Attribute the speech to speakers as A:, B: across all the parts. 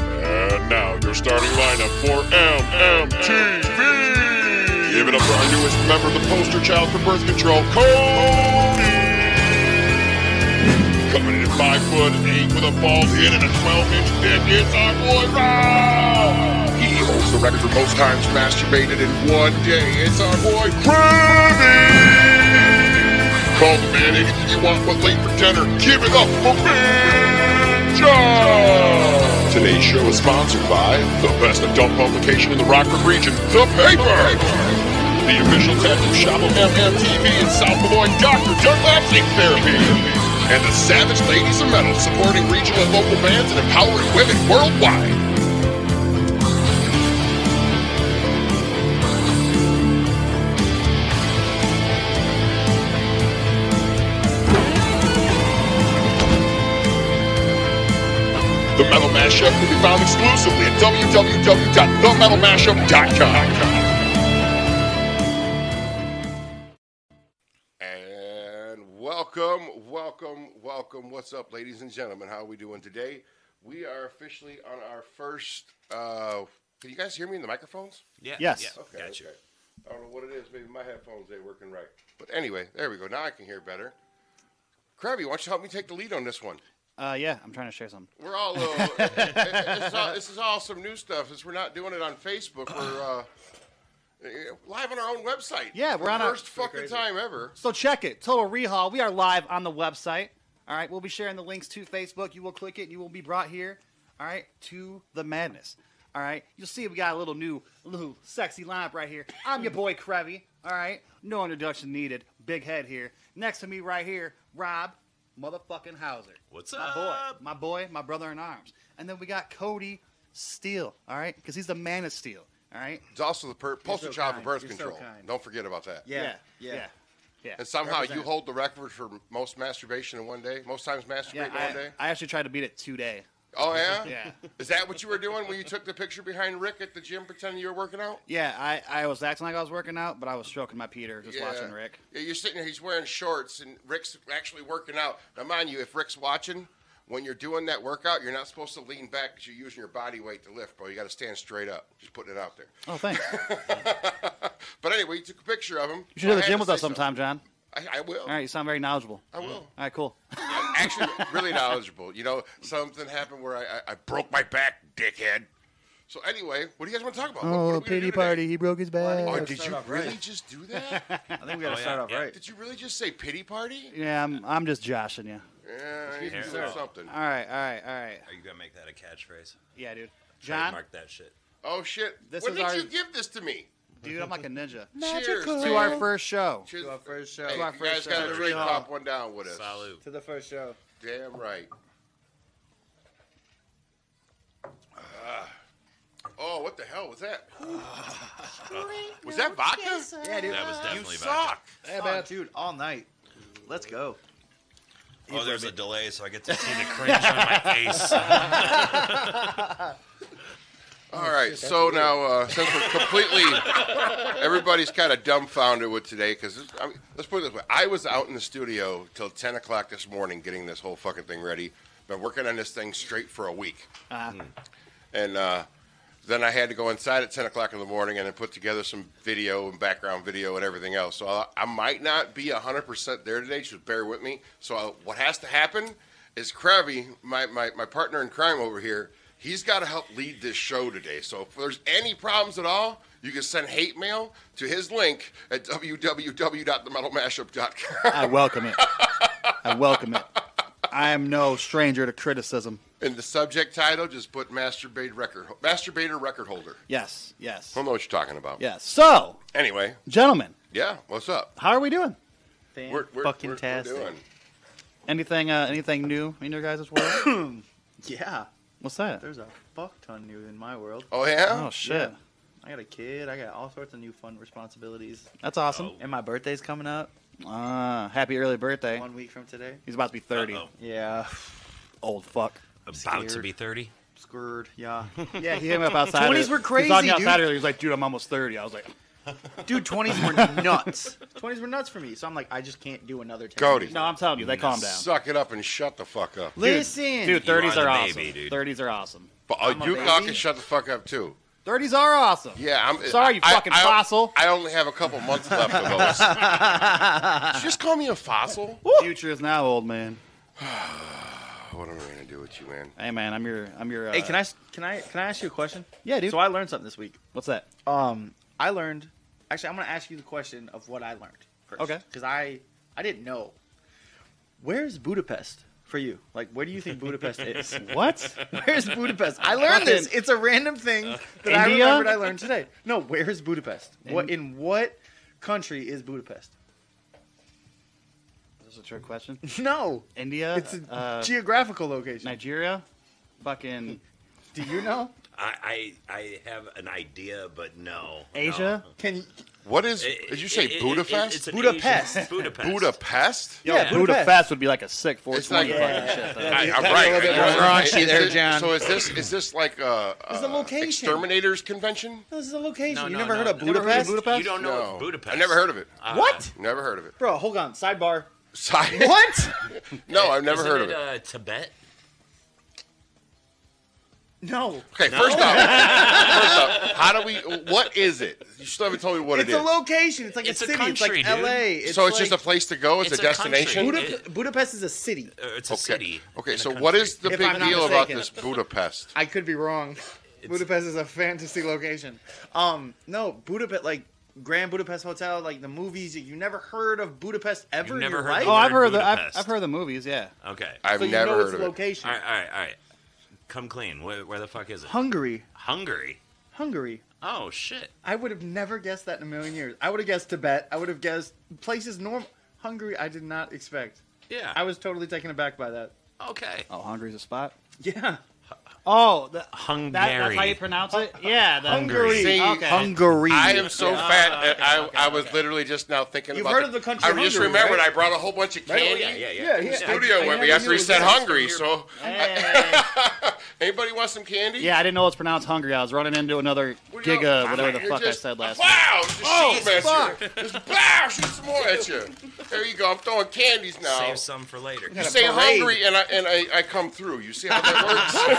A: And now, your starting lineup for MMTV! Give it up for our newest member, the poster child for birth control, Cody! Coming in at 5 foot 8 with a bald head and a 12 inch dick, it's our boy Rob! He holds the record for most times masturbated in one day, it's our boy Brady! Call the man anything you want, but late for dinner, give it up for Big John! Today's show is sponsored by the best adult publication in the Rockford region, The Paper. The official tattoo shop of MMTV in South Beloit, Dr. Dunlap Zinc Therapy. And the Savage Ladies of Metal, supporting regional and local bands and empowering women worldwide. The Metal Mashup can be found exclusively at www.themetalmashup.com.
B: And welcome, welcome, welcome. What's up, ladies and gentlemen? How are we doing today? We are officially on our first. Uh, can you guys hear me in the microphones?
C: Yeah.
D: Yes.
C: Yeah.
B: Okay,
C: Got you.
B: okay. I don't know what it is. Maybe my headphones ain't working right. But anyway, there we go. Now I can hear better. Krabby, why don't you help me take the lead on this one?
D: Uh, yeah, I'm trying to share some.
B: We're all. Uh, this, is all this is all some new stuff. Since we're not doing it on Facebook, we're uh, live on our own website.
D: Yeah, we're
B: For
D: on
B: the
D: our-
B: first fucking time ever.
D: So check it. Total Rehaul. We are live on the website. All right, we'll be sharing the links to Facebook. You will click it, and you will be brought here. All right, to the madness. All right, you'll see we got a little new, little sexy lineup right here. I'm your boy Krevy. All right, no introduction needed. Big head here. Next to me right here, Rob, motherfucking Hauser.
C: What's
D: my
C: up?
D: boy, my boy, my brother in arms. And then we got Cody Steele. All right, because he's the man of steel. All right.
B: It's also the per- poster
D: so
B: child
D: kind.
B: for birth
D: You're so
B: control.
D: kind.
B: Don't forget about that.
D: Yeah. Yeah. Yeah.
B: And somehow you
D: Represent.
B: hold the record for most masturbation in one day. Most times masturbating
D: Yeah,
B: in one day.
D: I, I actually tried to beat it today.
B: oh yeah.
D: Yeah.
B: Is that what you were doing when you took the picture behind Rick at the gym, pretending you were working out?
D: Yeah, I, I was acting like I was working out, but I was stroking my Peter just watching Rick.
B: Yeah, you're sitting there. He's wearing shorts, and Rick's actually working out. Now, mind you, if Rick's watching, when you're doing that workout, you're not supposed to lean back because you're using your body weight to lift, bro. You got to stand straight up. Just putting it out there.
D: Oh, thanks. You
B: But anyway, you took a picture of him. You
D: should go to the gym with us sometime, John.
B: I, I will.
D: All right, you sound very knowledgeable.
B: I
D: All
B: will.
D: right, cool.
B: actually really knowledgeable. You know, something happened where I, I, I broke my back, dickhead. So anyway, what do you guys want to talk about? What-
D: Oh,
B: what are we gonna do today?
D: He broke his
B: Oh,
D: back.
B: did you really just do that?
E: I think we got to
C: Oh,
E: start
C: yeah,
E: off
C: yeah.
E: right.
B: did you really just say pity party?
D: Yeah, I'm, I'm just joshing you.
B: Yeah, you
C: me,
B: said
C: sir.
B: something.
D: All right, all right, all right.
C: Are you gonna make that a catchphrase?
D: Yeah, dude. John,
C: Mark that shit.
B: Oh shit!
D: This
B: when
D: is
B: did
D: our-
B: you give this to me?
D: dude, I'm like a ninja.
B: Cheers
D: To our first show.
B: Cheers.
E: To our first show.
B: Hey,
D: To our
B: you guys
D: first
B: got to
D: show.
B: really
D: Yeah.
B: pop one down with us.
C: Salute.
E: To the first show.
B: Damn right. Ah. oh, what the hell was that? uh, was that vodka?
E: Yeah, dude.
C: That was
B: You
C: definitely vodka.
B: suck.
E: Hey, man, dude, all night. Let's go.
C: Oh, there's a delay, so I get to see the cringe on my face. I
B: All right, so now uh, since we're completely, everybody's kind of dumbfounded with today because I mean, let's put it this way: I was out in the studio till ten o'clock this morning getting this whole fucking thing ready. Been working on this thing straight for a week,
D: Uh,
B: and uh, then I had to go inside at ten o'clock in the morning and then put together some video and background video and everything else. So I, I might not be hundred percent there today. Just bear with me. So I, what has to happen is Krabby, my, my my partner in crime over here, he's got to help lead this show today. So if there's any problems at all, you can send hate mail to his link at www.themetalmashup.com.
D: I welcome it. I welcome it. I am no stranger to criticism.
B: In the subject title, just put masturbate record masturbator record holder.
D: Yes, yes,
B: I don't know what you're talking about.
D: yes. So,
B: Anyway,
D: gentlemen,
B: yeah. What's up?
D: how are we doing?
E: Fan
B: we're, we're,
E: fucking
B: we're,
E: tastic.
B: We're doing.
D: Anything uh, anything new in your guys' world?
E: Yeah,
D: What's that?
E: there's a fuck ton new in my world.
B: Oh yeah.
D: Oh shit.
E: Yeah. I got a kid. I got all sorts of new fun responsibilities.
D: That's awesome.
E: And my birthday's coming up
D: Ah, happy early birthday.
E: one week from today.
D: He's about to be 30.
C: Uh-oh.
E: Yeah,
D: Old fuck.
C: About to
E: scared.
C: be thirty.
E: screwed. Yeah,
D: Yeah, he hit me up outside.
E: 20s were
D: He saw me
E: crazy,
D: outside
E: dude.
D: earlier. He was like, dude, I'm almost 30. I was like,
E: dude, twenties were nuts. Twenties were nuts for me. So I'm like, I just can't do another. 10
B: Cody.
D: no, I'm telling you, they calm down.
B: Suck it up and shut the fuck up.
E: Listen,
D: Dude,
C: You are
D: 30s are,
C: the
D: awesome.
C: baby, dude.
D: 30s are awesome.
B: But all
F: I'm a
B: you
F: baby.
B: cock can shut the fuck up too.
D: 30s are awesome.
B: Yeah, I'm
D: Sorry, you
B: I-
D: fucking
B: I- I-
D: fossil.
B: I only have a couple months left of those. Did you just call me a fossil. Oh,
D: Future is now old man.
B: What am I gonna do with you, man?
D: Hey man, I'm your I'm your. Uh,
F: Hey, can I s- can I can I ask you a question?
D: Yeah, dude.
F: So I learned something this week.
D: What's that?
F: Um, I learned. Actually, I'm gonna ask you the question of what I learned. First,
D: Okay.
F: Because I I didn't know. Where is Budapest for you? Like, where do you think Budapest is?
D: What?
F: Where's Budapest? I learned this. It's a random thing that I
D: India?
F: remembered. I learned today. No, where is Budapest? What in what country is Budapest?
D: That's a trick question.
F: No,
D: India.
F: it's a
D: uh,
F: geographical location.
D: Nigeria. Fucking
F: do you know?
C: I, I I have an idea, but no. no.
D: Asia.
F: Can you,
B: What is?
C: It-
B: Did you
C: it-
B: say
C: it- it-
B: Budapest?
C: it's an
F: Budapest.
C: Asian- Budapest.
B: Budapest.
F: Yeah,
D: Yo,
F: Budapest.
D: Budapest would be like a sick
B: It's like-
D: 420 fucking shit. Though.
B: I, I'm
F: Got a
B: right.
F: little bit
B: I-
F: more
B: I-
F: raunchy
B: is
F: there,
B: it-
F: John.
B: So is this is this like a,
F: It's a
B: uh,
F: location.
B: exterminators convention?
F: this is a location.
C: No,
F: you
C: no,
F: never
C: no.
F: heard of
C: Never
F: Budapest?
D: Budapest?
C: You don't know Budapest.
B: I never heard of it.
C: Uh,
F: What?
B: Never heard of it.
F: Bro, hold on. Sidebar.
B: Sorry.
F: What?
B: No, I've never
C: isn't
B: heard of
C: it,
B: it.
C: Uh, Tibet.
F: No.
B: Okay, first off, first off, how do we? What is it? You still haven't told me what
F: It's
B: it
F: a
B: is.
F: location. It's like
C: It's
F: a
C: a
F: city.
C: country,
F: it's like
C: dude.
F: LA. It's
B: so it's
F: like
B: just a place to go. It's,
C: It's
B: a
C: a country.
B: destination.
F: Buda-
C: It-
F: Budapest is a city.
C: Uh, It's a
B: Okay.
C: city.
B: Okay.
C: in a
B: So what
C: country.
B: is the
F: If
B: big
F: I'm not
B: deal about
F: mistaken.
B: this Budapest?
F: I could be wrong. Budapest is a fantasy location. Um, no, Budapest like Grand Budapest Hotel, like the movies. You never heard of Budapest ever.
C: You've
F: in
C: never
F: your
C: heard
F: life?
C: of
D: Oh, I've
C: Word
D: heard the I've,
C: Budapest.
D: I've heard the movies. Yeah.
C: Okay.
B: I've
F: so you
B: never
F: know
B: heard
F: its
B: of it.
F: location.
C: All right, all right, all right. Come clean. Where, where the fuck is it?
F: Hungary,
C: Hungary.
F: Hungary.
C: Oh shit.
F: I would have never guessed that in a million years. I would have guessed Tibet. I would have guessed places normal. Hungary, I did not expect.
C: Yeah.
F: I was totally taken aback by that.
C: okay.
D: Oh, Hungary's a spot.
F: Yeah,
D: Oh, the,
C: Hungary.
D: that, that's how you pronounce it. Yeah, the
F: Hungary.
B: See,
D: Okay.
F: Hungary.
B: I am so fat. uh, I, I was literally just now thinking
F: You've
B: about
F: heard
B: that.
F: of the country
B: I just
F: Hungary,
B: remembered
F: right?
B: I brought a whole bunch of candy.
C: yeah, yeah, yeah.
F: Yeah, yeah.
B: to the Studio
F: I- I
B: with me
F: never
B: after
F: knew
B: he
F: it
B: said
F: was
B: hungry. So
D: Hey.
B: anybody want some candy?
D: yeah, I didn't know it's pronounced Hungary. I was running into another
B: What do you know?
D: giga, whatever the
B: You're
D: fuck I
B: just-
D: said last. time.
B: Wow! Just oh, shoot at you. Just wow! Shoot some more at you. There you go. I'm throwing candies now.
C: Save some for later.
B: you say
F: parade.
B: hungry, and I and I, I come through. You see how that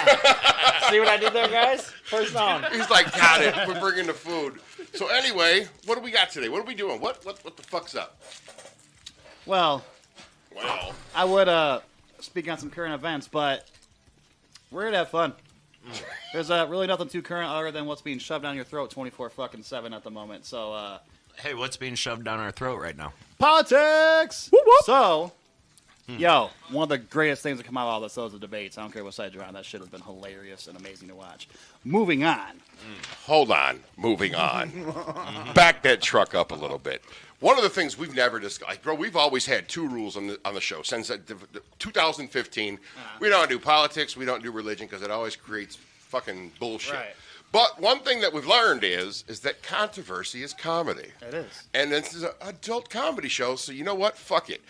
F: See what I did there, guys? First round.
B: works? He's like, got it. We're bringing the food. So anyway, what do we got today? What are we doing? What what what the fuck's up?
D: Well,
B: Wow.
D: I would uh speak on some current events, but we're here to have fun.
B: Mm.
D: There's uh, really nothing too current other than what's being shoved down your throat 24 fucking 7 at the moment. So, uh,
C: Hey, what's being shoved down our throat right now?
D: politics! So, yo, one of the greatest things that come out of all this, those are debates. I don't care what side you're on. That shit has been hilarious and amazing to watch. Moving on.
B: Hold on. Moving on. Back that truck up a little bit. One of the things we've never discussed, like, bro, we've always had two rules on the, on the show since uh, the- the 2015.
D: Uh-huh.
B: We don't do politics, we don't do religion because it always creates fucking bullshit.
D: Right.
B: But one thing that we've learned is is that controversy is comedy.
D: It is.
B: And this is an adult comedy show, so you know what? Fuck it.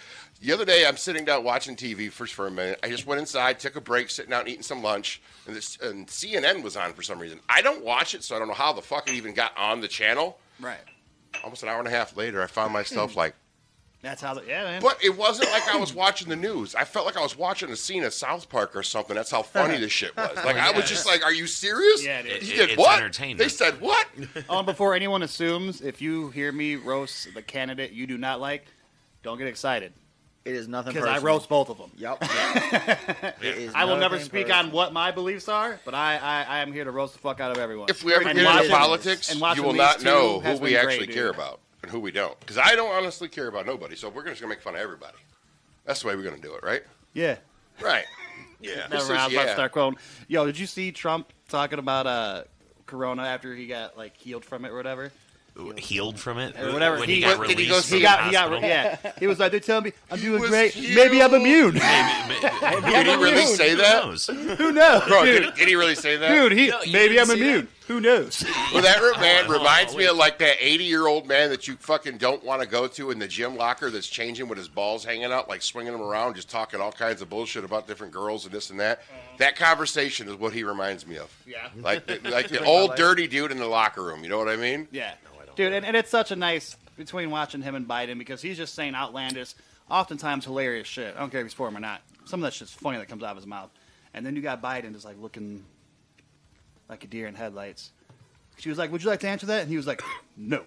B: The other day, I'm sitting down watching TV for, for a minute. I just went inside, took a break, sitting out and eating some lunch, and, this, and CNN was on for some reason. I don't watch it, so I don't know how the fuck it even got on the channel.
D: Right.
B: Almost an hour and a half later, I found myself like,
D: That's how, the, yeah, man.
B: but it wasn't like I was watching the news. I felt like I was watching a scene of South Park or something. That's how funny this shit was. Like I was just like, "Are you serious?
D: Yeah, it
B: He
D: is.
C: It-
B: did
C: it's
B: what?
C: entertainment.
B: They said what?
D: Oh, and before anyone assumes, if you hear me roast the candidate you do not like, don't get excited
F: It is nothing
D: because I roast both of them.
F: Yep.
D: I will never speak on what my beliefs are, but I, I, I am here to roast the fuck out of everyone.
B: If we ever
D: And
B: get into
D: watching-
B: politics,
D: and
B: you
D: watching
B: will
D: these
B: not
D: two
B: know who
D: has
B: we
D: been great,
B: actually
D: dude.
B: care about and who we don't. Because I don't honestly care about nobody. So we're just gonna make fun of everybody. That's the way we're gonna do it, right?
D: Yeah.
B: Right. Yeah. This
D: Never
B: is-
D: mind.
B: yeah.
D: Let's start quoting. Yo, did you see Trump talking about uh, Corona after he got like healed from it or whatever?
C: Healed from it?
D: Or whatever.
C: When he,
D: He-
C: got
B: What
C: released
B: did he go
C: from
B: see?
D: He
C: the
D: got he got
C: hospital?
D: yeah. He was like, they're telling me I'm doing
B: was
D: great. Maybe I'm
B: healed.
D: immune.
C: Ma- ma-
B: Did he really say
C: Who
B: that?
C: knows?
D: Who knows,
B: Bro,
D: dude?
B: did, did he really say that?
D: Dude, he
C: No, you
D: maybe I'm
C: didn't see
D: immune. Who knows?
B: Well, that re- man reminds me
C: wait.
B: of like that 80 year old man that you fucking don't want to go to in the gym locker that's changing with his balls hanging out, like swinging them around, just talking all kinds of bullshit about different girls and this and that. That conversation is what he reminds me of.
D: Uh-huh. Yeah.
B: Like, the- like the old dirty dude in the locker room. You know what I mean?
D: Yeah.
C: I don't.
D: Dude, and, and it's such a nice between watching him and Biden because he's just saying outlandish, oftentimes hilarious shit. I don't care if he's for him or not. Some of that shit's funny that comes out of his mouth. And then you got Biden just like looking like a deer in headlights. She was like, "Would you like to answer that?" And he was like, "No."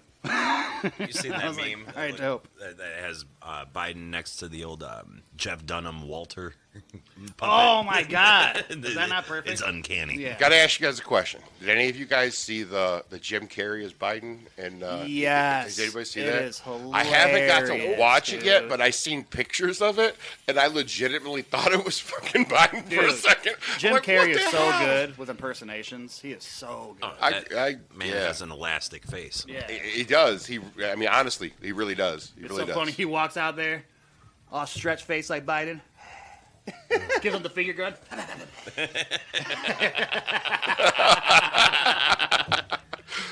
C: You seen that
D: was like,
C: meme?
D: all right,
C: Like,
D: dope.
C: That, that has uh, Biden next to the old um, Jeff Dunham Walter.
D: Oh my god, is that not perfect?
C: It's uncanny.
D: Yeah.
B: Got to ask you guys a question. Did any of you guys see the the Jim Carrey as Biden? And uh,
D: Yes.
B: did anybody see
D: It
B: that?
D: is
B: I haven't got to
D: hilarious,
B: watch it yet,
D: dude.
B: but I seen pictures of it, and I legitimately thought it was fucking Biden for a
D: Dude,
B: second.
D: Jim
B: Like, what
D: Carrey is
B: the
D: so
B: hell?
D: good with impersonations. He is so good.
C: I, that
B: I- I-
C: man
B: yeah.
C: has an elastic face.
D: yeah,
B: He,
D: it's
B: he does. He, I mean, honestly, he really does. He really
D: so
B: does.
D: funny. He walks out there, all stretched face like Biden. Gives him the finger gun.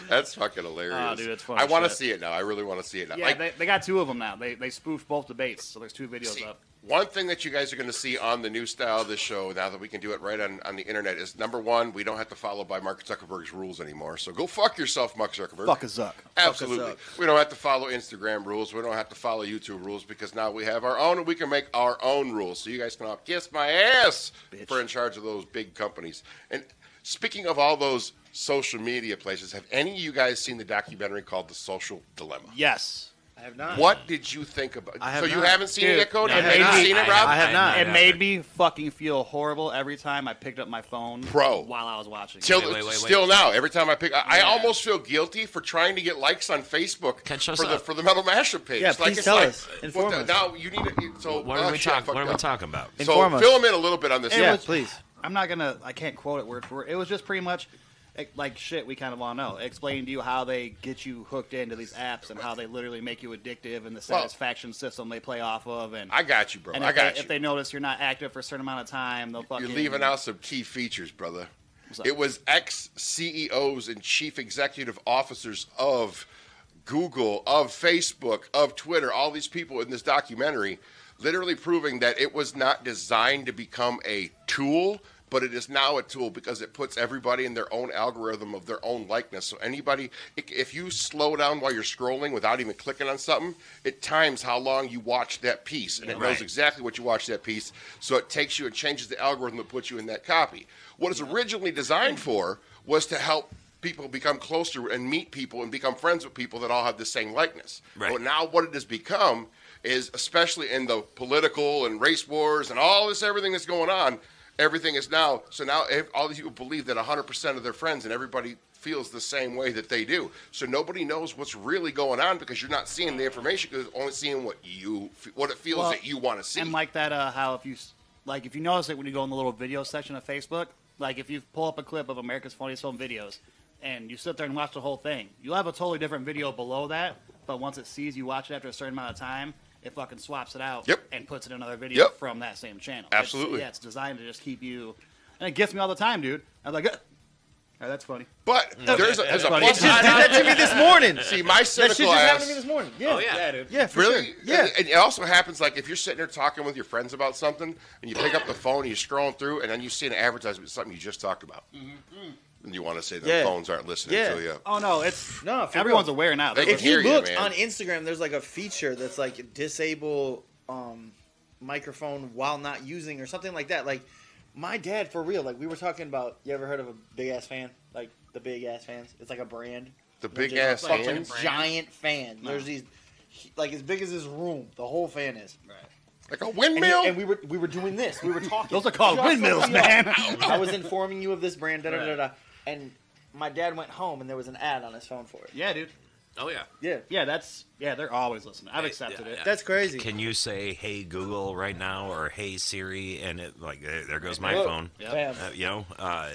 B: That's fucking hilarious.
D: Aw, Ah, dude, it's funny
B: I want to
D: shit.
B: see it now. I really want to see it now.
D: Yeah,
B: Like,
D: they, they got two of them now. They they spoofed both debates, so there's two videos
B: see,
D: up.
B: one thing that you guys are going to see on the new style of this show, now that we can do it right on, on the internet, is number one, we don't have to follow by Mark Zuckerberg's rules anymore. So go fuck yourself, Mark Zuckerberg.
D: Fuck a zuck.
B: Absolutely.
E: up.
B: We don't have to follow Instagram rules. We don't have to follow YouTube rules because now we have our own and we can make our own rules. So you guys can all kiss my ass
D: Bitch.
B: for in charge of those big companies. And speaking of all those social media places, have any of you guys seen the documentary called The Social Dilemma?
D: Yes.
E: I have not.
B: What did you think about
E: I have
B: So you
E: not.
B: haven't seen it
D: Dude,
B: yet, Cody?
D: no,
B: Have
D: I
B: you
D: have
B: seen
D: not.
B: it, Rob?
E: I have not.
D: It made me fucking feel horrible every time I picked up my phone
B: Bro.
D: while I was watching. it.
B: Till,
C: wait, wait,
B: Still now, every time I pick, I, I almost feel guilty for trying to get likes on Facebook
F: Catch
B: for
F: us
B: the
F: up.
B: for the metal mashup page.
E: Yeah,
B: It's like,
E: please
B: it's
E: tell
B: like,
E: us.
B: what
E: Inform
B: the-
E: us.
B: Now you need to. you- So
C: What are
B: oh,
C: we
B: shit, I
C: talking?
B: fucked
C: What are we
B: up.
C: talking about?
B: So
E: Inform us.
B: fill them in a little bit on this.
D: It
E: Yeah,
D: was-
E: please.
D: I'm not gonna. I can't quote it word for word. It was just pretty much like- like shit. We kind of all know. It explained to you how they get you hooked into these apps and how they literally make you addictive and the
B: Well-
D: satisfaction system they play off of. And
B: I got you, bro.
D: and
B: I
D: if
B: got
D: they,
B: you.
D: If they notice you're not active for a certain amount of time, they'll fucking.
B: You're leaving out some key features, brother.
D: What's up?
B: It was ex CEOs and chief executive officers of Google, of Facebook, of Twitter, all these people in this documentary, literally proving that it was not designed to become a tool, but it is now a tool because it puts everybody in their own algorithm of their own likeness. So anybody, if- if you slow down while you're scrolling without even clicking on something, it times how long you watch that piece, and it knows
C: Right.
B: exactly exactly what you watch that piece, so it takes you and changes the algorithm that puts you in that copy. What it's originally designed for was to help people become closer and meet people and become friends with people that all have the same likeness.
C: Right.
B: But now what it has become is, especially in the political and race wars and all this everything that's going on, everything is now so now ev- all these people believe that 100% of their friends and everybody feels the same way that they do so nobody knows what's really going on because you're not seeing the information because only seeing what you f- what it feels
D: Well,
B: that you want to see
D: And like that, uh, how if you s- like if you notice it when you go in the little video section of Facebook, like if you pull up a clip of America's Funniest Home Videos and you sit there and watch the whole thing, you'll have a totally different video below that. But once it sees you watch it after a certain amount of time, it fucking swaps it out
B: Yep.
D: and puts it in another video
B: Yep.
D: from that same channel.
B: Absolutely.
D: it's, yeah, it's designed to just keep you, and it gets me all the time, dude. I'm like, "Ugh." oh, that's funny.
B: But there's a, there's a
D: But
B: plus
D: it's just-
E: Did
B: side.
E: that to me this morning.
B: See, my
E: That shit
B: cynical
E: just happened to me
B: ass.
E: this morning. Yeah.
F: Oh, yeah.
E: dude. Yeah, for
B: Really?
E: sure. Yeah.
B: And it also happens like if you're sitting there talking with your friends about something, and you pick up the phone, and you're scrolling through, and then you see an advertisement, something you just talked about, and you want to say the
E: Yeah.
B: phones aren't listening
E: Yeah.
B: to you.
D: Oh no, it's
E: No, for
D: everyone's
E: real.
D: aware now.
B: They
D: They're
E: if
B: can hear
E: you
B: you,
E: looked
B: man.
E: on Instagram, there's like a feature that's like disable um, microphone while not using or something like that. Like my dad, for real. Like we were talking about. You ever heard of a big ass fan? Like the big ass fans. It's like a brand.
B: The
E: They're
B: big ass
E: just a fucking
B: fans?
E: Giant fan. There's these, like as big as this room. The whole fan is.
B: Like a
E: And, you-
B: windmill.
E: and we were we were doing this. We were talking.
D: Those are called
E: Just
D: windmills,
E: like y'all.
D: man.
E: I was informing you of this brand. Da, da, da, da, da. And my dad went home, and there was an ad on his phone for it.
D: yeah, dude.
F: Oh yeah.
E: Yeah,
D: Yeah, that's yeah. They're always listening. I've
F: Hey,
D: accepted
F: yeah,
D: it.
F: yeah.
E: that's crazy.
C: Can you say "Hey Google" right now or "Hey Siri"? And it like there there goes my
E: Look.
C: phone.
D: Yeah.
E: Bam.
C: Uh, you know, uh,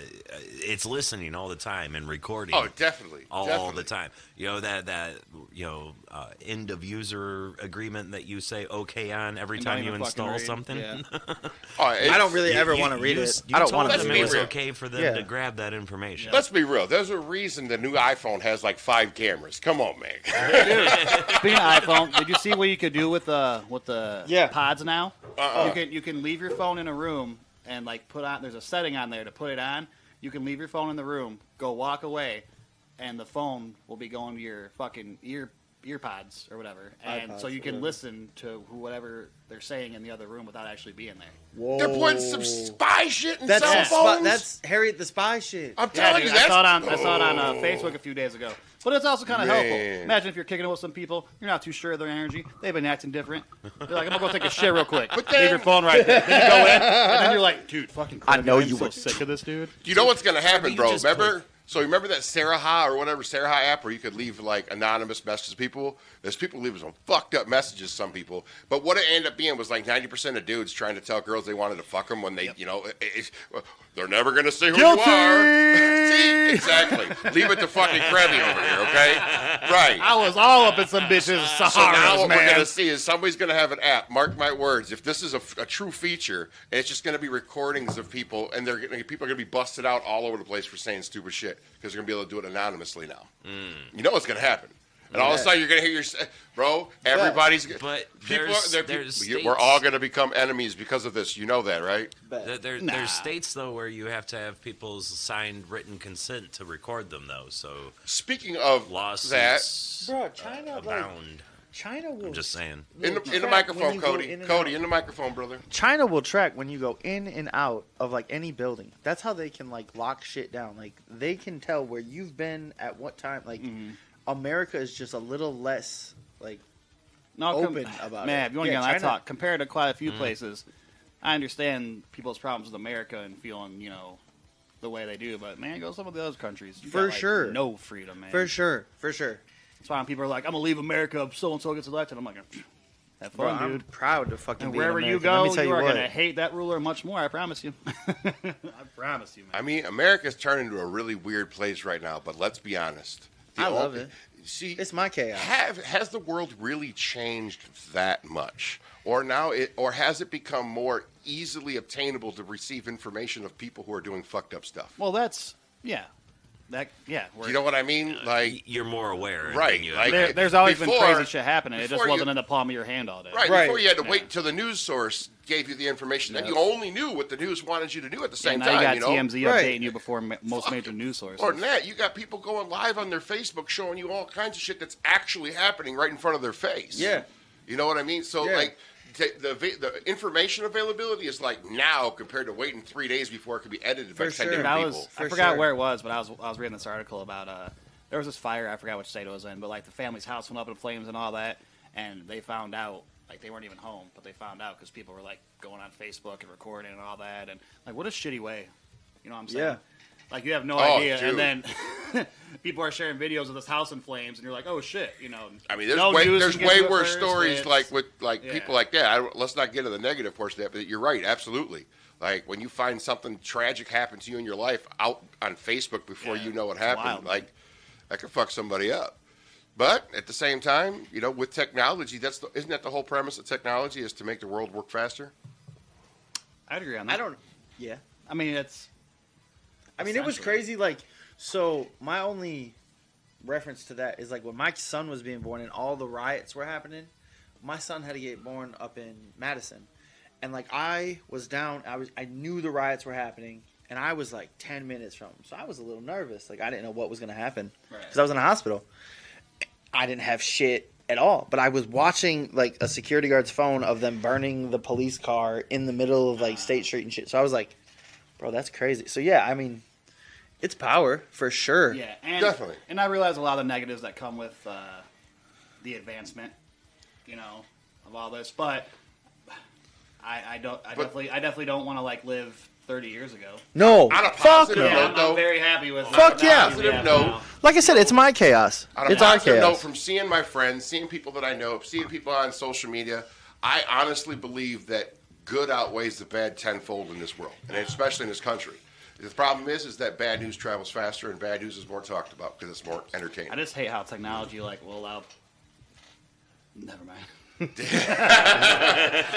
C: it's listening all the time and recording.
B: oh, definitely.
C: all
B: definitely.
C: the time. You know that that you know uh, end of user agreement that you say okay on every
D: And don't
C: time you
D: even fucking
C: install
D: read.
C: something.
E: Yeah.
B: Oh, it's-
E: I don't really
C: You-
E: ever
C: you-
E: want to read
C: you,
E: it.
C: You
E: I don't
C: told
E: want to
C: them
B: Let's be
C: it was
B: real.
C: okay for them
E: Yeah.
C: to grab that information.
B: Let's be real. There's a reason the new iPhone has like five cameras. Come on, man.
D: Speaking of iPhone, did you see what you could do with the with the
E: Yeah.
D: pods now?
B: Uh-uh.
D: You can you can leave your phone in a room and like put on. There's a setting on there to put it on. You can leave your phone in the room, go walk away, and the phone will be going to your fucking ear ear pods or whatever, and
F: iPods,
D: so you can
F: whatever.
D: listen to who- whatever they're saying in the other room without actually being there.
F: Whoa.
B: They're putting some spy shit in
F: that's
B: cell
F: the spy-
B: phones.
F: that's Harriet the spy shit.
B: I'm
D: Yeah,
B: telling you,
D: dude, I
B: that's
D: saw it on I saw it on uh, Facebook a few days ago. But it's also kind of helpful.
B: Man.
D: Imagine if you're kicking it with some people, you're not too sure of their energy. They've been acting different. You're like, I'm gonna go take a shit real quick. But Leave
B: then-
D: your phone right there. Then you go in, and then you're like, dude, fucking. Crap, I know you so sick of this dude.
B: You know what's going to happen,
C: you
B: bro?
C: just
B: Remember?
C: click.
B: So remember that Sarah Ha or whatever Sarah Ha app where you could leave like anonymous messages to people? There's people leaving some fucked up messages, some people. But what it ended up being was like 90% of dudes trying to tell girls they wanted to fuck them when they, you know, it, it, they're never going to see who
D: Guilty!
B: you are. see? Exactly. leave it to fucking Krabby over here, okay? Right.
D: I was all up in some bitches'
B: So now
D: Saharas,
B: what we're going
D: man.
B: to see is somebody's going to have an app. Mark my words. If this is a, f- a true feature, and it's just going to be recordings of people, and they're gonna, people are going to be busted out all over the place for saying stupid shit because they're going to be able to do it anonymously now.
C: Mm.
B: You know what's going to happen. And all of a sudden, you're going to hear your, s- bro. Everybody's, g-
C: But
B: people,
C: there's-
B: are, they're peop-
C: there's
B: you-
C: states-
B: we're all going to become enemies because of this. You know that, right?
F: Bet.
C: There, there- There's states though where you have to have people's signed written consent to record them though. So
B: Speaking of that,
C: lawsuits uh,
F: Bro, China, like-
C: abound.
F: China will.
C: I'm just saying.
B: in the,
F: will
B: in the
F: track when
B: microphone,
F: you go
B: Cody,
F: in and
B: Cody,
F: out.
B: in the microphone, brother.
F: China will track when you go in and out of like any building. That's how they can like lock shit down. Like they can tell where you've been at what time. Like
C: Mm-hmm.
F: America is just a little less like
D: No, com-
F: open about
D: man,
F: it.
D: if you want to
F: Yeah,
D: get on that
F: China-
D: talk, compared to quite a few places, I understand people's problems with America and feeling, you know, the way they do. But man, go to some of the other countries. You
F: For
D: got, like,
F: sure.
D: no freedom, man.
F: for sure, for sure.
D: That's why when people are like, "I'm gonna leave America if so and so gets elected." I'm like, "Have
F: Bro,
D: fun,
F: I'm
D: dude."
F: proud to fucking
D: And
F: be
D: wherever
F: an
D: you
F: American.
D: go,
F: Let me tell
D: you,
F: you,
D: are
F: what.
D: gonna hate that ruler much more. I promise you. I promise you, man.
B: I mean, America's turned into a really weird place right now, but let's be honest.
F: I love
B: only-
F: it.
B: See,
F: It's my chaos.
B: Have, has the world really changed that much? Or now it or has it become more easily obtainable to receive information of people who are doing fucked up stuff?
D: Well, that's yeah, that yeah. we're-
B: you know what I mean? Like
C: You're more aware, and
B: Right,
C: You
B: like-
D: there, there's always
B: Before-
D: been crazy shit happening. It just
B: before you-
D: wasn't in the palm of your hand all day.
B: Right,
F: Right.
B: before you had to
D: Yeah.
B: wait till the news source gave you the information, then you only knew what the news wanted you to do at the
D: Yeah,
B: same
D: now
B: time.
D: you
B: you
D: got
B: know,
D: TMZ
F: Right.
D: updating you before ma- most major news sources.
B: Or than that, you got people going live on their Facebook showing you all kinds of shit that's actually happening right in front of their face.
F: Yeah.
B: You know what I mean? So,
F: Yeah.
B: like, t- the, va- the information availability is like now compared to waiting three days before it could be edited by 10
F: For sure.
B: different
D: Dude, I
B: people.
D: was I
F: For
D: forgot
F: sure.
D: where it was, but I was I was reading this article about uh there was this fire I forgot which state it was in, but like the family's house went up in flames and all that, and they found out like they weren't even home, but they found out because people were like going on Facebook and recording and all that, and like what a shitty way, you know what I'm saying?
F: Yeah.
D: Like you have no
B: Oh,
D: idea,
B: dude.
D: and then people are sharing videos of this house in flames, and you're like, oh shit, you know.
B: I mean, there's
D: no
B: way
D: news
B: there's
D: can get
B: way
D: to it
B: worse
D: first,
B: stories
D: it's-
B: like with like
D: yeah.
B: people like that. I don't, let's not get to the negative portion of that, but you're right, absolutely. Like when you find something tragic happen to you in your life out on Facebook before
D: Yeah,
B: you know what
D: it's
B: happened,
D: wild.
B: like that could fuck somebody up. But at the same time, you know, with technology, that's the, isn't that the whole premise of technology is to make the world work faster?
D: I'd agree on that.
F: I don't. Yeah.
D: I mean, it's
F: I mean, it was
D: Essentially.
F: crazy. Like, so my only reference to that is like when my son was being born and all the riots were happening. My son had to get born up in Madison, and like I was down. I was I knew the riots were happening, and I was like ten minutes from him, so I was a little nervous. Like I didn't know what was gonna happen because
D: Right.
F: I was in a hospital. I didn't have shit at all, but I was watching like a security guard's phone of them burning the police car in the middle of like State Street and shit. So I was like, bro, that's crazy. So yeah, I mean, it's power for sure.
D: Yeah, and,
B: Definitely.
D: And I realize a lot of the negatives that come with uh, the advancement, you know, of all this. But I, I don't. I definitely, I definitely don't want to like live 30 years ago.
F: No,
B: On a
F: fuck
B: positive
F: no.
B: Yeah,
D: I'm,
B: no.
D: I'm very happy with.
F: Fuck
D: the
F: yeah.
D: technology we have
B: No.
D: now.
F: Like I said, it's my chaos.
B: on a
F: It's our
B: positive note
F: chaos.
B: from seeing my friends, seeing people that I know, seeing people on social media, I honestly believe that good outweighs the bad tenfold in this world, and especially in this country. The problem is, is that bad news travels faster, and bad news is more talked about because it's more entertaining.
D: I just hate how technology like will allow. Never mind. Dude, I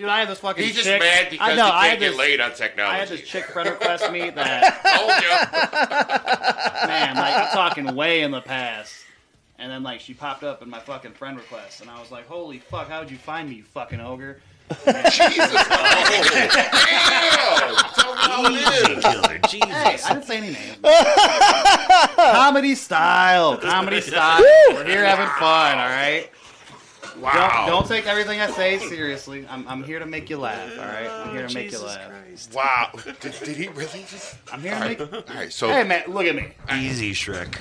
D: had this fucking.
B: He's just
D: chick-
B: mad because
D: I know.
B: he
D: I
B: can't
D: had
B: get
D: this-
B: laid on
D: I had this
B: technology. Oh,
D: chick friend request me that
B: Told you.
D: man, like I'm talking way in the past. And then like she popped up in my fucking friend request, and I was like, "Holy fuck! How'd you find me, you fucking ogre?"
B: Jesus. oh, Damn. Tell me how it is.
C: Killer, Jesus.
D: Hey, I didn't say any names. comedy style. Comedy style. We're here having fun, all right? Don't, don't take everything I say seriously. I'm, I'm here to make you laugh, all right? I'm here to make you laugh.
B: Wow. Did, did he really just?
D: I'm here
B: All
D: to
B: right.
D: make.
B: All right. So
D: Hey, man, look at me.
C: Easy, Shrek.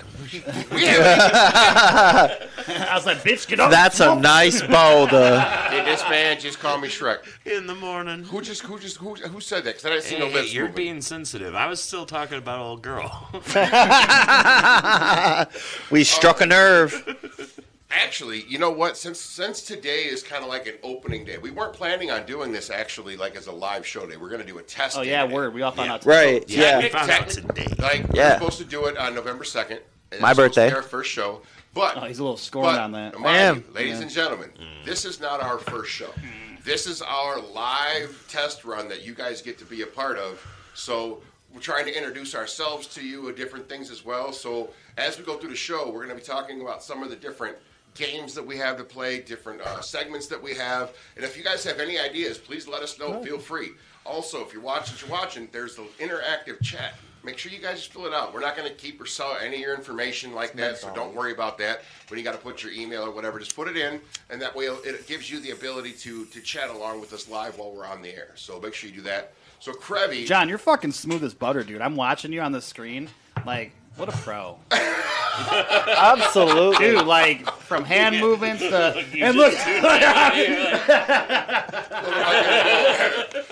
D: I was like, bitch, get up.
F: That's a nice bow, though.
B: did this man just call me Shrek?
C: In the morning.
B: Who just who just who who said that? Because I didn't see
C: Hey,
B: no
C: hey,
B: lips
C: you're
B: moving.
C: being sensitive. I was still talking about old girl.
F: We struck a nerve.
B: Actually, you know what? Since since today is kind of like an opening day, we weren't planning on doing this actually like as a live show day. We're gonna do a test.
D: oh,
B: day
D: yeah,
B: today.
D: word. We all found
C: Yeah.
D: out.
F: Right.
C: Yeah,
F: Yeah.
C: we found out today.
B: Like
F: Yeah.
B: we're supposed to do it on November second.
F: My birthday.
B: Our first show, but
D: Oh, he's a little scorned
B: but,
D: on that.
B: mind
F: I am.
B: you, ladies and gentlemen, this is not our first show. This is our live test run that you guys get to be a part of. So we're trying to introduce ourselves to you and different things as well. So as we go through the show, we're going to be talking about some of the different games that we have to play, different uh, segments that we have, and if you guys have any ideas, please let us know. Feel free. Also, if you're watching, you're watching. There's the interactive chat. Make sure you guys just fill it out. We're not going to keep or sell any of your information like that, so don't worry about that. When you got to put your email or whatever, just put it in, and that way it'll- it gives you the ability to to chat along with us live while we're on the air. So make sure you do that. So Krevy,
D: John, you're fucking smooth as butter, dude. I'm watching you on the screen. Like, what a pro.
F: Absolutely.
D: Dude, like, from hand movements to. and look,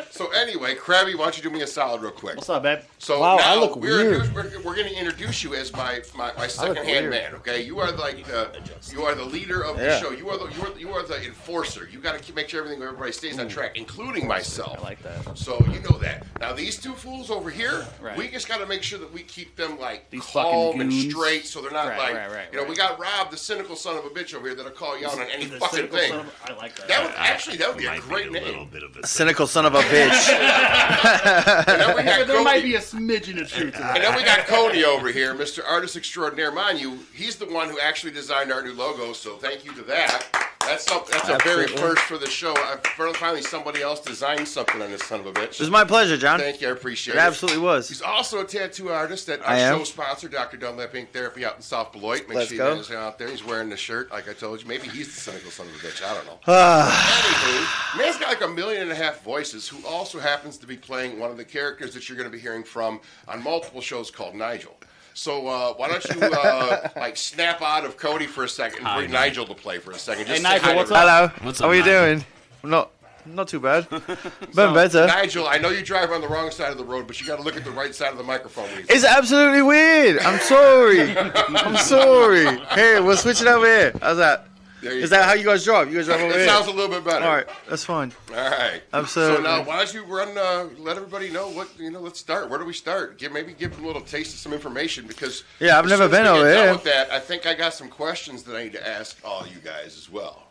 B: so anyway, Krabby, why don't you do me a solid real quick?
D: what's up, babe?
B: So
F: Wow,
B: now
F: I look
B: we're,
F: weird.
B: introduce- we're, we're going to introduce you as my my, my second hand
F: weird.
B: man. Okay, you are like the you are the leader of the
F: Yeah.
B: show. You are the you are, you are the enforcer. You got to make sure everything everybody stays on track, including myself.
D: I like that.
B: So you know that. Now these two fools over here,
D: Right.
B: we just got to make sure that we keep them like
D: These fucking
B: calm and
D: goons.
B: straight, so they're not
D: Right,
B: like
D: right, right,
B: you know. We
D: right.
B: got Rob, the cynical son of a bitch over here, that'll call you out on any
D: The
B: fucking
D: cynical
B: thing.
D: son of- I like that.
B: That would actually that would be a
C: Might
B: great
C: a little
B: name.
C: bit of a
F: Cynical son of a bitch.
B: And then we
D: There,
B: got
D: there might
B: Cody.
D: be a smidgen of truth
B: And
D: to that.
B: then we got Cody over here, Mr. Artist Extraordinaire. Mind you, he's the one who actually designed our new logo, so thank you to that. That's some, that's a very
F: Absolutely.
B: first for the show. I, finally, somebody else designed something on this son of a bitch.
F: It was my pleasure, John.
B: Thank you, I appreciate
F: It
B: it.
F: absolutely was.
B: He's also a tattoo artist at our
F: I am.
B: show sponsor, Dr. Dunlap Ink Therapy out in South Beloit. Make
F: Let's
B: sure
F: go.
B: you guys are out there. He's wearing the shirt, like I told you. Maybe he's the cynical son of a bitch. I don't know. Anywho, man's got like a million and a half voices who also happens to be playing one of the characters that you're going to be hearing from on multiple shows called Nigel. So uh, why don't you uh, like snap out of Cody for a second and bring Nigel to play for a second? Just say
D: Hey, Nigel,
B: hi to
D: what's
B: everybody.
D: up?
F: Hello.
C: What's
F: How
C: up,
F: are you
C: man?
F: doing? Not, not too bad. Been better.
B: Nigel, I know you drive on the wrong side of the road, but you got to look at the right side of the microphone. When you
F: It's absolutely weird. I'm sorry. I'm sorry. Hey, we'll switch it over here. How's that?
B: There you
F: Is
B: go.
F: that how you guys drive? You guys drive over
B: it
F: here.
B: sounds a little bit better.
F: All right, that's fine.
B: All right. So
F: Absolutely.
B: now, why don't you run? Uh, let everybody know what you know. Let's start. Where do we start? Give maybe give them a little taste of some information because
F: Yeah, I've
B: as
F: never
B: soon as
F: been
B: we get
F: over
B: done
F: here.
B: With that, I think I got some questions that I need to ask all you guys as well.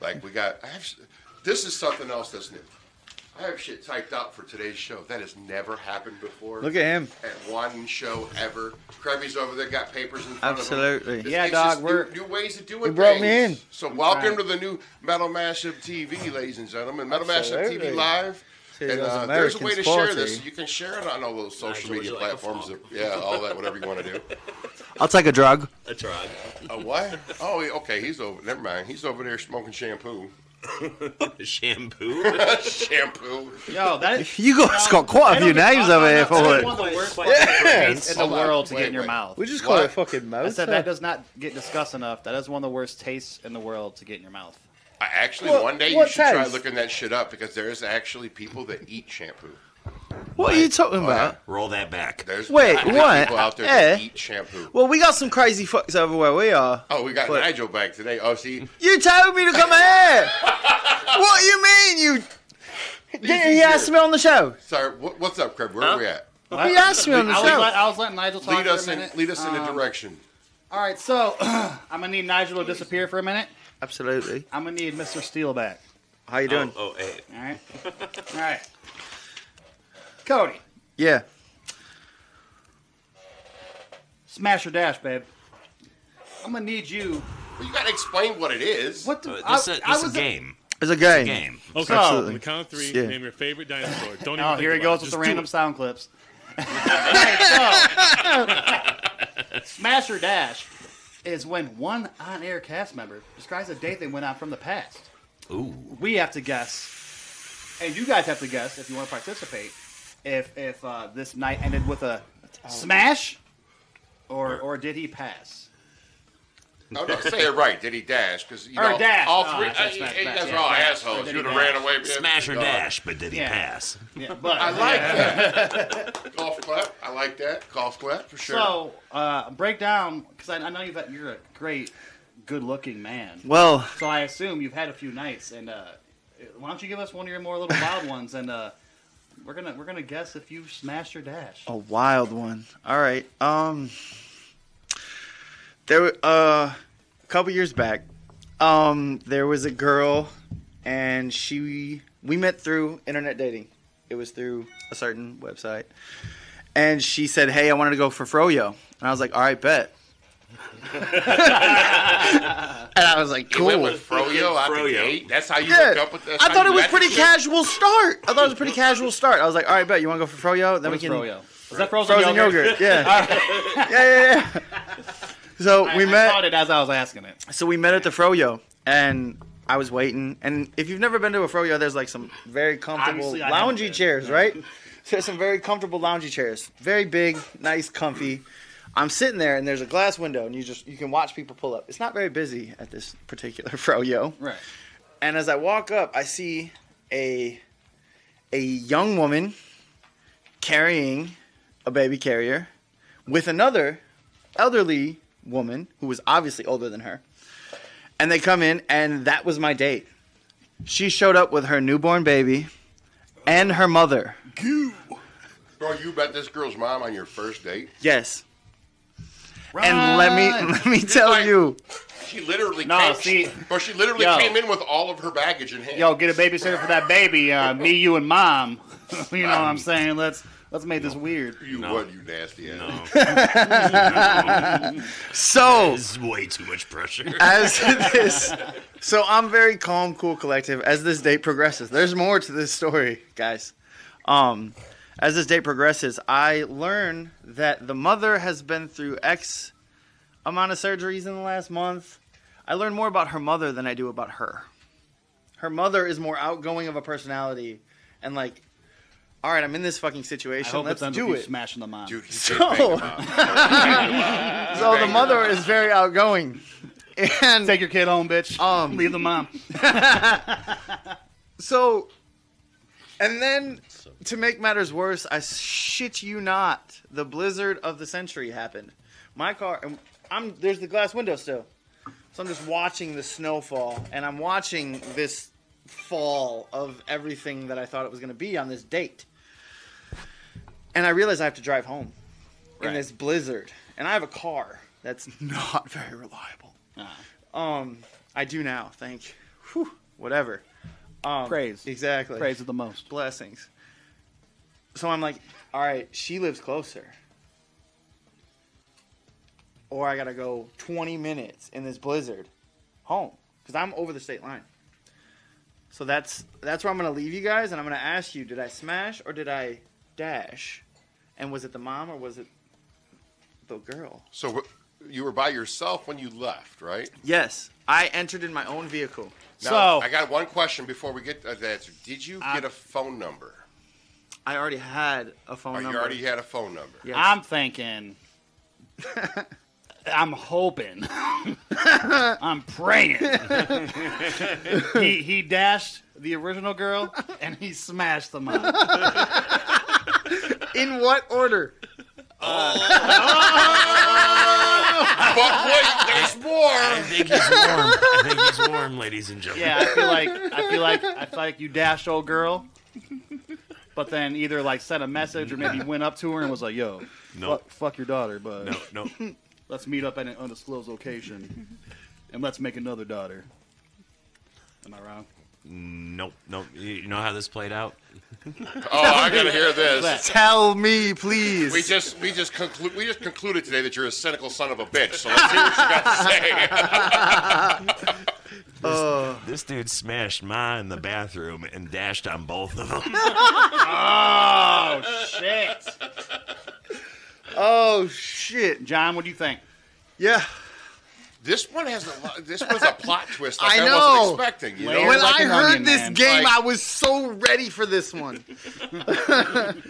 B: Like we got. I have. s- This is something else that's new. I have shit typed out for today's show that has never happened before.
F: Look at him.
B: At one show ever, Krabby's over there got papers in front of him.
F: Absolutely.
B: It's-
D: Yeah,
B: it's
D: dog,
B: just new-
D: we're-
B: new ways of doing.
F: You brought me
B: things.
F: in.
B: So welcome
D: right.
B: to the new Metal Mashup TV, ladies and gentlemen. Metal Mashup TV
F: Absolutely.
B: live.
F: See,
B: And
F: those
B: uh, there's a way to
F: Americans
B: share
F: party.
B: this. You can share it on all those social
C: Nigel, would
B: media
C: you like a
B: platforms.
C: frog?
B: yeah, all that, whatever you want to do.
F: I'll take a drug.
C: a drug.
B: Uh, what? Oh, yeah, okay. He's over. Never mind. He's over there smoking shampoo.
C: Shampoo.
B: shampoo.
D: Yo, that is.
F: You guys got quite a few names over here for
D: That's
F: it.
D: one of the worst
C: Wait,
D: fucking tastes
F: Yes.
D: in the
B: Hold on,
D: world to
B: wait,
D: get in your
B: wait.
D: mouth.
F: We just call
B: What?
F: it fucking
D: I
F: mouth.
D: said that does not get discussed enough. That is one of the worst tastes in the world to get in your mouth.
B: I, actually,
F: What-
B: one day you
F: what
B: should try
F: taste?
B: looking that shit up because there's actually people that eat shampoo.
F: What are you talking about?
C: Roll that back.
B: There's
F: Wait,
B: there's
F: what?
B: people out there that
F: Eh?
B: eat shampoo.
F: Well, we got some crazy fucks over where we are.
B: Oh, we got
F: What?
B: Nigel back today. Oh, see,
F: You told me to come here. what do you mean you? Didn't he ask me on the show?
B: sorry. What, what's up, Crab? Where are we at?
F: He asked me on the
D: I was, let,
F: show.
D: I was letting Nigel talk
B: Lead
D: for
B: us
D: a
B: in.
D: minute.
B: Lead us in
D: Um,
B: a direction.
D: All right, so I'm gonna need Nigel to disappear for a minute.
F: Absolutely.
D: I'm gonna need Mr. Steele back.
F: How you doing?
C: Oh, oh, hey.
D: All right, all right. Cody,
F: Yeah.
D: smash or dash, babe. I'm gonna need you.
B: Well, you gotta explain what it is.
D: What the?
C: Uh, this is
D: I,
C: a,
D: I
C: this
D: was
C: a game.
F: It's a game.
C: game.
G: Okay, so
F: Absolutely.
G: on the count of three,
F: Yeah.
G: name your favorite dinosaur. Don't even
D: Oh,
G: think
D: here he
G: about
D: goes with
G: Just
D: the
G: do
D: random
G: it.
D: sound clips. Alright, so, Smash or Dash is when one on air cast member describes a date they went on from the past. Ooh. We have to guess, and you guys have to guess if you want to participate, if if uh, this night ended with a smash or or did he pass?
B: Oh, no, say it right. Did he dash? Because you
D: Or
B: know,
D: dash.
B: all
D: Oh,
B: three. uh,
D: that's-
B: I-
D: that's-
B: I- you
D: that's-
B: guys are
D: yeah,
B: all
D: dash. Or
B: assholes.
D: did
B: You'd
D: he
B: have
D: dash?
B: ran away. man.
C: Smash or
B: God.
C: dash, but did he
D: Yeah.
C: pass?
D: Yeah, but
B: I like that. Golf clap. I like that. Golf clap for sure.
D: So uh, break down because I, I know you've you're a great, good-looking man.
F: Well,
D: So I assume you've had a few nights, and uh, why don't you give us one of your more little wild ones, and uh, we're gonna we're gonna guess if you smashed your dash.
F: a wild one. All right. Um, there were- uh, a couple years back, um, there was a girl, and she we met through internet dating. It was through a certain website, and she said, "Hey, I wanted to go for froyo," and I was like, "All right, bet." and I was like,
B: You
F: "Cool."
B: went with Froyo out the
C: Froyo.
B: gate. That's how you
F: Yeah.
B: hook up with. That's
F: I
B: how
F: thought
B: you
F: it was
B: met
F: pretty
B: the chick?
F: casual start. I thought it was a pretty casual start. I was like, all right, bet you want to go for froyo? Then
D: What is
F: we can
D: Oh, froyo? Is that frozen,
F: frozen yogurt. Yeah. yeah, yeah, yeah. So
D: I,
F: we
D: I
F: met.
D: caught it as I was asking it.
F: So we met at the froyo, and I was waiting. And if you've never been to a froyo, there's like some very comfortable
D: Obviously, I haven't
F: loungy
D: been.
F: chairs, right? There's some very comfortable loungy chairs, very big, nice, comfy. I'm sitting there, and there's a glass window, and you just you can watch people pull up. It's not very busy at this particular froyo.
D: Right.
F: And as I walk up, I see a a young woman carrying a baby carrier with another elderly woman who was obviously older than her. And they come in and that was my date. She showed up with her newborn baby and her mother.
B: Bro, you met this girl's mom on your first date.
F: Yes. And let me let me tell
B: Like-
F: you.
B: She literally
D: No,
B: came,
D: see-
B: bro, she literally
D: Yo.
B: came in with all of her baggage in hand.
D: Yo, get a babysitter for that baby. Uh, me, you, and mom. you know what I'm saying? Let's let's make this weird.
B: you
C: No.
B: what, you nasty ass.
F: So
C: This is way too much pressure.
F: as this so i'm very calm cool collective as this date progresses there's more to this story guys um as this date progresses i learn that the mother has been through x amount of surgeries in the last month i learn more about her mother than i do about her her mother is more outgoing of a personality and like all right i'm in this fucking
D: I
F: situation
D: hope
F: let's
D: it's under
F: do
D: you
F: it
D: smashing the mom.
B: Dude, he
F: So-
B: did bang her mom.
F: so the mother is very outgoing and
D: Take your kid home, bitch.
F: Um,
D: Leave the mom.
F: So, and then to make matters worse, I shit you not, the blizzard of the century happened. My car, and I'm there's the glass window still, so I'm just watching the snowfall, and I'm watching this fall of everything that I thought it was going to be on this date. And I realize I have to drive home in this blizzard, and I have a car that's not very reliable. Um, I do now, thank. Whew, whatever. Um,
D: Praise.
F: Exactly.
D: Praise it the most.
F: Blessings. So I'm like, all right, she lives closer. Or I gotta go 20 minutes in this blizzard home because I'm over the state line. So that's that's where I'm gonna leave you guys, and I'm gonna ask you: Did I smash or did I dash? And was it the mom or was it the girl?
B: So what- you were by yourself when you left, right?
F: Yes, I entered in my own vehicle.
D: So-
B: I got one question before we get to the answer. Did you get a phone number?
F: I already had a phone
B: Or Oh, you
F: number.
B: already had a phone number?
F: Yes.
D: I'm thinking. I'm hoping. I'm praying. he he dashed the original girl and he smashed the mom.
F: in what order?
B: but wait, there's
C: I
B: more.
C: think he's warm. I think he's warm, ladies and gentlemen.
D: Yeah, I feel like I feel like I feel like you dashed old girl, but then either like sent a message or maybe went up to her and was like, "Yo,
C: No.
D: fuck, fuck your daughter, but
C: No, no.
D: let's meet up at an undisclosed location and let's make another daughter." Am I wrong?
C: Nope, nope. You you know how this played out?
B: Oh, I gotta hear this.
F: Tell me, please.
B: We just we just conclu- we just concluded today that you're a cynical son of a bitch. So let's hear what you got to say.
C: This dude smashed mine in the bathroom and dashed on both of them.
D: Shit.
F: Oh shit.
D: John, what do you think?
F: Yeah.
B: This one has a lot, this one's a plot twist like
F: I
B: I,
F: know.
B: wasn't expecting. You
D: Layer
B: know,
F: when
D: like
F: I
D: an
F: heard
D: onion,
F: this
D: man.
F: game,
B: Like-
F: I was so ready for this one.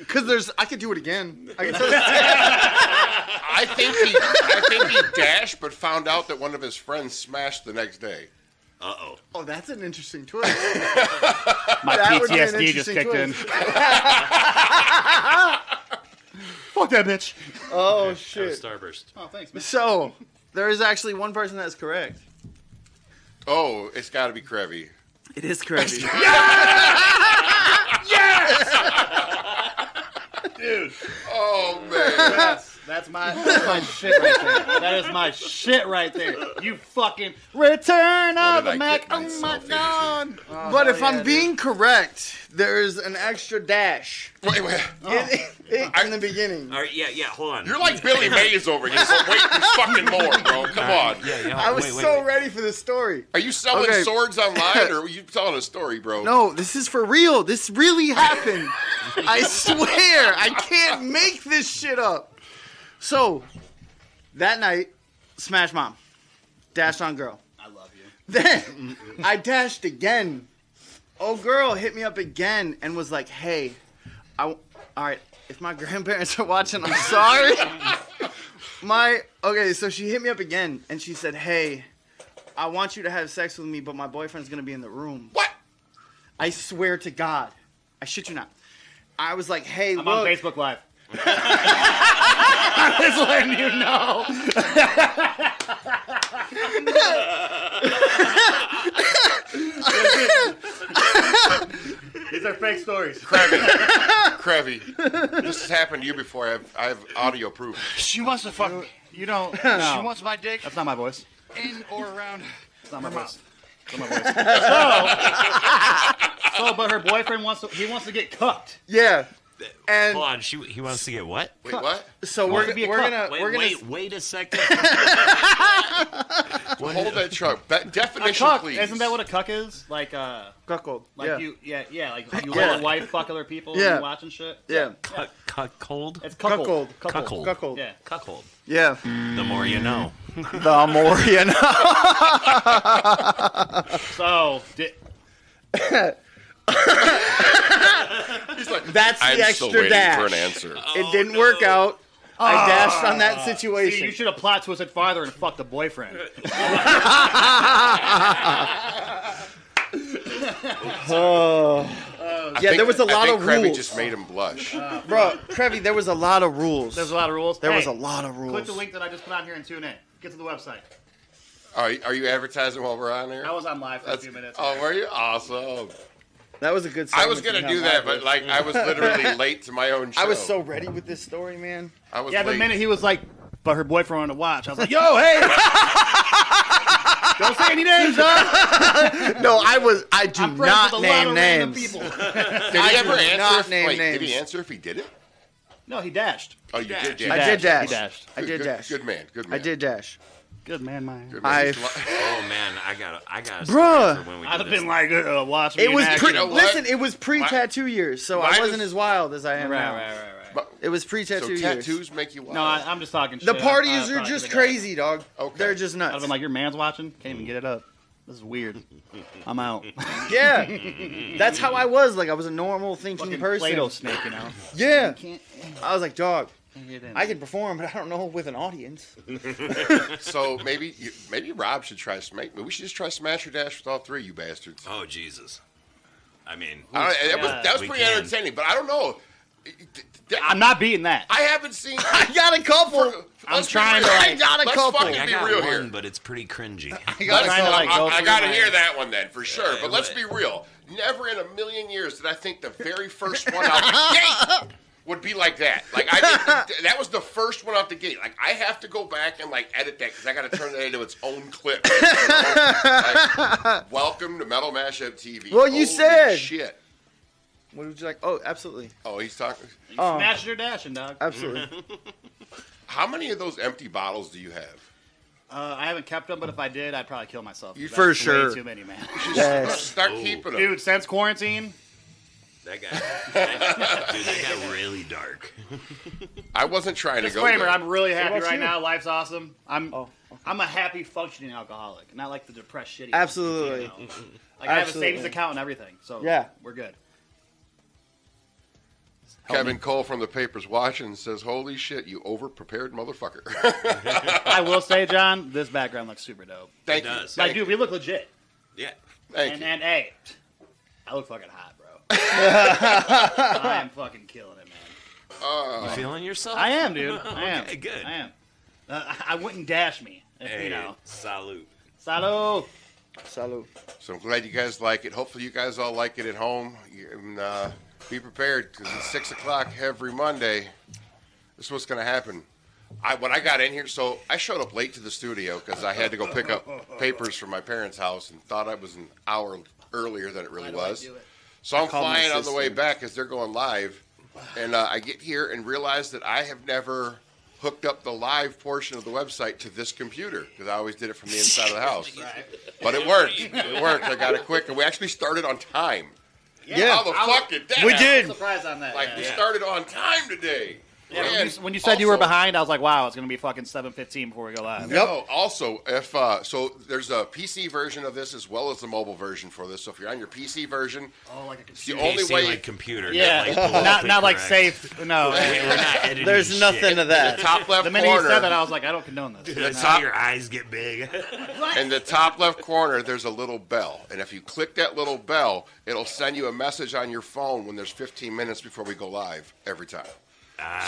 F: Cause there's, I could do it again. I could tell-
B: I think he I think he dashed, but found out that one of his friends smashed the next day.
F: oh, that's an interesting twist.
D: My
F: That would be an
D: PTSD just
F: interesting
D: kicked in.
F: twist.
D: Fuck that bitch.
F: Oh
G: That was
F: shit.
G: Starburst.
D: Oh, thanks, man.
F: So there is actually one person that's correct.
B: Oh, it's got to be Krevy.
F: It is correct.
B: Oh man,
D: That's, that's my that's my shit right there. That is my shit right there. You fucking return
B: What did
D: of the
B: I
D: Mac.
B: get
D: Oh my
B: myself into?
D: god. Oh,
F: but
D: hell
F: if
D: yeah,
F: I'm
D: dude.
F: being correct, there is an extra dash
B: wait, wait.
F: in, in the beginning.
C: All right, yeah, yeah, hold on.
B: You're like Billy Mays over here. So wait, there's fucking more, bro. Come on.
C: yeah, yeah.
F: I was
C: wait, wait,
F: so
C: wait.
F: ready for this story.
B: Are you selling
F: Okay.
B: swords online, or are you telling a story, bro?
F: No, this is for real. This really happened. I swear, I can't make this shit up. So, that night, Smash Mom, dashed on girl.
D: I love you.
F: Then I dashed again. Oh, girl hit me up again and was like, "Hey, I w- all right. If my grandparents are watching, I'm sorry." my okay, so she hit me up again and she said, "Hey, I want you to have sex with me, but my boyfriend's gonna be in the room."
B: What?
F: I swear to God, I shit you not. I was like, "Hey,
D: I'm on
F: look,
D: Facebook Live. I'm just letting you know. These are fake stories.
B: Krevy, this has happened to you before. I have, I have audio proof.
H: She wants to fuck me.
D: You don't.
H: She wants my dick
D: That's not my voice.
H: in or around.
D: It's not my voice. It's not my voice. so, so, but her boyfriend wants to. He wants to get cucked.
F: yeah." And
C: Hold on, she, he wants to get what?
B: Wait, what?
F: so we're,
D: Could be a
F: we're
D: cup.
F: gonna
C: Wait,
F: we're gonna
C: wait, wait a second.
B: Hold that truck. That
D: A
B: definition,
D: cuck.
B: please.
D: Isn't that what a cuck is? Like, uh,
F: cuckold.
D: like
F: yeah.
D: you, yeah, yeah, like you
C: Yeah.
D: let your wife fuck other people
F: Yeah.
D: and you watching shit.
F: yeah,
C: Cuck, cuck, cold?
D: It's cuckold.
F: Cuckold. cuckold.
D: Yeah.
C: Cuckold.
F: yeah.
C: The more you know.
F: The more you know.
D: So, di-
F: That's the
B: I'm
F: extra
B: still waiting
F: dash.
B: for an answer.
F: it didn't work out. I dashed on that
D: Oh, Ah. see, you
F: situation.
D: should have plot twisted farther and fucked the boyfriend.
F: yeah, there was a
B: I
F: lot
B: think
F: of
B: Krabby
F: rules, Uh,
B: just made him blush.
F: bro. Krevy, there was a lot of rules.
D: There's a lot of rules.
F: There
D: Hey,
F: was a lot of rules.
D: Click the link that I just put on here and tune in. Get to the website.
B: Are, you- are you advertising while we're on there?
D: I was on live for
B: That's-
D: a few minutes.
B: Oh, were you? Awesome.
F: That was a good.
B: I was
F: segment
B: gonna
F: you
B: do
F: had
B: that,
F: live
B: but like I was literally late to my own
F: with.
B: show.
F: I was so ready with this story, man.
B: I was
D: yeah,
B: late.
D: the minute he was like, but her boyfriend wanted to watch. I was like, yo, hey! Don't say any names, huh?
F: No, I was. I do
D: I'm friends
F: not
D: with a lot
F: name
D: of random
F: names.
D: people.
B: did he
F: I
B: ever
F: do
B: answer?
F: not
B: if,
F: name
B: wait, did
F: names.
B: he answer if he did it?
D: No, he dashed.
B: Oh, you did.
F: I
B: Dash.
F: did
D: Dash. He
F: dash.
D: dashed.
F: I did
B: good,
F: dash.
B: Good man. Good
F: I
B: man.
F: did dash.
D: Good man, man.
B: Good man.
F: I-
B: He's li-
C: Oh, man, I got I got
F: Mm. Bruh.
C: when we do
D: I'd have
C: this.
D: been like, uh, watch me.
F: It was
D: in
F: pre.
D: action.
B: know what?
F: Listen, it was pre-tattoo years, so
B: Mine
F: I wasn't
B: is-
F: as wild as I am
D: Right,
F: now.
D: right, right, right.
B: But-
F: It was
B: so
F: pre-tattoo years.
B: tattoos make you wild.
D: No, I, I'm just talking.
F: The
D: shit. I- I
F: parties
D: was
F: are
D: talking
F: just
D: to the guy.
F: crazy, dog.
B: Okay.
F: They're just
D: I'd have
F: nuts.
D: been like, your man's watching. Can't even get it up. This is weird. I'm out.
F: yeah, that's how I was. Like I was a normal thinking
D: Fucking
F: person.
D: Play-Doh snake, you know.
F: Yeah,
D: Can't
F: I was like, dog,
D: get in.
F: I can perform, but I don't know with an audience.
B: So maybe you, maybe Rob should try smash. We should just try smash or dash with all three, you bastards.
C: Oh, Jesus. I mean,
B: I don't- that was that was
C: We
B: pretty
C: can.
B: entertaining, but I don't know. Th- th- th-
D: I'm not beating that.
B: I haven't seen.
F: I got a couple.
B: let's
D: I'm
B: be
D: trying
B: real.
D: to,
F: like- I got a
B: let's
F: couple.
B: fucking
C: I
B: be
C: got
B: real
C: one,
B: here.
C: but it's pretty cringy.
B: Let's-
D: trying to, like,
B: I,
D: go
B: I
D: through
B: gotta
D: my-
B: hear that one then for sure.
C: Yeah,
B: but let's
C: what-
B: be real. Never in a million years did I think the very first one out the gate would be like that. Like I think that was the first one out the gate. Like I have to go back and like edit that because I got to turn that into its own clip. You know? Like, welcome to Metal Mashup TV.
F: Well, you
B: Holy
F: said.
B: shit.
F: What would you like? Oh, absolutely,
B: Oh, he's talking.
F: um,
D: Smash your dashing, dog.
F: absolutely.
B: How many of those empty bottles do you have?
D: Uh, I haven't kept them, but if I did, I'd probably kill myself.
B: You-
D: That's
F: for
D: way
F: sure.
D: too many, man.
E: Yes.
B: Start keeping them.
D: Dude, since quarantine,
C: That guy, that, dude, that got really dark.
B: I wasn't trying to go.
D: disclaimer:
B: there.
D: I'm really happy
E: about
D: right
E: you?
D: now. Life's awesome. I'm
E: Oh,
D: I'm a happy functioning alcoholic, not like the depressed shitty.
E: Absolutely.
D: you know. Like I have a
E: Absolutely.
D: savings account and everything, so
E: Yeah.
D: we're good.
B: Kevin Cole from the papers watching says, "Holy shit, you overprepared motherfucker."
D: I will say, John, this background looks super dope.
B: Thank you.
C: does.
B: Thank
D: like, dude,
B: you.
D: we look legit.
C: Yeah.
B: Thank
D: And uh,
B: you.
D: and hey, I look fucking hot, bro. I am fucking killing it, man.
C: You feeling yourself?
D: I am, dude. I am.
C: Okay, good.
D: I am. Uh, I- I wouldn't dash me, if,
C: Hey,
D: you know.
C: salute.
D: Salo.
E: Salute.
B: So I'm glad you guys like it. Hopefully, you guys all like it at home. You- And, uh, be prepared because it's six o'clock every Monday. This is what's going to happen. I when I got in here, so I showed up late to the studio because I had to go pick up papers from my parents' house and thought I was an hour earlier than it really was. So I'm
E: called my
B: flying on the way
E: sister.
B: back as they're going live, and uh, I get here and realize that I have never hooked up the live portion of the website to this computer because I always did it from the inside of the house. But it worked. It worked. I got it quick, and we actually started on time.
E: Yeah.
D: Oh,
B: How the fuck did that?
E: We
B: happen?
E: did.
D: Surprise on that.
B: Like
D: yeah.
B: we started on time today.
D: Yeah, when,
B: Man,
D: you, when you said you were
B: also-
D: behind, I was like, wow, it's going to be fucking 7.15 before we go live.
E: Yep.
B: No, also, if uh, so, there's a PC version of this as well as the mobile version for this. So if you're on your PC version,
D: Oh, like a
B: it's the
D: computer.
B: only
C: PC
B: way.
C: like computer.
D: Yeah,
C: like,
D: not not,
C: politically
D: like
C: correct.
D: safe. No.
C: We- We're not editing
E: There's
C: shit.
E: nothing to that.
B: top left
D: the minute
B: corner.
D: you said that, I was like, I don't condone this.
C: I
D: No.
C: saw your eyes get big.
B: In the top left corner, there's a little bell. And if you click that little bell, it'll send you a message on your phone when there's 15 minutes before we go live every time.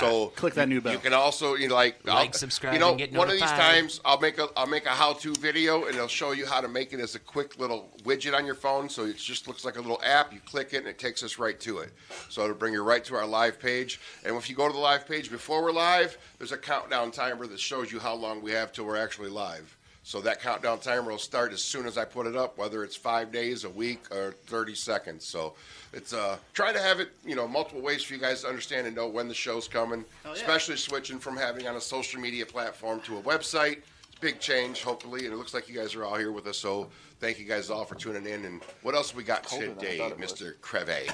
B: so
D: Click that new bell.
B: You can also you know, like I'll-
C: Ah. Like, subscribe,
B: You know,
C: and get
B: one of these
C: notified.
B: times I'll make a I'll make a how-to video and it'll show you how to make it as a quick little widget on your phone. So it just looks like a little app. You click it and it takes us right to it. So it'll bring you right to our live page. And if you go to the live page before we're live, there's a countdown timer that shows you how long we have till we're actually live. So that countdown timer will start as soon as I put it up, whether it's five days, a week, or 30 seconds. So it's uh, try to have it, you know, multiple ways for you guys to understand and know when the show's coming. Especially switching from having on a social media platform to a website. It's a big change, hopefully, and it looks like you guys are all here with us. So thank you guys all for tuning in. And what else we got
E: than I
B: today,
E: thought it was.
B: Mr. Creve?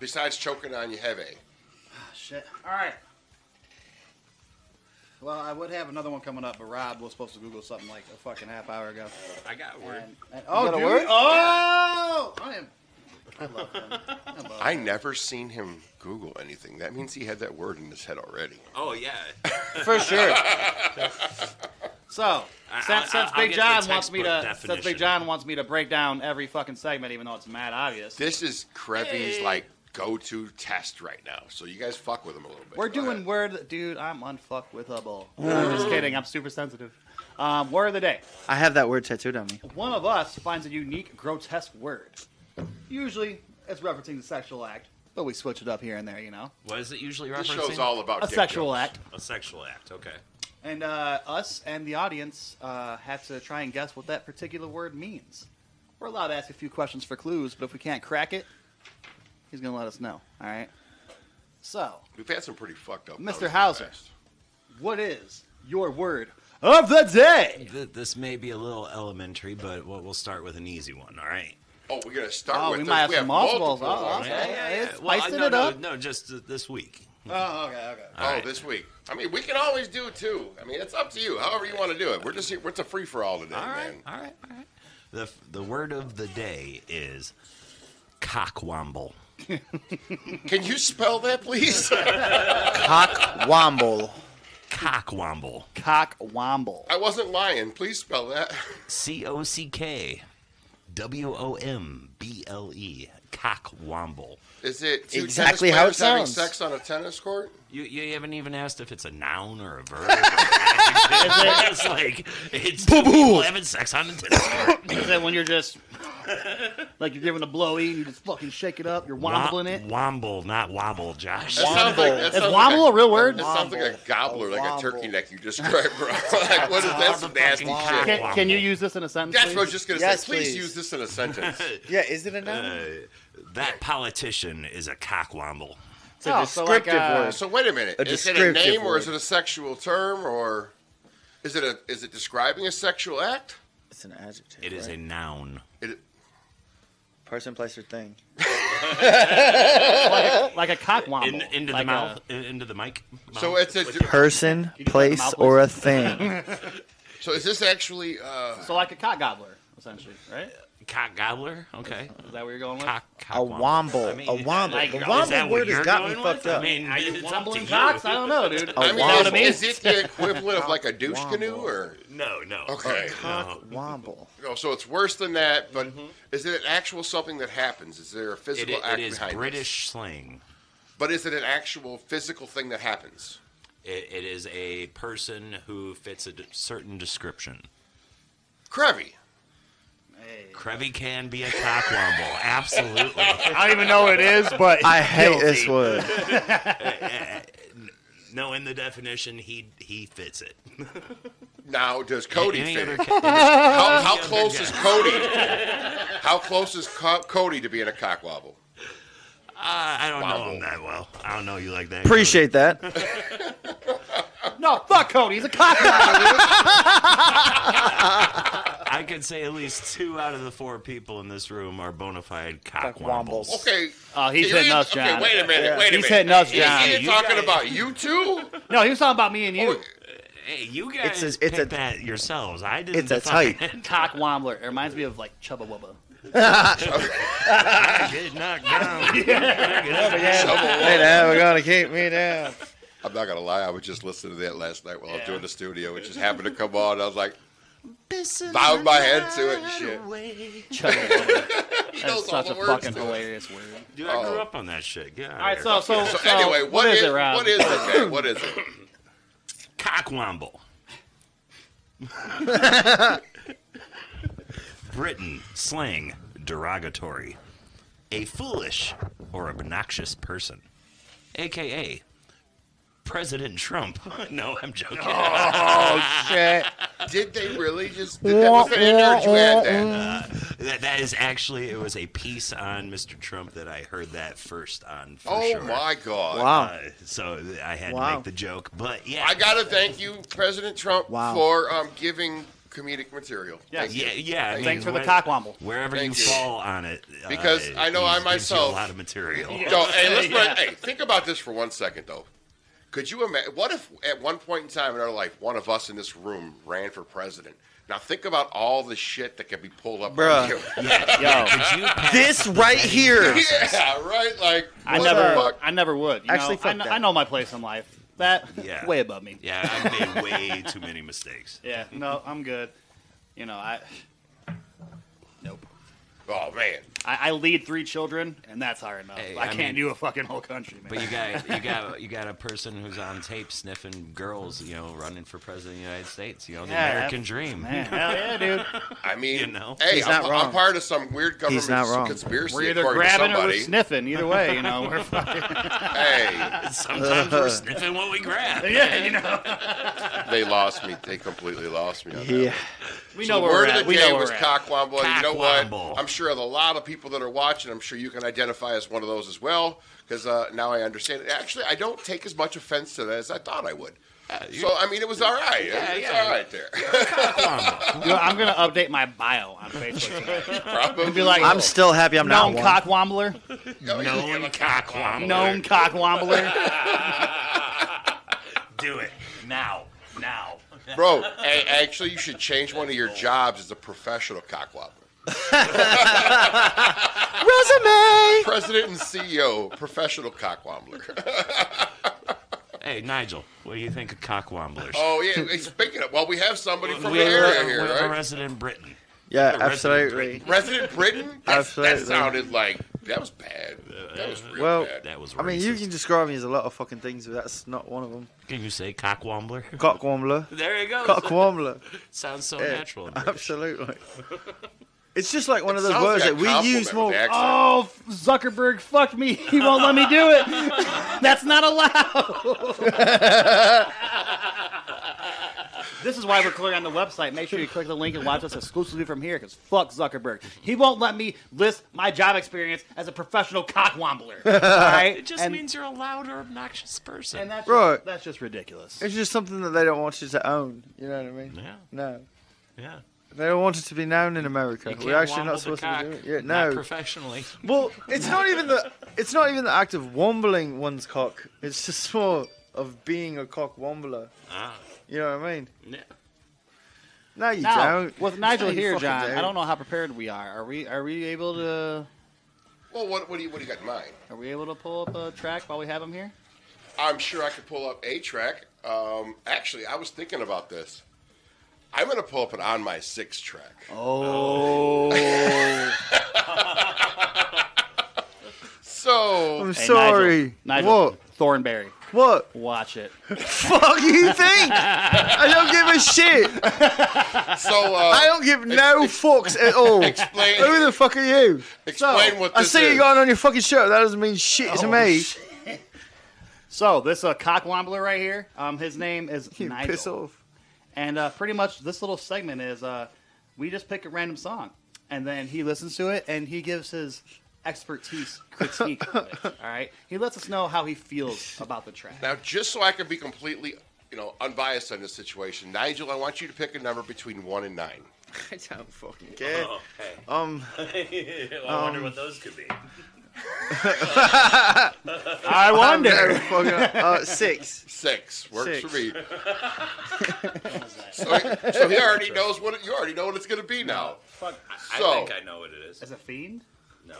B: Besides choking on your heavy.
D: Shit. All right. Well, I would have another one coming up, but Rob was supposed to Google something like a fucking half hour ago.
C: I got word.
D: And, and, oh,
E: got a
D: dude.
E: word?
D: Oh, I am. I love him.
B: I never seen him Google anything. That means he had that word in his head already.
C: Oh yeah.
E: For sure.
D: So
C: I-
D: since,
C: I-
D: since
C: I'll
D: Big
C: get
D: John
C: the
D: wants me to
C: textbook
D: since Big
C: definition.
D: John wants me to break down every fucking segment, even though it's mad obvious.
B: This is Krevi's like go-to test right now. So you guys fuck with him a little bit.
D: We're
B: Go
D: doing
B: ahead.
D: word, that- dude. I'm unfuck with a bull. I'm just kidding. I'm super sensitive. Um, word of the day.
E: I have that word tattooed on me.
D: One of us finds a unique, grotesque word. Usually, it's referencing the sexual act, but we switch it up here and there, you know.
C: What is it usually referencing?
B: This show's all about
D: A
B: dick
D: sexual
B: jokes.
D: act,
C: a sexual act. Okay.
D: and uh, us and the audience uh, have to try and guess what that particular word means. We're allowed to ask a few questions for clues, but if we can't crack it, he's gonna let us know. All right. So,
B: We've had some pretty fucked up.
D: Mr.
B: notes in the
D: Hauser.
B: past.
D: what is your word of the day?
C: Th- this may be a little elementary, but we'll, we'll start with an easy one. All right.
B: Oh, we're gonna start
D: Oh,
B: with.
D: we
B: the-
D: might have
B: we
D: some multiples.
B: multiple
D: Oh,
B: ones.
D: okay. Yeah, yeah.
C: Well,
D: Spicing
C: no,
D: it
C: no,
D: up.
C: No, just th- this week.
D: Oh, okay, okay.
B: Oh, this week. I mean, we can always do two. I mean, it's up to you. However you want to do it. We're just here. It's a free for all today,
C: All right.
B: man.
C: All right. All right. The f- the word of the day is cockwomble.
B: Can you spell that, please?
E: Cock womble.
C: Cockwomble.
D: Cock womble.
B: I wasn't lying. Please spell that.
C: C O C K W O M B L E. Cockwomble.
B: Is it two
E: Exactly
B: tennis
E: how it
B: players having
E: sounds.
B: sex on a tennis court?
C: You, you haven't even asked if it's a noun or a verb. Or an adjective. it's like it's two people having sex on the tennis court.
D: Is that when you're just like you're giving a blowy and you just fucking shake it up, you're wobbling it?
C: Womble, not wobble, Josh.
B: That sounds like, that
D: Is
E: Womble.
B: sounds
D: womble
B: like
D: a real word?
B: It sounds like a gobbler, like a
E: womble.
B: turkey neck you described, bro. like, what is that? Some nasty
C: Motherfucking
B: shit.
D: Can, can you use this in a sentence?
B: That's what I was
D: please?
B: just gonna
E: Yes,
B: say. Please.
E: please.
B: use this in a sentence.
E: Yeah, is it a noun?
C: That politician is a cockwomble.
E: it's a
D: Oh, so like,
E: descriptive
D: uh,
E: word.
B: so wait a minute.
E: A
B: is it a
E: descriptive
B: name or is it
E: word.
B: a sexual term or? Is it a is it describing a sexual act?
F: It's an adjective.
C: It is a noun.
B: It,
F: a person, place, or thing.
D: like a cock womble.
C: In, into
D: Like
C: the
D: a-
C: mouth, in- into the mic.
B: so
C: Mouth.
B: it's a,
F: Person, place, or a thing.
B: so is this actually uh,
D: so like a cock gobbler, essentially, right?
C: cock gobbler. Okay,
D: Is that what you're going with?
C: cock, cock
F: A womble. a womble.
C: like,
F: the
C: is
F: womble
C: that what
F: word has
C: you're
F: got me
C: going
F: fucked
C: with?
F: up.
C: I mean,
D: Are you
C: it's up to
D: wobbling
C: you. Oh.
D: cocks? I don't know, dude.
B: I mean,
F: womble.
B: is, is it the equivalent of like a douche
F: Womble.
B: canoe or
C: No, no.
B: Okay.
C: No.
F: Womble.
B: no? So it's worse than that. But is it an actual something that happens? Is there a
C: It,
B: physical
C: it, it
B: act
C: is
B: behind this?
C: British slang.
B: But is it an actual physical thing that happens?
C: It, it is a person who fits a d- certain description.
B: Krabby.
C: Crevy can be a cock womble. Absolutely.
G: I don't even know what it is, but
F: I hate
G: guilty.
F: this word.
C: no, in the definition, he he fits it.
B: Now does Cody
C: Any
B: fit
C: other
B: it?
C: ca-
B: How, how close is Cody? How close is Co- Cody to being a cock wobble?
C: I don't know
B: Womble.
C: him that well. I don't know you like that.
F: Appreciate that.
D: No, fuck Cody. He's a cock gobbler. dude.
C: I could say at least two out of the four people in this room are bona fide cock
F: Cock wombles.
C: wombles.
B: Okay.
D: Oh, he's
B: You're
D: hitting
B: in-
D: us, John.
B: Okay, wait a minute. Wait a
D: He's
B: minute.
D: hitting us,
B: He's
D: John.
B: here
C: You
B: talking
C: guys-
B: about you two?
D: No, he was talking about me and you.
B: Oh.
C: Hey, you guys
F: It's
C: it's
F: a- it's a-
C: that yourselves. I didn't.
F: It's a
C: define
F: type.
C: it.
D: Cock wombler. It reminds me of like Chubba Wubba.
C: I get knocked down.
F: Hey, now we're gonna keep me down.
B: I'm not gonna lie. I was just listening to that last night while I was doing the studio. It just happened to come on. I was like, bowed my head to it and shit.
D: Chubba Wubba.
B: He
D: That's
B: knows all
D: such
B: the
D: a
B: words.
D: fucking
B: to it.
D: hilarious word.
C: Dude, I grew up on that shit. Yeah.
D: All right, so so,
B: So
D: so
B: anyway,
D: Oh, what is, it, Rob?
B: What is it? Dan? What is it?
C: cock womble. Britain slang derogatory. A foolish or obnoxious person, aka President Trump. no, I'm joking.
F: Shit.
B: Did they really just? Did that, was that in there? or Did you add that?
C: That, that is actually it was a piece on Mr. Trump that I heard that first on. For
B: Oh
C: sure.
B: my god!
F: Wow.
C: Uh, so I had
F: Wow.
C: to make the joke, but yeah,
B: I gotta thank you, President Trump,
F: Wow.
B: for um, giving comedic material.
D: Yes.
B: Thank you.
C: yeah, yeah. I mean,
D: Thanks for the
C: when-
D: cock womble.
C: Wherever
B: Thank
C: you,
B: you.
C: fall on it, uh,
B: Because I know
C: it
B: I
C: gives you
B: myself-
C: a lot of material.
B: No, hey, let's bring- hey, think about this for one second though. Could you imagine? What if at one point in time in our life, one of us in this room ran for president? Now think about all the shit that could be pulled up
F: Bruh.
B: on you.
C: Could you pass
F: This
C: the
F: right
C: vetting
F: here.
C: process?
B: yeah, right. Like
D: I
B: what
D: never,
B: the fuck?
D: I never would. You
F: Actually,
D: know,
F: fuck
D: I, kn-
F: that.
D: I know my place in life. That
C: Yeah.
D: way above me.
C: Yeah, I've made way too many mistakes.
D: Yeah, no, I'm good. You know, I nope.
B: Oh man,
D: I, I lead three children, and that's hard enough.
C: Hey,
D: I,
C: I
D: can't
C: mean-
D: do a fucking whole country, man.
C: But you got you got you got a person who's on tape sniffing girls, you know, running for president of the United States. You know, the
D: Yeah,
C: American
D: that-
C: dream.
D: Man, hell yeah, dude.
B: I mean,
C: You know.
B: hey,
F: He's
B: I'm,
F: not
B: I'm
F: wrong.
B: part of some weird government
F: He's not wrong.
B: conspiracy
D: We're either
B: according to
D: grabbing or
B: somebody.
D: we're sniffing. Either way, you know, we're fucking.
B: hey,
C: Sometimes we're sniffing what we grab.
D: Yeah, you know.
B: they lost me. They completely lost me. On that
F: Yeah.
D: We
B: So
D: know
B: the
D: where we're
B: word
D: at.
B: of the
D: we know
B: day
D: where
B: was
D: we're at.
B: cockwomble. And you know
C: Cockwomble.
B: what? I'm sure of a lot of people that are watching, I'm sure you can identify as one of those as well, because uh, now I understand it. Actually, I don't take as much offense to that as I thought I would. so, I mean, it was all right. it's
C: yeah.
B: all right there.
D: You know, I'm gonna update my bio on Facebook. tonight.
B: Probably.
D: Be like,
F: I'm still happy I'm not
D: known
F: one.
D: cock wombler,
B: Oh, yeah, yeah,
C: Known
B: like,
C: cock womble.
D: known cock wombler.
C: Do it now, now.
B: Bro, a- actually, you should change one of your jobs as a professional cockwobbler.
F: Resume.
B: President and CEO, professional cockwobbler.
C: Hey Nigel, what do you think of cock womblers?
B: oh, yeah. hey, Speaking of, well, we have somebody from the
C: we're,
B: area here,
C: we're a
B: right?
C: resident Britain.
F: Yeah,
C: Resident
F: absolutely.
B: Resident Britain? That's- That
F: Absolutely.
B: sounded like, that was bad. That was real
F: Well,
B: bad.
C: That was. Racist.
F: I mean, you can describe me as a lot of fucking things, but that's not one of them.
C: Can you say cock wombler?
F: Cockwombler.
C: There you go.
F: Cockwombler.
C: Sounds
B: Eh.
C: so
F: Yeah,
C: natural. in British.
F: Absolutely. It's just like one of those
B: Sounds
F: words
B: like a
F: that we
B: compliment
F: use
B: with
F: more. Uh,
B: the accent.
D: Oh, Zuckerberg fucked me. He won't let me do it. That's not allowed. This is why we're clear on the website. Make sure you click the link and watch us exclusively from here because fuck Zuckerberg. He won't let me list my job experience as a professional cockwombler. All right?
C: It just
D: and,
C: means you're a loud or obnoxious person.
D: and that's,
F: Right.
D: just, that's just ridiculous.
F: It's just something that they don't want you to own. You know what I mean?
C: yeah,
F: No.
C: yeah.
F: They don't want it to be known in America.
C: You can't
F: We're actually
C: womble the
F: not supposed
C: cock,
F: to be doing it. Yeah,
C: not
F: no.
C: professionally.
F: Well, it's not even the it's not even the act of wombling one's cock. It's just more of being a cock wombler.
C: Ah,
F: You know what I mean?
C: yeah.
F: No, you
D: Now,
F: don't.
D: with Nigel
F: No, you
D: here,
F: fucking
D: John,
F: don't.
D: I don't know how prepared we are. Are we? Are we able to?
B: Well, what, what do you what do you got in mind?
D: Are we able to pull up a track while we have him here?
B: I'm sure I could pull up a track. Um, actually, I was thinking about this. I'm going to pull up an on my six track. Oh. so
F: I'm
D: Hey,
F: sorry.
D: Nigel, Nigel
F: What?
D: Thornberry.
F: What?
D: Watch it.
F: Fuck you think? I don't give a shit.
B: so
F: I
B: uh,
F: don't give no fucks at all.
B: explain
F: Who the fuck are you?
B: explain what
F: I
B: this
F: see
B: is.
F: you going on your fucking shirt. That doesn't mean shit
D: Oh,
F: to me.
D: So this uh, cockwombler right here. Um, his name is
F: You
D: Nigel.
F: piss off.
D: And uh, pretty much this little segment is uh, we just pick a random song, and then he listens to it and he gives his expertise critique of it. All right, he lets us know how he feels about the track.
B: Now, just so I can be completely, you know, unbiased on this situation, Nigel, I want you to pick a number between one and nine.
F: I don't fucking
B: Eh,
F: care.
C: Oh, hey.
F: Um,
C: I
B: um,
C: wonder what those could be.
F: I wonder. fucking, uh, six.
B: Six works
F: Six.
B: for me. so, he- so he already knows what it, you already know what it's going to be now.
D: Fuck,
B: So-
C: I think I know what it is.
D: as a fiend.
C: No.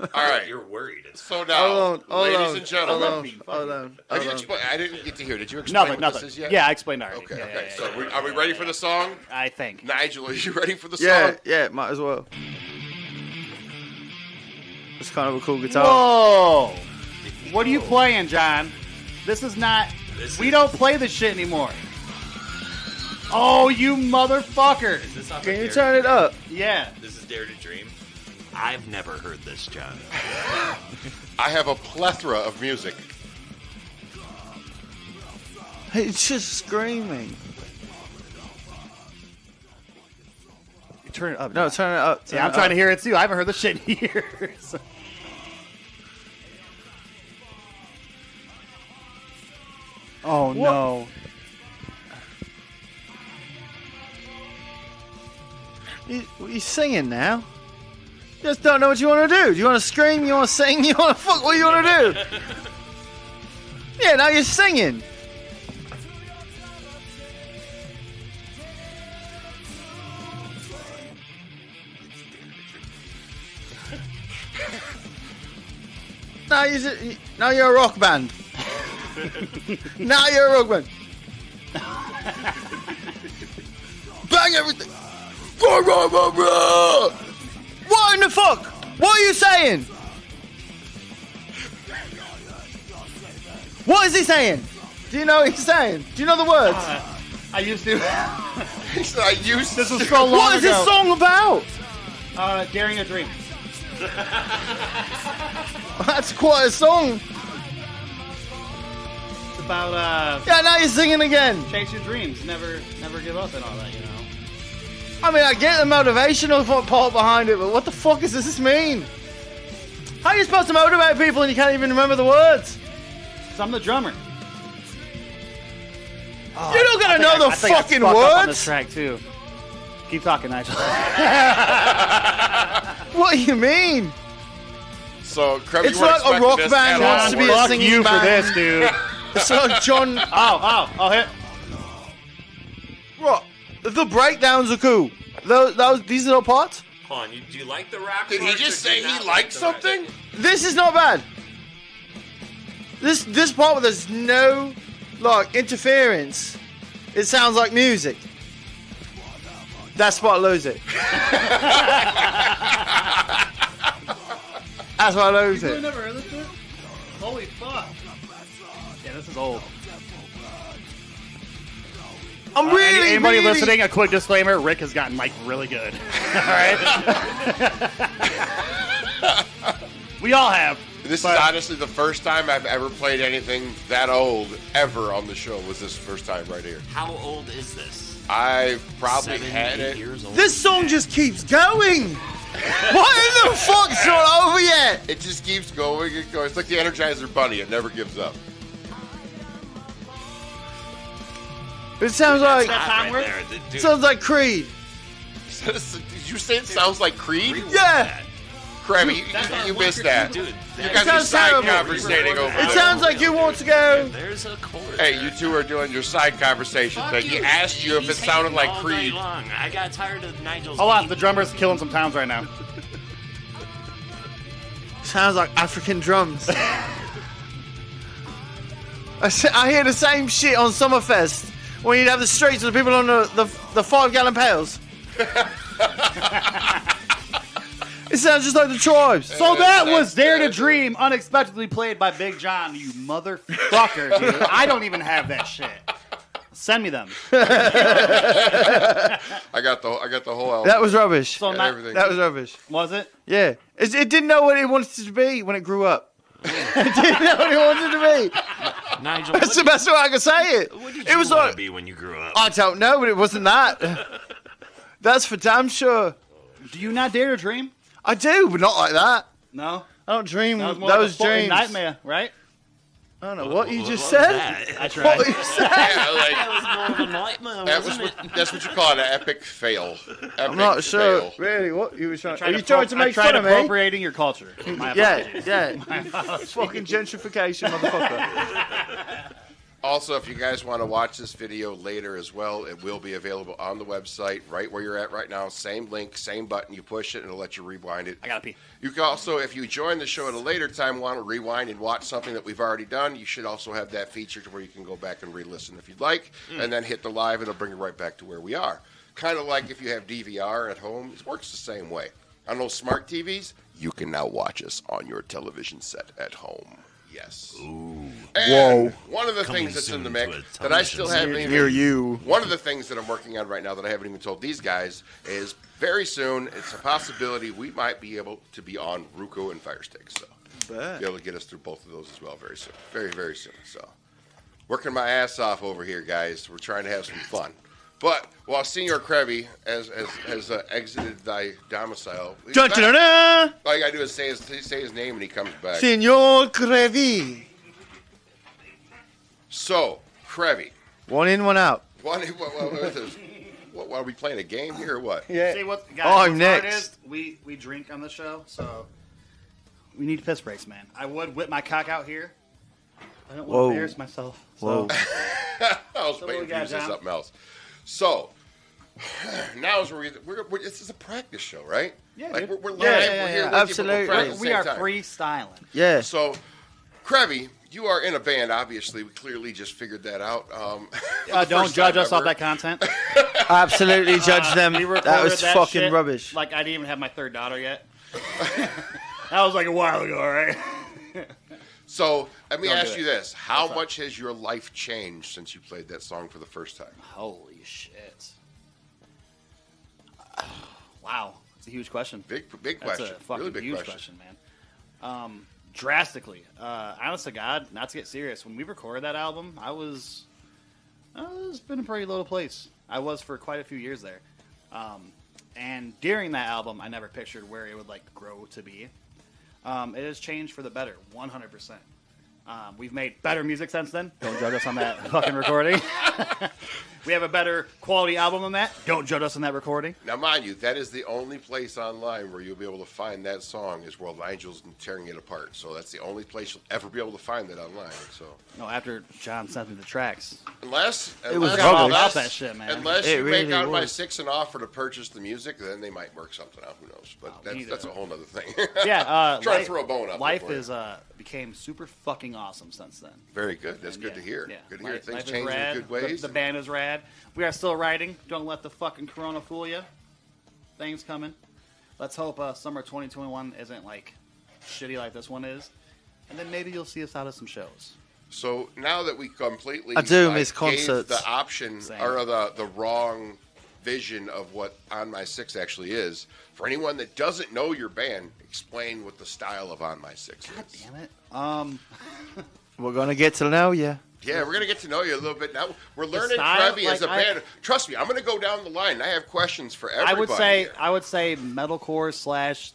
B: All right.
C: You're worried. It's
B: So now,
F: Hold on, hold
B: ladies
F: on,
B: and gentlemen,
F: hold on, hold on,
B: have you
F: hold on.
B: explained? I didn't get to hear. Did you explain
D: Nothing,
B: what
D: nothing.
B: this is
D: Yeah.
B: yet?
D: I explained already.
B: Okay.
D: Yeah,
B: okay.
D: yeah, yeah,
B: so
D: yeah.
B: we, are we ready for the song?
D: I think.
B: Nigel, are you ready for the song?
F: Yeah, yeah, might as well. It's kind of a cool guitar.
D: Whoa! What are you playing, John? This is not.
C: This
D: we
C: is-
D: don't play this shit anymore. Oh, you motherfucker!
C: this off of
F: Can you
C: Dare-
F: turn it up?
D: Yeah.
C: This is Dare to Dream. I've never heard this, John.
B: I have a plethora of music.
F: It's just screaming.
D: Turn it up.
F: No, turn it up.
D: Yeah, I'm trying to hear it too. I haven't heard this shit in years. Oh no.
F: You, what are you singing now? You just don't know what you want to do. Do you want to scream? You want to sing? You want to fuck? What do you want to do? yeah, now you're singing. now you're s- now you're a rock band. now you're a rock band. Bang everything. Rah, rah, rah, rah. What in the fuck? What are you saying? What is he saying? Do you know what he's saying? Do you know the words?
D: I used to.
B: So I used
D: This was so long
F: what is
D: ago.
F: this song about?
D: Uh, Daring a Dream.
F: That's quite a song.
D: It's about uh,
F: Yeah, now you're singing again.
D: chase your dreams, never, never give up, and all that. You know.
F: I mean, I get the motivational fo- part behind it, but what the fuck does this mean? How are you supposed to motivate people and you can't even remember the words?
D: Cause I'm the drummer.
F: You're not gonna know the
D: Oh, I think I
F: fucking
D: fucked up on this
F: words.
D: track too. Keep talking, Nigel.
F: What do you mean?
B: So, Crumb,
F: It's
B: you weren't
F: like a
B: expecting
F: rock
B: this
F: band
B: at all,
F: wants to be
B: were you?
F: a
G: Fuck
F: singing
G: you for
F: band.
G: this, dude.
F: It's like John
D: Oh, oh, oh, hit.
F: Rock. The breakdowns are cool. Those, those, these are not parts.
C: Hold on. You, do you like the rap?
B: Did he
C: parts or
B: just
C: do you
B: say
C: not
B: he
C: like
B: liked
C: the rap-
B: something?
F: This is not bad. This this part where there's no like interference, it sounds like music. That spot lose it. That's why I lose
D: You
F: it.
D: never heard this shit? Holy fuck. Yeah, this is old.
F: I'm
G: Any-
F: really
G: Anybody
F: really-
G: listening? A quick disclaimer: Rick has gotten like really good.
D: We all have.
B: This is honestly the first time I've ever played anything that old ever on the show. Was this first time right here?
C: How old is this?
B: I probably
C: Seven,
B: had
C: eight
B: it.
C: years old.
F: This song just keeps going. what in the fuck's not over yet?
B: It just keeps going and going. It's like the Energizer Bunny. It never gives up.
F: It sounds
C: That's
F: like
C: hot right
D: Conway?
C: there. The- dude,
F: sounds like Creed.
B: Did you say it sounds like Creed?
C: rewind
F: Yeah.
C: that.
B: Crabby, you, you, you missed that.
C: Dude,
B: You
C: that-
B: guys are
F: sounds
B: side
F: terrible.
B: conversating over
F: It
B: there.
F: sounds like you want to go.
C: There's a chord.
B: Hey, you two are doing your side conversation
C: Fuck
B: thing. He asked you if
C: He's
B: it sounded
C: hating
B: like
C: all night
B: Creed.
C: Long. I got tired of Nigel's.
G: Hold on,
C: beat.
G: the drummer's killing some towns right now.
F: Sounds like African drums. I, s- I hear the same shit on Summerfest when you'd have the streets with people on the, the, the five gallon pails. it sounds just like the tribes.
G: So that
B: that's-
G: was Dare to Dream, unexpectedly played by Big John, you motherfucker, dude. I don't even have that shit. Send me them.
B: I got the I got the whole album.
F: That was rubbish.
G: So
B: and
G: not,
B: everything.
F: That was rubbish.
G: was it?
F: Yeah. It, it didn't know what it wanted to be when it grew up. it didn't know what it wanted to be.
C: Nigel,
F: That's
C: what,
F: the best way I can say it.
C: what did
F: It
C: you
F: was uh,
C: want
F: like,
C: to be when you grew up?
F: I don't know, but it wasn't that. That's for damn sure.
G: Do you not dare to dream?
F: I do, but not like that.
G: No.
F: I don't dream
G: That was more
F: those
G: of a fucking
F: dreams.
G: nightmare, right?
F: I don't know what you
C: What
F: just
C: was
F: said.
C: that?
G: I tried.
F: What you said.
B: yeah, like,
C: That was more of a nightmare,
B: that was
C: wasn't
B: what,
C: it?
B: that's what you call an epic fail. Epic
F: I'm not sure
B: fail.
F: really what you were trying.
G: Tried
F: Are you trying
G: appro-
F: to
G: I
F: make
G: tried
F: fun of me?
G: appropriating your culture. My
F: Yeah, yeah. fucking gentrification, motherfucker.
B: Also, if you guys want to watch this video later as well, it will be available on the website right where you're at right now. Same link, same button. You push it, and it'll let you rewind it.
G: I gotta pee.
B: You can also, if you join the show at a later time, want to rewind and watch something that we've already done, you should also have that feature to where you can go back and re-listen if you'd like,
G: Hmm.
B: and then hit the live, and it'll bring you right back to where we are. Kind of like if you have DVR at home, it works the same way. On those smart TVs, you can now watch us on your television set at home. Yes. And One of the
C: Coming
B: things that's in
C: soon
B: the
C: to
B: mix
C: a
B: that I
C: television
B: still
C: series.
B: haven't even
F: Near you.
B: one of the things that I'm working on right now that I haven't even told these guys is very soon it's a possibility we might be able to be on Ruko and Firestick. So be able to get us through both of those as well very soon. Very, very soon. So working my ass off over here, guys. We're trying to have some fun. But while Senior Krabby has, has, has uh, exited thy domicile, he's
F: Dun,
B: back.
F: dun, dun, dun.
B: all you gotta do is say his, say his name and he comes back.
F: Senor Crevi.
B: So, Krabby,
F: One in, one out.
B: what, what, what, what, is- what, what, are we playing a game here or what?
F: Yeah.
D: See what guys,
F: Oh, I'm
D: what's
F: next.
D: hard is we we drink on the show, so we need piss breaks, man. I would whip my cock out here. I don't want
F: Whoa.
D: to embarrass myself. So
F: Whoa.
B: I was waiting
D: what we
B: for you to
D: got,
B: say
D: John?
B: something else. So now is where we, we're, we're this is a practice show, right?
D: Yeah,
B: like
D: dude.
B: we're, we're live.
F: Yeah, yeah,
B: we're
F: yeah,
B: here. with you,
F: yeah.
B: but we're
F: Absolutely.
B: practicing at
D: we
B: the
D: are
B: same time.
D: freestyling.
F: Yeah.
B: So, Krabby, you are in a band. Obviously, we clearly just figured that out. Um,
D: Uh, don't
B: first time
D: judge us off
B: ever.
D: that content.
F: Absolutely judge them.
D: We
F: that
D: recorded
F: was fucking
D: shit,
F: rubbish.
D: Like I didn't even have my third daughter yet. that was like a while ago, right?
B: so, let me
D: Don't
B: ask
D: do
B: you
D: it.
B: this: How much has your life changed since you played that song for the first time?
D: Holy shit! Wow, it's a huge question.
B: Big, big
D: That's
B: question.
D: a fucking
B: really big
D: huge
B: question.
D: question, man. Um, drastically, uh, honest to God, not to get serious. When we recorded that album, I was, I was been a pretty little place. I was for quite a few years there, um, and during that album, I never pictured where it would like grow to be. Um, it has changed for the better, one hundred percent. Um, We've made better music since then. Don't judge us on that fucking recording. we have a better quality album than that. Don't judge us on that recording.
B: Now, mind you, that is the only place online where you'll be able to find that song is where Nigel's tearing it apart. So that's the only place you'll ever be able to find that online. So
D: No, after John sent me the tracks,
B: unless
F: It was
B: unless-
F: rubbish.
B: unless-
D: About that shit, man.
B: Unless
F: It
B: you make
F: really
B: out by
F: was.
B: six an offer to purchase the music, then they might work something out. Who knows? But
D: we
B: that's
D: need
B: that's a
D: to-
B: whole other thing.
D: yeah, uh,
B: Try to throw a bone up
D: Life
B: there for
D: is uh, became super fucking awesome since then.
B: Very good. That's
D: And
B: good
D: yeah,
B: to hear.
D: yeah.
B: Good to hear.
D: Life-
B: Things
D: life is
B: change in
D: rad.
B: good ways.
D: The, the band is rad. We are still writing. Don't let the fucking corona fool you. Things coming. Let's hope uh, summer 2021 isn't like shitty like this one is, and then maybe you'll see us out of some shows.
B: So now that we completely,
F: I do
B: like,
F: miss
B: gave
F: concerts.
B: The option
D: Same.
B: or the the wrong vision of what On My Six actually is. For anyone that doesn't know your band, explain what the style of On My Six is.
D: Damn it. Um,
F: We're gonna get to know you.
B: Yeah, we're gonna get to know you a little bit now. We're learning
D: style,
B: Trevi as a
D: like, I-
B: band. Trust me, I'm gonna go down the line. I have questions for everybody.
D: I would say
B: here.
D: I would say metalcore slash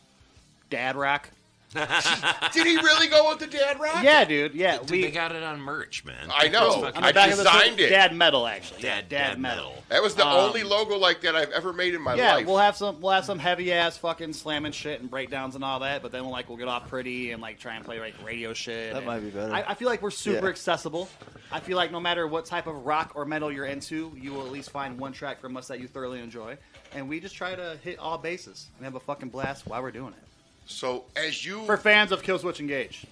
D: dad rock.
B: did he really go with the dad rock?
D: Yeah, dude. Yeah,
C: Dude,
D: we
C: they got it on merch, man.
B: I know.
C: It's fucking-
B: I
D: back of the
B: designed it.
D: dad metal actually. Yeah,
C: Dad, dad metal.
B: That was the
D: Um,
B: only logo like that I've ever made in my
D: Yeah,
B: life.
D: we'll have some we'll have some heavy ass fucking slamming shit and breakdowns and all that, but then we'll like we'll get off pretty and like try and play like radio shit.
F: That
D: and-
F: might be better.
D: I, I feel like we're super
F: Yeah.
D: accessible. I feel like no matter what type of rock or metal you're into, you will at least find one track from us that you thoroughly enjoy. And we just try to hit all bases and have a fucking blast while we're doing it.
B: so as you
D: For fans of Killswitch Engage.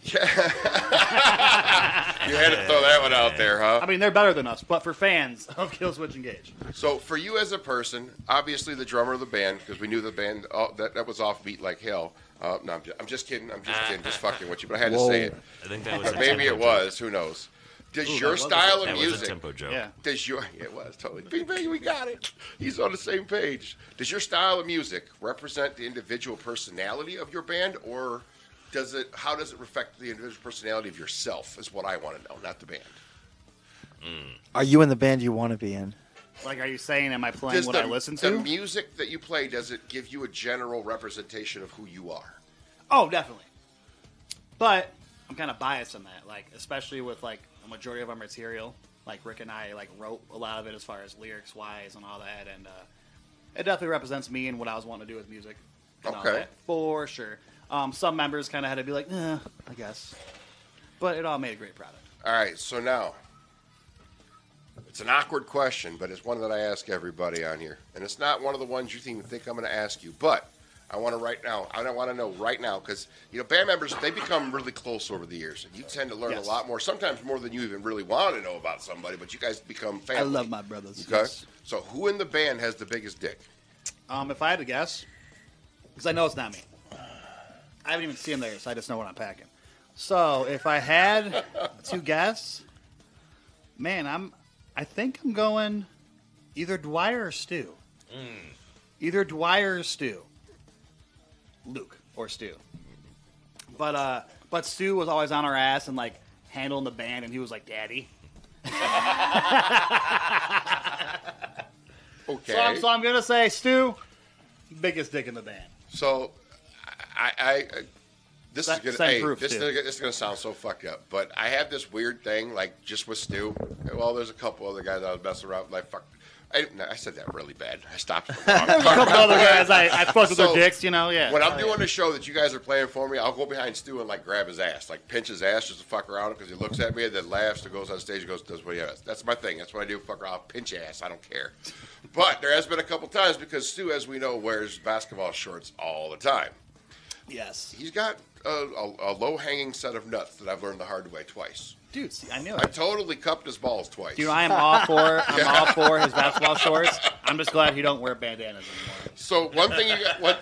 B: you had to throw that one out there, huh?
D: I mean they're better than us, but for fans of Killswitch Engage.
B: So for you as a person, obviously the drummer of the band, because we knew the band oh, that that was offbeat like hell. Uh, no, I'm just, I'm just kidding. I'm just kidding. Just fucking with you, but I had to say it.
C: I think that was a
B: Maybe
C: tempo
B: it was. Who knows? Does your style of
C: Joke. That was a
B: music
C: tempo joke.
D: Yeah.
B: Does your yeah, it was totally Bing Bang, we got it. He's on the same page. Does your style of music represent the individual personality of your band, or does it? How does it reflect the individual personality of yourself? Is what I want to know, not the band.
F: Are you in the band you want to be in?
D: Like are you saying am I playing
B: Does
D: what
B: the,
D: I listen
B: the
D: to?
B: music that you play does it give you a general representation of who you are?
D: Oh, definitely. But I'm kind of biased on that, like especially with like a majority of our material. Like Rick and I like wrote a lot of it as far as lyrics wise and all that, and uh, it definitely represents me and what I was wanting to do with music. and all
B: Okay.
D: that, for sure. Um, some members kind of had to be like, eh, I guess, but it all made a great product.
B: All right, so now it's an awkward question, but it's one that I ask everybody on here, and it's not one of the ones you even think I'm going to ask you, but I want to right now. I want to know right now because you know band members they become really close over the years, and you tend to learn
D: Yes.
B: a lot more, sometimes more than you even really want to know about somebody. But you guys become family.
D: I love my brothers.
B: Okay, so who in the band has the biggest dick?
D: Um, if I had to guess, because I know it's not me. I haven't even seen there, so I just know what I'm packing. So if I had to guess, man, I'm. I think I'm going either Dwyer or Stu. Either Dwyer or Stu. Luke or Stu. But uh, but Stu was always on our ass and like handling the band, and he was like, "Daddy."
B: Okay,
D: So I'm, so I'm gonna say Stu, biggest dick in the band.
B: So, I, I, I this is
D: Sa-
B: gonna
D: same
B: hey,
D: proof,
B: this, is
D: too.
B: gonna, this is gonna sound so fucked up, but I have this weird thing like just with Stu. Well, there's a couple other guys I was messing around with, like fuck. I, no, I said that really bad. I stopped. at the wrong time.
D: couple other guys I, I fucked with
B: So,
D: their dicks, you know, yeah.
B: When I'm doing the show that you guys are playing for me, I'll go behind Stu and like grab his ass, like pinch his ass just to fuck around because he looks at me and then laughs and goes on stage and goes does what he does. That's my thing. That's what I do. Fuck around, I'll pinch your ass. I don't care. But there has been a couple times because Stu, as we know, wears basketball shorts all the time.
D: yes.
B: He's got a, a, a low hanging set of nuts that I've learned the hard way twice.
D: Dude, see, I knew
B: I
D: it.
B: totally cupped his balls twice.
D: Dude, I am all for I'm all for his basketball shorts. I'm just glad he don't wear bandanas anymore.
B: so one thing you got, what,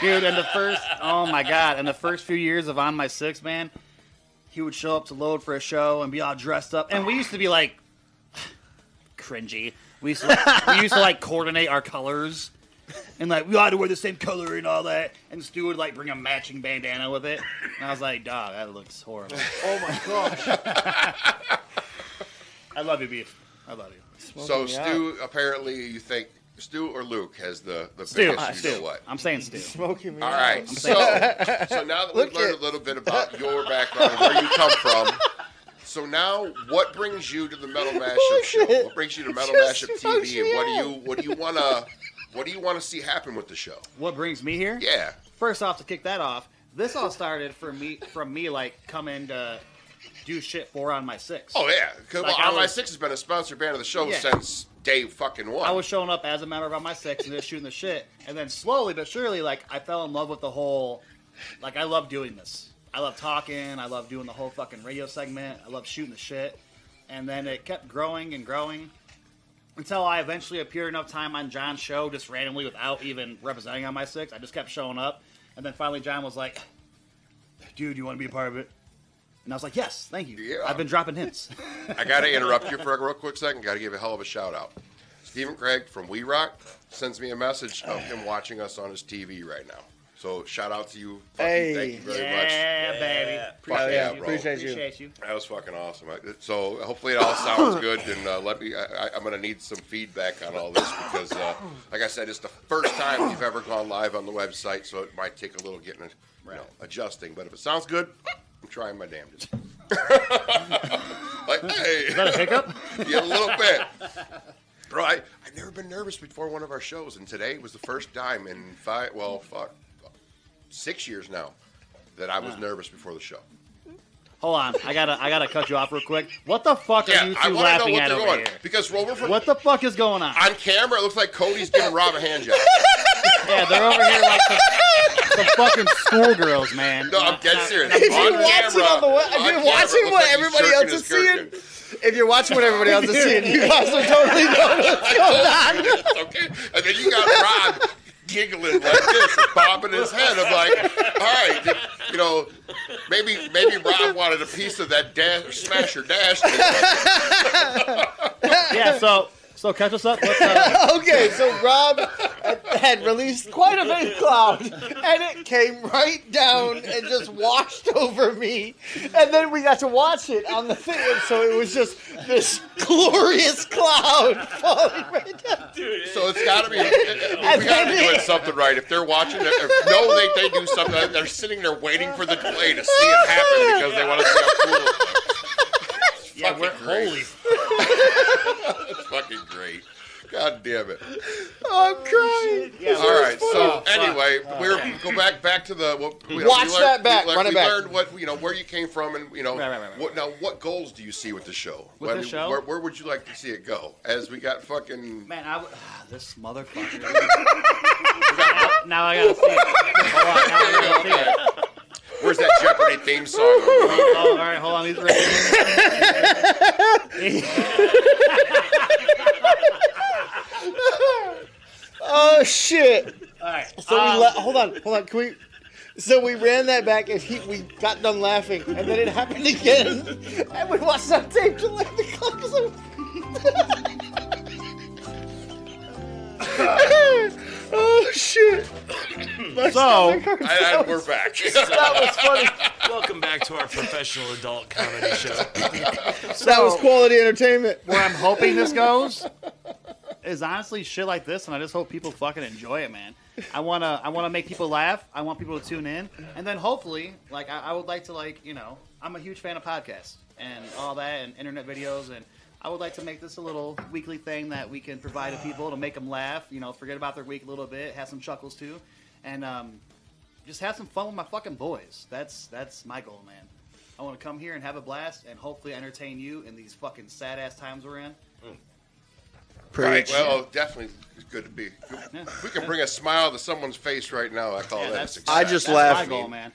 D: Dude, and the first oh my god, and the first few years of On My Six, man, he would show up to load for a show and be all dressed up. And we used to be like cringy. We used to like, we used to like coordinate our colors. And like we ought to wear the same color and all that. And Stu would like bring a matching bandana with it. And I was like, dog, that looks horrible.
E: Oh my gosh!
D: I love you, beef. I love you.
B: so
E: me
B: Stu, apparently you think Stu or Luke has the the
D: Stu,
B: biggest, you know
D: Stu.
B: what?
D: I'm saying Stu.
E: Smoking me.
B: All
E: out.
B: right, so so now that we've
E: Look
B: learned
E: at-
B: a little bit about your background, where you come from. So now, what brings you to the Metal Mashup show?
E: at-
B: What brings you to Metal
E: just
B: Mashup
E: smokes
B: TV, and
E: me
B: what do
E: out.
B: you what do you wanna what do you wanna see happen with the show?
D: What brings me here?
B: Yeah,
D: First off, to kick that off, this all started for me from me like coming to do shit for on my six.
B: Oh yeah, 'Cause, well,
D: Like, I
B: Online
D: was-
B: Six has been a sponsored band of the show
D: Yeah.
B: since day fucking one.
D: I was showing up as a member of on my six and just shooting the shit, and then slowly but surely, like I fell in love with the whole. Like I love doing this. I love talking. I love doing the whole fucking radio segment. I love shooting the shit, and then it kept growing and growing. Until I eventually appeared enough time on John's show just randomly without even representing on my six. I just kept showing up. And then finally, John was like, dude, you want to be a part of it? And I was like, yes, thank you.
B: Yeah.
D: I've been dropping hints.
B: I gotta interrupt you for a real quick second. Gotta give a hell of a shout out. Stephen Craig from We Rock sends me a message of him watching us on his TV right now. So shout out to you. Fucking
E: Hey.
B: thank you very much.
D: Yeah, baby.
B: Fuck yeah, bro.
E: Appreciate you.
D: Appreciate you.
B: That was fucking awesome. I- So hopefully it all sounds good, and uh, let me. I, I- I'm gonna need some feedback on all this because, uh, like I said, it's the first time we've ever gone live on the website, so it might take a little getting, you know, adjusting. But if it sounds good, I'm trying my damnedest. like, hey, is that a hiccup? yeah, a little bit. Bro, I, I've never been nervous before one of our shows, and today was the first time in five, well, fuck, six years now that I was nervous before the show.
D: Hold on, I gotta, I gotta cut you off real quick. What the fuck are you
B: I
D: two
B: wanna
D: laughing at
B: they're
D: over
B: going
D: here?
B: because Rover from
D: What the fuck is going on?
B: on camera, it looks like Cody's giving Rob a hand job.
D: Yeah, they're over here like some, some fucking schoolgirls, man.
B: No, I'm dead serious.
E: If
B: on
E: you watch it
B: camera,
E: on the
B: on
E: web, if you're
B: camera,
E: watching
B: it looks
E: what
B: like he's
E: everybody
B: jerking
E: else
B: his
E: is
B: skirt
E: seeing,
B: good.
E: if you're watching what everybody else is seeing, you guys are totally know what's going on.
B: It's okay. And then you got Rob giggling like this, and bobbing his head. I'm like, all right, th- you know, maybe maybe Rob wanted a piece of that dash, smash or dash. Thing.
D: Yeah, so so catch us up. What's, uh,
E: Okay, so Rob had released quite a big cloud, and it came right down and just washed over me. And then we got to watch it on the thing, and so it was just this glorious cloud falling right down.
B: So it's got to be. We got to be doing something right. If they're watching, it, if no, they they do something. They're sitting there waiting for the delay to see it happen because they want to see how cool. It's
C: Yeah,
B: fucking
C: we're
B: great.
C: holy. f-
B: It's fucking great. God damn it.
E: Oh, I'm crying.
B: All right. So anyway, we're go back back to the what, we-
E: Watch
B: we
E: that back,
B: We learned,
E: run it
B: we
E: back.
B: learned what you know where you came from, and you know
D: Right, right, right, right.
B: what now. What goals do you see with the show?
D: With
B: What-
D: the show?
B: Where, where would you like to see it go? As we got fucking
D: man, I w- this motherfucker. now, now I gotta see it. Hold on, now I gotta see it.
B: where's that Jeopardy theme song?
D: Oh, all right, hold on. He's ready.
E: Oh shit.
D: All right.
E: So we la- hold on, hold on. Can we? So we ran that back, and he, we got done laughing, and then it happened again, and we watched that tape to like the clock. was over. oh shit! My stomach hurts.
B: I, I, we're back.
E: that was funny.
C: Welcome back to our professional adult comedy show.
E: That was quality entertainment.
D: Where I'm hoping this goes is honestly shit like this, and I just hope people fucking enjoy it, man. I wanna, I wanna make people laugh. I want people to tune in, and then hopefully, like, I, I would like to, like, you know, I'm a huge fan of podcasts and all that, and internet videos, and I would like to make this a little weekly thing that we can provide to people to make them laugh, you know, forget about their week a little bit, have some chuckles too, and um, just have some fun with my fucking boys. That's that's my goal, man. I want to come here and have a blast and hopefully entertain you in these fucking sad ass times we're in.
B: Right. Well, definitely good to be. We can bring a smile to someme's face right now. I call
D: Yeah,
B: Oh, that a
D: that's-
B: success.
E: I just
D: That's
E: laugh.
D: my goal, man.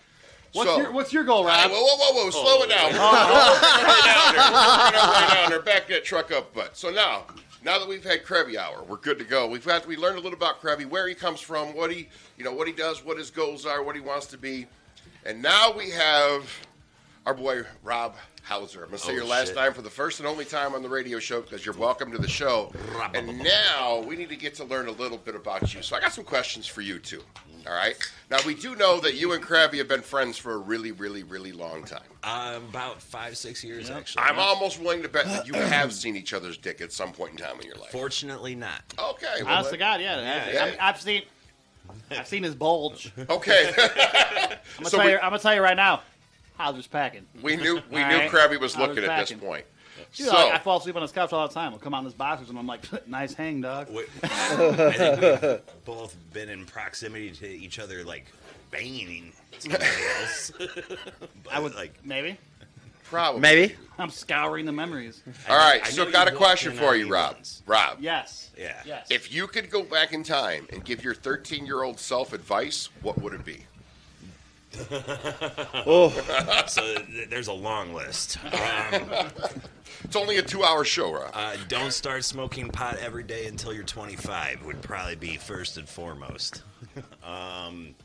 D: What's
B: So-
D: your what's your goal,
B: Hey,
D: Rob?
B: whoa, whoa, whoa, whoa! Slow it down.
D: Oh.
B: We're gonna lay down there. Back that truck up, but so now, now that we've had Krabby Hour, we're good to go. We've got we learned a little about Krabby, where he comes from, what he, you know, what he does, what his goals are, what he wants to be, and now we have our boy Rob Hauser. I'm gonna say
C: Oh,
B: your last
C: shit.
B: time for the first and only time on the radio show because you're welcome to the show. And now we need to get to learn a little bit about you. So I got some questions for you too. All right. Now we do know that you and Krabby have been friends for a really, really, really long time.
C: Uh, about five, six years actually.
B: I'm almost willing to bet that you have seen each other's dick at some point in time in your life.
C: Fortunately, not.
B: Okay. well,
D: Honest to God, yeah.
C: Yeah,
D: I, have seen I've seen his bulge. I'm
B: Okay.
D: gonna,
B: So
D: tell,
B: we-
D: you, I'm gonna tell you right now. Hauser's packing.
B: we knew we
D: All
B: knew
D: right.
B: Krabby was
D: I was
B: looking at this
D: packing.
B: point.
D: Dude,
B: so
D: I, I fall asleep on his couch all the time. I'll come out in his boxers and I'm like, nice hang, dog.
C: We- I think we've both been in proximity to each other, like banging somebody else.
D: I would
C: like.
D: maybe.
B: probably.
E: Maybe.
D: I'm scouring the memories.
B: All right.
C: I know
B: so
C: you
B: got a
C: walked
B: question
C: in
B: for
C: on
B: you,
C: me
B: Rob.
C: once.
B: Rob.
D: Yes.
C: Yeah.
D: Yes.
B: If you could go back in time and give your 13 year old self advice, what would it be?
C: So th- there's a long list. Um,
B: It's only a two hour show, Rob.
C: uh, don't start smoking pot every day until you're 25 would probably be first and foremost. um,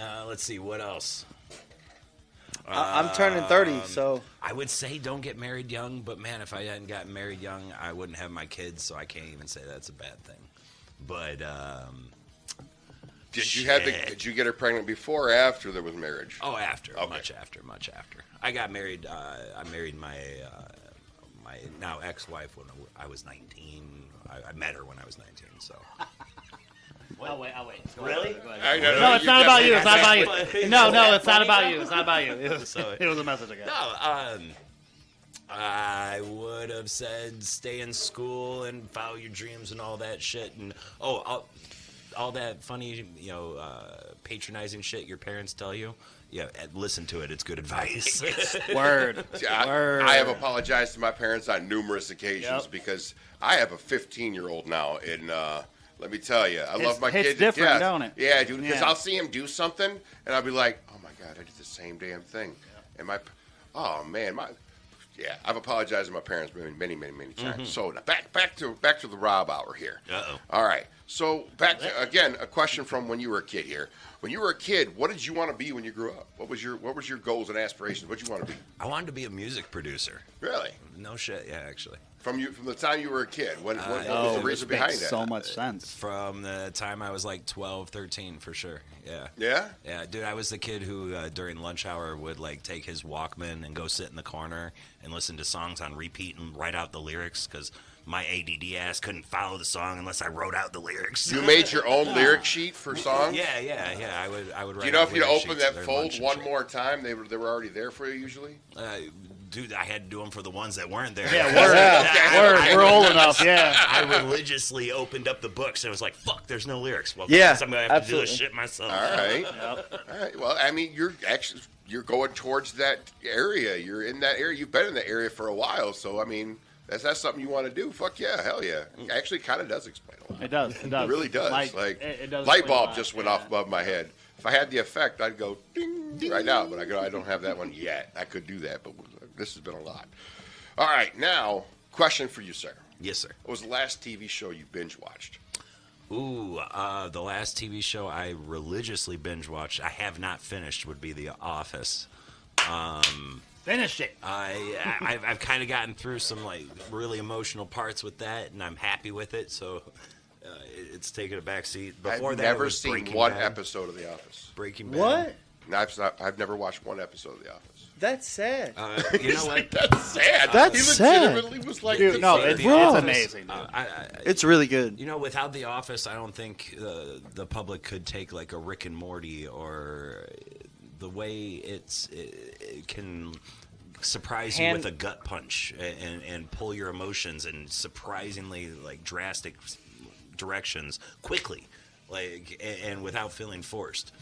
C: uh, let's see what else.
E: I- I'm turning 30,
C: Um,
E: so
C: I would say don't get married young, but man, if I hadn't gotten married young, I wouldn't have my kids, so I can't even say that's a bad thing. But um,
B: Did you have the,
C: Shit.
B: did you get her pregnant before or after there was marriage?
C: oh, after,
B: Okay.
C: much after, much after, I got married. Uh, I married my uh, my now ex-wife when I was 19. I, I met her when I was 19, so
G: I'll wait. I'll wait.
C: Really?
B: I know,
G: No, it's not
B: you got
G: about
B: me.
G: you. It's not about
C: Exactly.
G: you. No, no, it's not about you. It's not about you. It was,
C: So-
G: it was a message I got.
C: No, um, I would have said stay in school and follow your dreams and all that shit. And oh, all, all that funny, you know, uh, patronizing shit your parents tell you. Yeah, eh, listen to it. It's good advice.
G: Word.
B: I, I have apologized to my parents on numerous occasions
G: Yep.
B: because I have a 15 year old now, and uh, let me tell you, I love my
G: hits
B: kid. to
G: different,
B: death.
G: don't it?
B: Yeah, dude. Because
G: Yeah.
B: I'll see him do something, and I'll be like, "Oh my god, I did the same damn thing," and my, oh man, my. Yeah, I've apologized to my parents many, many, many, many times.
G: Mm-hmm.
B: So now back, back to back to the Rob hour here.
C: Uh-oh.
B: All right. So back to, again, a question from when you were a kid here. When you were a kid, what did you want to be when you grew up? What was your What was your goals and aspirations? What did you want to be?
C: I wanted to be a music producer.
B: Really?
C: No shit. Yeah, actually.
B: From you, from the time you were a kid, what, what, what was
G: Oh,
B: the
G: this
B: reason behind
G: makes
B: that?
G: so much sense.
C: From the time I was like 12, 13, for sure. Yeah.
B: Yeah,
C: Yeah, dude, I was the kid who uh, during lunch hour would like take his Walkman and go sit in the corner and listen to songs on repeat and write out the lyrics because my ADD ass couldn't follow the song unless I wrote out the lyrics.
B: you made your own lyric sheet for songs.
C: yeah, yeah, yeah. I would, I would. Write
B: Do you know
C: out
B: if you
C: lyric
B: open
C: sheets
B: that
C: during
B: fold
C: lunch and
B: one
C: shit.
B: more time, they were they were already there for you usually.
C: Uh, dude, I had to do them for the ones that weren't there.
G: Yeah, word. Word. We're old enough. Yeah.
C: I religiously opened up the books and was like, "Fuck, there's no lyrics." Well,
E: Yeah,
C: guess I'm gonna have to do
E: absolutely.
C: this shit myself.
B: All right, all right. Well, I mean, you're actually you're going towards that area. You're in that area. You've been in that area for a while, so I mean, that's that's something you want to do. Fuck yeah, hell yeah.
C: Mm.
B: Actually, kind of does explain a lot.
G: It does. It does.
B: It really does. Like,
G: it, it does
B: light
G: explain a
B: bulb
G: lot,
B: just went
G: yeah.
B: off above my head. If I had the effect, I'd go ding, right now. But I go, I don't have that one yet. I could do that, but this has been a lot. All right, now question for you, sir.
C: Yes, sir.
B: What was the last TV show you binge watched?
C: Ooh, uh, the last TV show I religiously binge watched, I have not finished, would be The Office.
G: Finish it.
C: I, I I've, I've kind of gotten through some like really emotional parts with that, and I'm happy with it. So uh, it, it's taken a back seat. Before
B: I've
C: that, it
B: never
C: was
B: seen
C: Breaking
B: one
C: Bad.
B: episode of The Office.
C: Breaking Bad.
E: what?
B: And I've not, I've never watched one episode of The Office.
E: That's sad.
C: Uh, you know what?
B: That's sad.
E: That's
B: he
E: sad.
B: legitimately was like,
G: Dude,
B: this-
G: no,
C: The
G: it's, it's
C: Office,
G: amazing.
C: uh, I, I,
E: it's really good.
C: You know, without The Office, I don't think uh, the public could take like a Rick and Morty or the way it's it, it can surprise you
E: Hand-
C: with a gut punch and, and and pull your emotions in surprisingly like drastic s- directions quickly, like and, and without feeling forced.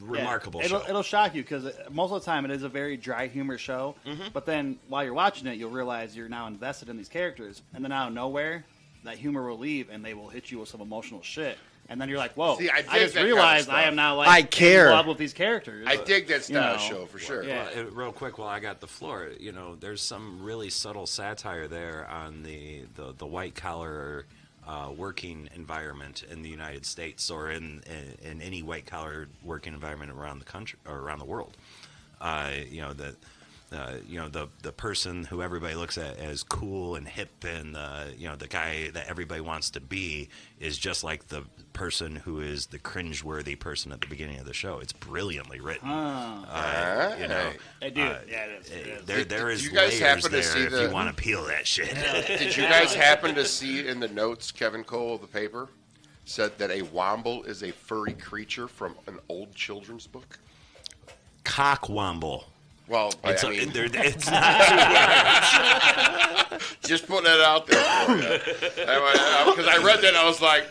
C: Remarkable
G: Yeah. It'll,
C: show.
G: it'll shock you because most of the time it is a very dry humor show. But then while you're watching it, you'll realize you're now invested in these characters, and then out of nowhere, that humor will leave, and they will hit you with some emotional shit. And then you're like, "Whoa!"
B: See, I dig
G: just
B: that kind of
G: realized
B: stuff.
G: I am now like
E: I care.
G: in love with these characters.
B: I dig that
G: You
B: style
G: know.
B: show for sure.
G: Yeah.
C: Well, uh, real quick, while I got the floor, you know, there's some really subtle satire there on the the, the white collar uh, working environment in the United States, or in in, in any white collar working environment around the country or around the world. Uh, you know the. Uh, you know the the person who everybody looks at as cool and hip, and uh, you know the guy that everybody wants to be is just like the person who is the cringeworthy person at the beginning of the show. It's brilliantly written. Uh, you know,
B: Alright.
G: I do. yeah, it is. It
C: uh,
G: is.
C: there, there
B: did
C: is
B: you guys
C: layers
B: happen to
C: there
B: see
C: if
B: the-
C: you want to peel that shit.
B: Did you guys happen to see in the notes Kevin Cole of the paper said that a womble is a furry creature from an old children's book?
C: Cockwomble.
B: Well, I,
C: It's,
B: Oh, I
C: a-
B: mean,
C: there- it's not.
B: just putting that out there for you. Because I read that and I was like,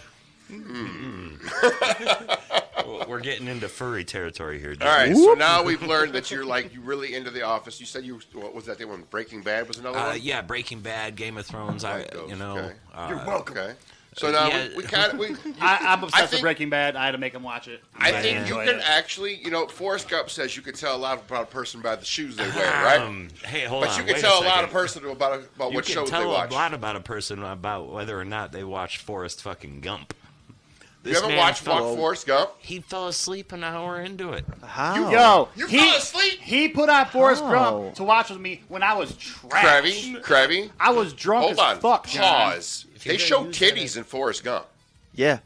C: We're getting into furry territory here. dude.
B: all right, so now we've learned that you're like, you're really into The Office. You said you, what was that thing when Breaking Bad was another
C: Uh,
B: one?
C: yeah, Breaking Bad, Game of Thrones. I,
B: Like those,
C: you know,
B: okay.
C: uh,
B: Okay. So now
C: yeah.
B: we, we kind of, we,
G: I, I'm obsessed
B: think-
G: with Breaking Bad. I had to make him watch it.
B: I
G: But
B: think you
G: enjoyed
B: can
G: it.
B: actually, you know, Forrest Gump says you can tell a lot about a person by the shoes they wear, right?
C: um, hey, hold
B: but
C: on.
B: you can
C: wait
B: tell a,
C: a,
B: lot
C: second.
B: of person about about
C: You
B: what
C: can
B: shows
C: tell
B: they watch.
C: a lot about a person about whether or not they watched Forrest fucking Gump.
B: You
C: This
B: ever
C: man
B: watched
C: fell-
B: Walk Forrest Gump?
C: He fell asleep an hour into it.
F: How?
D: Yo,
B: You
D: he,
B: fell asleep?
D: He put on Forrest
F: How?
D: Gump to watch with me when I was trash.
B: Krabby, Krabby.
D: I was drunk
B: Hold
D: as
B: on.
D: fuck. John.
B: Pause.
C: If you're
B: They
C: gonna
B: show
C: use that
B: titties in Forrest Gump.
F: Yeah.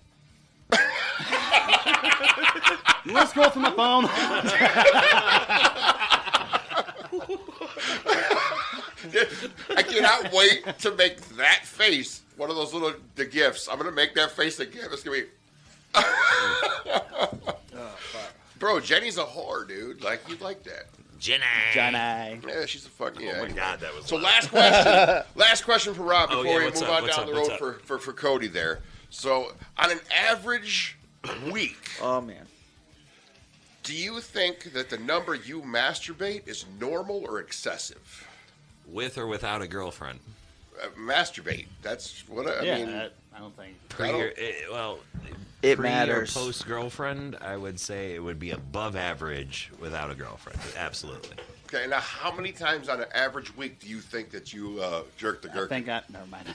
D: Let's go through my phone.
B: I cannot wait to make that face one of those little the gifts. I'm gonna make that face the gift. It's gonna be. Bro, Jenny's a whore, dude. Like you'd like that.
C: Jenny.
F: Johnny.
B: Yeah, she's a fucking.
C: Oh my god, that was.
B: So last question, last question for Rob
C: Oh,
B: before
C: yeah,
B: we
C: what's
B: move
C: up,
B: on
C: what's
B: down
C: up,
B: the
C: what's
B: road
C: up?
B: for, for for Cody there. So on an average week,
F: Oh man.
B: do you think that the number you masturbate is normal or excessive?
C: with or without a girlfriend.
B: Uh, masturbate. That's what I, I
D: yeah,
B: mean.
D: that, I don't think.
C: Pre
B: I don't-
C: or, eh, well,
F: It
C: pre
F: matters.
C: or post girlfriend, I would say it would be above average without a girlfriend. Absolutely.
B: Okay, now how many times on an average week do you think that you uh, jerk the
D: I
B: gherkin?
D: think I. Never mind.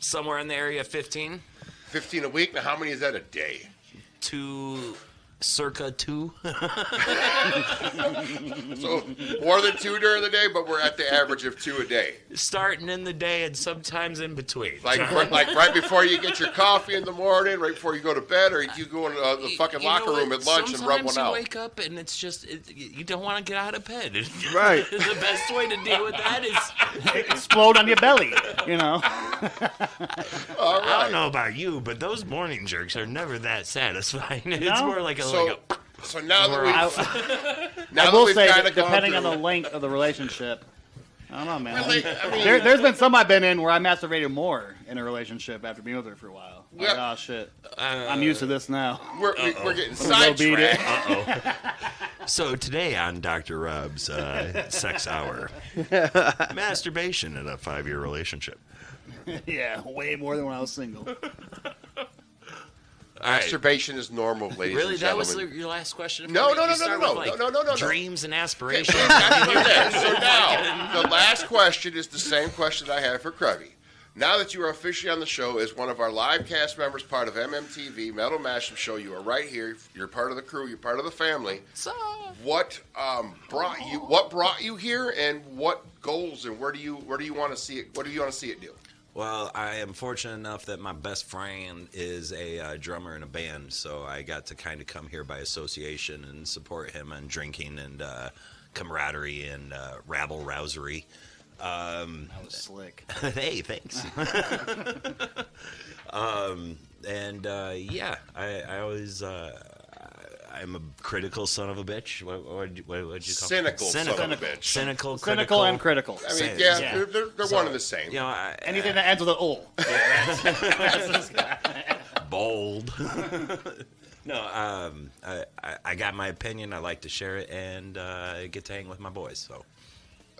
C: Somewhere in the area of 15
B: Fifteen a week. Now how many is that a day?
C: to circa 2.
B: So more than two during the day, but we're at the average of two a day.
C: Starting in the day and sometimes in between.
B: Like right, like right before you get your coffee in the morning, right before you go to bed, or you go in uh, the
C: You-
B: fucking
C: you know
B: locker room
C: what?
B: at lunch and rub
C: Sometimes
B: one
C: you
B: out.
C: wake up and it's just it, you don't want to get out of bed.
F: Right.
C: the best way to deal with that is
D: Explode on your belly. You know.
B: All
C: I don't
B: right.
C: know about you, but those morning jerks are never that satisfying. It's
D: No?
C: more like a
B: So
C: like
B: so now that
C: We're
B: we
D: I,
B: now
D: I
B: that
D: will
B: we've
D: say,
B: kind
D: that
B: of gone
D: depending on the
B: through,
D: length of the relationship, I don't know, man.
B: Really, I mean,
D: There, there's been some I've been in where I masturbated more in a relationship after being with her for a while. Like,
B: Yeah.
D: oh shit,
C: a. Uh,
D: I'm used to this now.
B: we're, we- we're getting
D: I'll beat it.
B: sidetracked.
C: So today on Dr. Rob's uh, Sex Hour, masturbation in a five-year relationship.
D: yeah, way more than when I was single.
C: All right.
B: Masturbation is normal, ladies
C: Really,
B: and
C: that was
B: gentlemen.
C: your last question?
B: No,
C: You
B: no, no, no,
C: start
B: no,
C: with,
B: no, no, no, no, no.
C: Dreams and aspirations.
B: That's what it is. So now, the last question is the same question I had for Krabby. Now that you are officially on the show as one of our live cast members, part of MMTV Metal Mashup Show, you are right here. You're part of the crew. You're part of the family.
C: So,
B: What um, brought you? What brought you here? And what goals? And where do you where do you want to see it? What do you want to see it do?
C: well, I am fortunate enough that my best friend is a uh, drummer in a band, so I got to kind of come here by association and support him on drinking and uh, camaraderie and uh, rabble rousery.
D: That was slick.
C: hey, thanks. um, and uh, yeah, I, I always uh, I- I'm a critical son of a bitch. What would you, what, what'd you call
B: Cynical
C: me?
B: son of a bitch.
C: Cynical,
D: Cynical and critical.
B: I mean,
C: Same.
B: yeah,
C: Yeah.
B: they're, they're, they're
C: So,
B: one and the same.
C: You know, I,
D: Anything that ends with an "ol."
C: bold. no, um, I, I, I got my opinion. I like to share it and uh, get to hang with my boys. So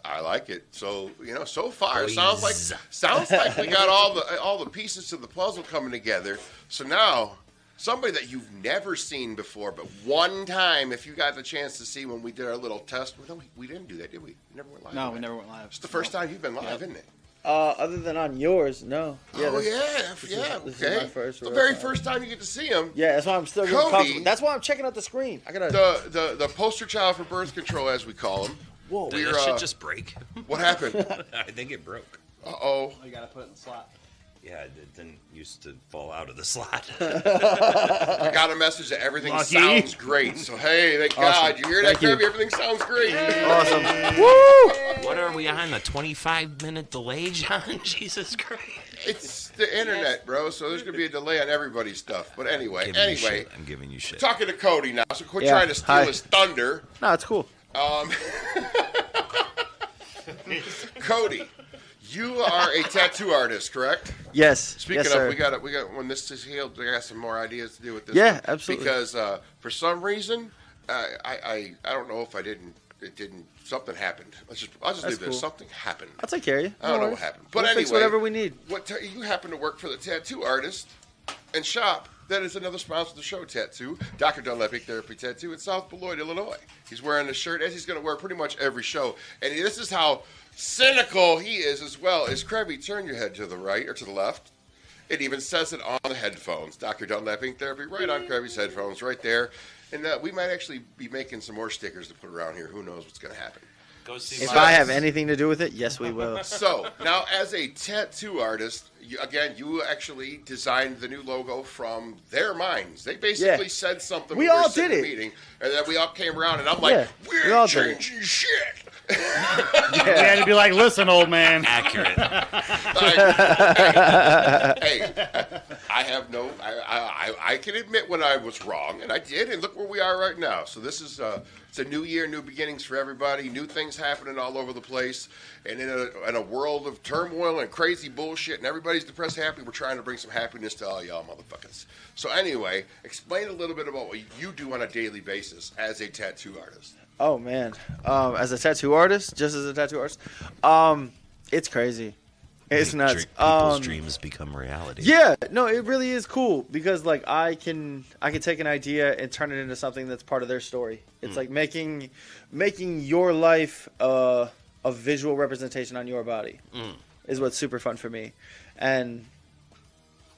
B: I like it. So you know, so far it
C: Boys.
B: sounds like sounds like we got all the all the pieces to the puzzle coming together. So now, somebody that you've never seen before, but one time, if you got the chance to see when we did our little test, well, no, we, we didn't do that, did we? We never went live.
D: No,
B: on
D: we
B: that.
D: never went live.
B: It's the first time you've been live, isn't it?
E: Uh, other than on yours, no. Yeah,
B: oh
E: that's-
B: yeah,
E: this is-
B: yeah.
E: this is
B: okay,
E: my first
B: the
E: real
B: very
E: time.
B: first time you get to see him.
E: Yeah, that's why I'm still
B: Cody.
E: getting comfortable. That's why I'm checking out the screen. I gotta.
B: The, the the poster child for birth control, as we call him.
E: whoa.
C: did
B: We're,
C: that shit
B: uh,
C: just break?
B: What happened? uh
C: I think it broke.
B: oh.
D: You gotta put it in the slot.
C: Yeah, it didn't used to fall out of the slot.
B: I got a message that everything
D: Lucky.
B: sounds great. So hey, thank God you hear that,
F: Thank you.
B: Kirby? Everything sounds great.
F: Awesome. Woo!
C: What are we on? A 25 minute delay, John? Jesus Christ.
B: It's the internet, bro. So there's gonna be a delay on everybody's stuff. But anyway, anyway,
C: I'm giving you shit.
B: talking to Cody now. So quit
F: Yeah,
B: trying to steal
F: hi.
B: his thunder,
F: No, it's cool.
B: Cody. You are a tattoo artist, correct?
F: Yes.
B: Speaking
F: yes,
B: of,
F: sir.
B: we got to we got when this is healed, I got some more ideas to do with this.
F: Yeah,
B: one.
F: absolutely.
B: Because uh, for some reason, uh, I, I I don't know if I didn't it didn't something happened. Let's just I'll just
F: That's
B: leave this.
F: cool.
B: Something happened.
F: I'll take care of you.
B: I don't
F: No
B: know what
F: worries.
B: happened. But
F: We'll
B: anyway,
F: fix whatever we need.
B: What t- you happen to work for the tattoo artist and shop that is another sponsor of the show, Tattoo, Dr. Dunlepic Therapy Tattoo in South Beloit, Illinois. He's wearing the shirt as he's going to wear pretty much every show. And this is how cynical he is as well. Is Krabby, turn your head to the right or to the left. It even says it on the headphones. Dr. Dunlepping Therapy, right on Krabby's headphones, right there. And uh, we might actually be making some more stickers to put around here. Who knows what's going to happen?
C: Go see
F: If
C: my
F: I have anything to do with it, yes, we will.
B: So now, as a tattoo artist, you, again, you actually designed the new logo from their minds. They basically
F: Yeah.
B: said something.
F: We
B: when were
F: all
B: sitting in
F: did
B: the
F: it.
B: meeting, and then we all came around, and I'm like,
F: Yeah,
B: "We're
F: we all did it."
B: changing shit."
D: Yeah, to be like, listen, old man.
C: accurate.
B: I- hey, I have no. I, I I- I can admit when I was wrong, and I did. And look where we are right now. So this is uh, it's a new year, new beginnings for everybody. New things happening all over the place, and in a in a world of turmoil and crazy bullshit, and everybody's depressed, happy. We're trying to bring some happiness to all y'all motherfuckers. So anyway, explain a little bit about what you do on a daily basis as a tattoo artist.
F: Oh man, um, as a tattoo artist, just as a tattoo artist, um, it's crazy. It's
C: Dr-
F: nuts.
C: People's
F: Um,
C: dreams become reality.
F: yeah, no, it really is cool because like I can I can take an idea and turn it into something that's part of their story. It's like making making your life uh, a visual representation on your body is what's super fun for me, and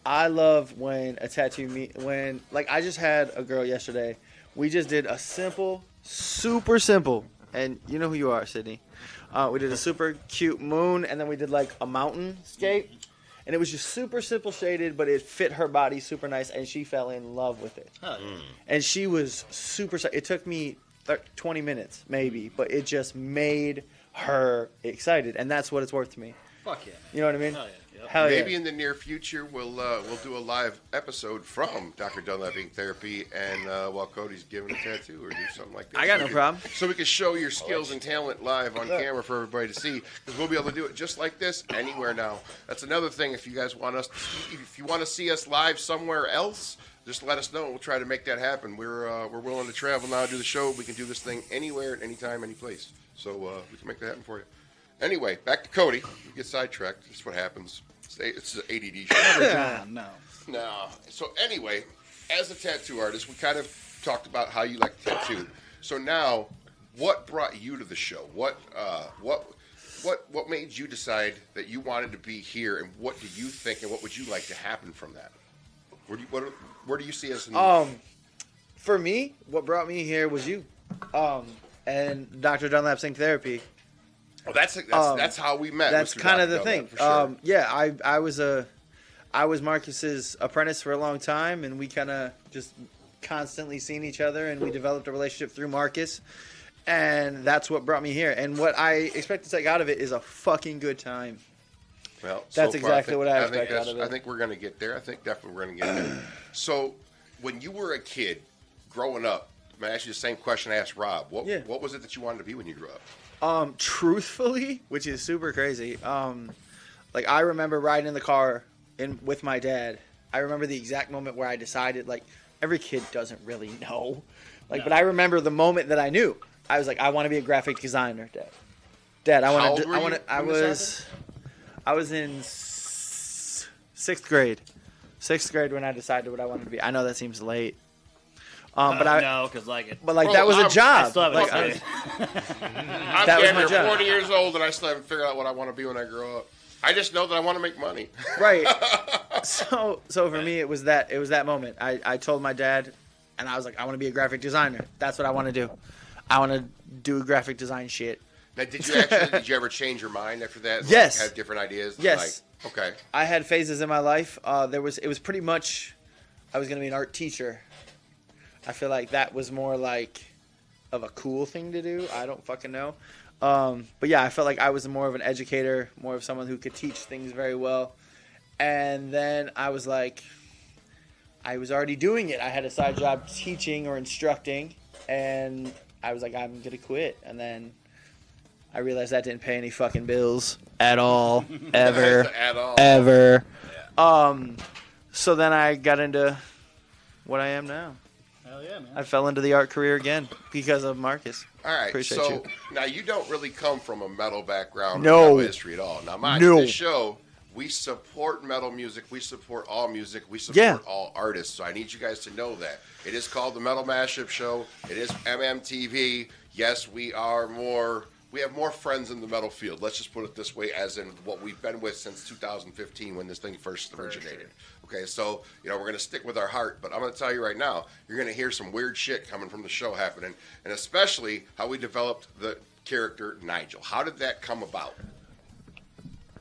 F: I love when a tattoo me when like I just had a girl yesterday. We just did a simple, super simple, and you know who you are, Sydney. Uh, we did a super cute moon, and then we did like a mountain scape, and it was just super simple shaded, but it fit her body super nice, and she fell in love with it.
B: Mm.
F: And she was super. It took me thir- twenty minutes maybe, but it just made her excited, and that's what it's worth to me.
I: Fuck yeah.
F: You know what I mean?
I: Hell yeah, yep.
F: Hell yeah.
B: Maybe in the near future, we'll uh, we'll do a live episode from Dr. Dunleaving Therapy, and uh, while Cody's giving a tattoo or do something like that.
F: I got
B: So
F: no
B: we
F: problem.
B: Can, so we can show your skills and talent live on
F: Yeah.
B: camera for everybody to see, because we'll be able to do it just like this anywhere now. That's another thing. If you guys want us, if you want to see us live somewhere else. Just let us know. We'll try to make that happen. We're uh, we're willing to travel now, do the show. We can do this thing anywhere, at any time, any place. So uh, we can make that happen for you. Anyway, back to Cody. You get sidetracked. That's what happens. It's, a, it's an ADD show.
J: Ah, no.
B: No. So anyway, as a tattoo artist, we kind of talked about how you like to tattoo. So now, what brought you to the show? What uh, what what what made you decide that you wanted to be here? And what do you think? And what would you like to happen from that? Where do you, what, where do you see us? In,
F: Um, for me, what brought me here was you, um, and Dr. Dunlap Sync Therapy.
B: oh, that's that's,
F: um,
B: that's how we met.
F: That's
B: Mr.
F: kind of
B: Dr.
F: the
B: Dunlap, for
F: thing.
B: sure.
F: Um, yeah, I I was a I was Marcus's apprentice for a long time, and we kind of just constantly seen each other, and we developed a relationship through Marcus, and that's what brought me here. And what I expect to take out of it is a fucking good time.
B: Well,
F: That's
B: so
F: exactly
B: think-
F: what I
B: think
F: expect out
B: that's-
F: of it.
B: I think we're going to get there. I think definitely we're going to get there. So, when you were a kid growing up, I'm going to ask you the same question I asked Rob. What,
F: Yeah.
B: what was it that you wanted to be when you grew up?
F: Um, truthfully, which is super crazy. Um, like I remember riding in the car in with my dad. I remember the exact moment where I decided. Like every kid doesn't really know. Like, but I remember the moment that I knew. I was like, I want to be a graphic designer, Dad. Dad, I
B: How
F: want
B: old
F: to.
B: were
F: I
B: you
F: want to. I
B: when this
F: was. I was in s- sixth grade. Sixth grade when I decided what I wanted to be. I know that seems late. Um, but I.
D: no, because like it.
F: But like
B: Uh, Bro,
F: that was
B: I'm-
F: a
B: I
F: job.
D: still haven't
F: Like, I
D: decided.
F: was-
B: I'm
F: That was
B: damn
F: my
B: near
F: job.
B: 40 years old and I still haven't figured out what I want to be when I grow up. I just know that I want to make money.
F: right so so for me it was that it was that moment i i told my dad and i was like i want to be a graphic designer that's what i want to do i want to do graphic design shit
B: now, did you actually, did you ever change your mind after that? Like,
F: Yes.
B: Have different ideas?
F: Yes.
B: Like, okay.
F: i had phases in my life uh there was it was pretty much i was gonna be an art teacher i feel like that was more like of a cool thing to do i don't fucking know um but yeah i felt like i was more of an educator more of someone who could teach things very well and then i was like I was already doing it. I had a side job teaching or instructing, and I was like, I'm gonna quit. And then I realized that didn't pay any fucking bills at all, ever,
B: At all.
F: ever. Um, so then I got into what I am now.
J: Hell yeah, man.
F: I fell into the art career again because of Marcus.
B: All right,
F: Appreciate
B: so
F: you.
B: now you don't really come from a metal background, or
F: No.
B: metal history at all. Now, my
F: No.
B: this show We support metal music. We support all music. We support
F: Yeah.
B: all artists. So I need you guys to know that. It is called the Metal Mashup Show. It is MMTV. Yes, we are more. We have more friends in the metal field. Let's just put it this way, as in what we've been with since 2015 when this thing first originated. Okay, so you know we're gonna stick with our heart, but I'm gonna tell you right now, you're gonna hear some weird shit coming from the show happening, and especially how we developed the character Nigel. How did that come about?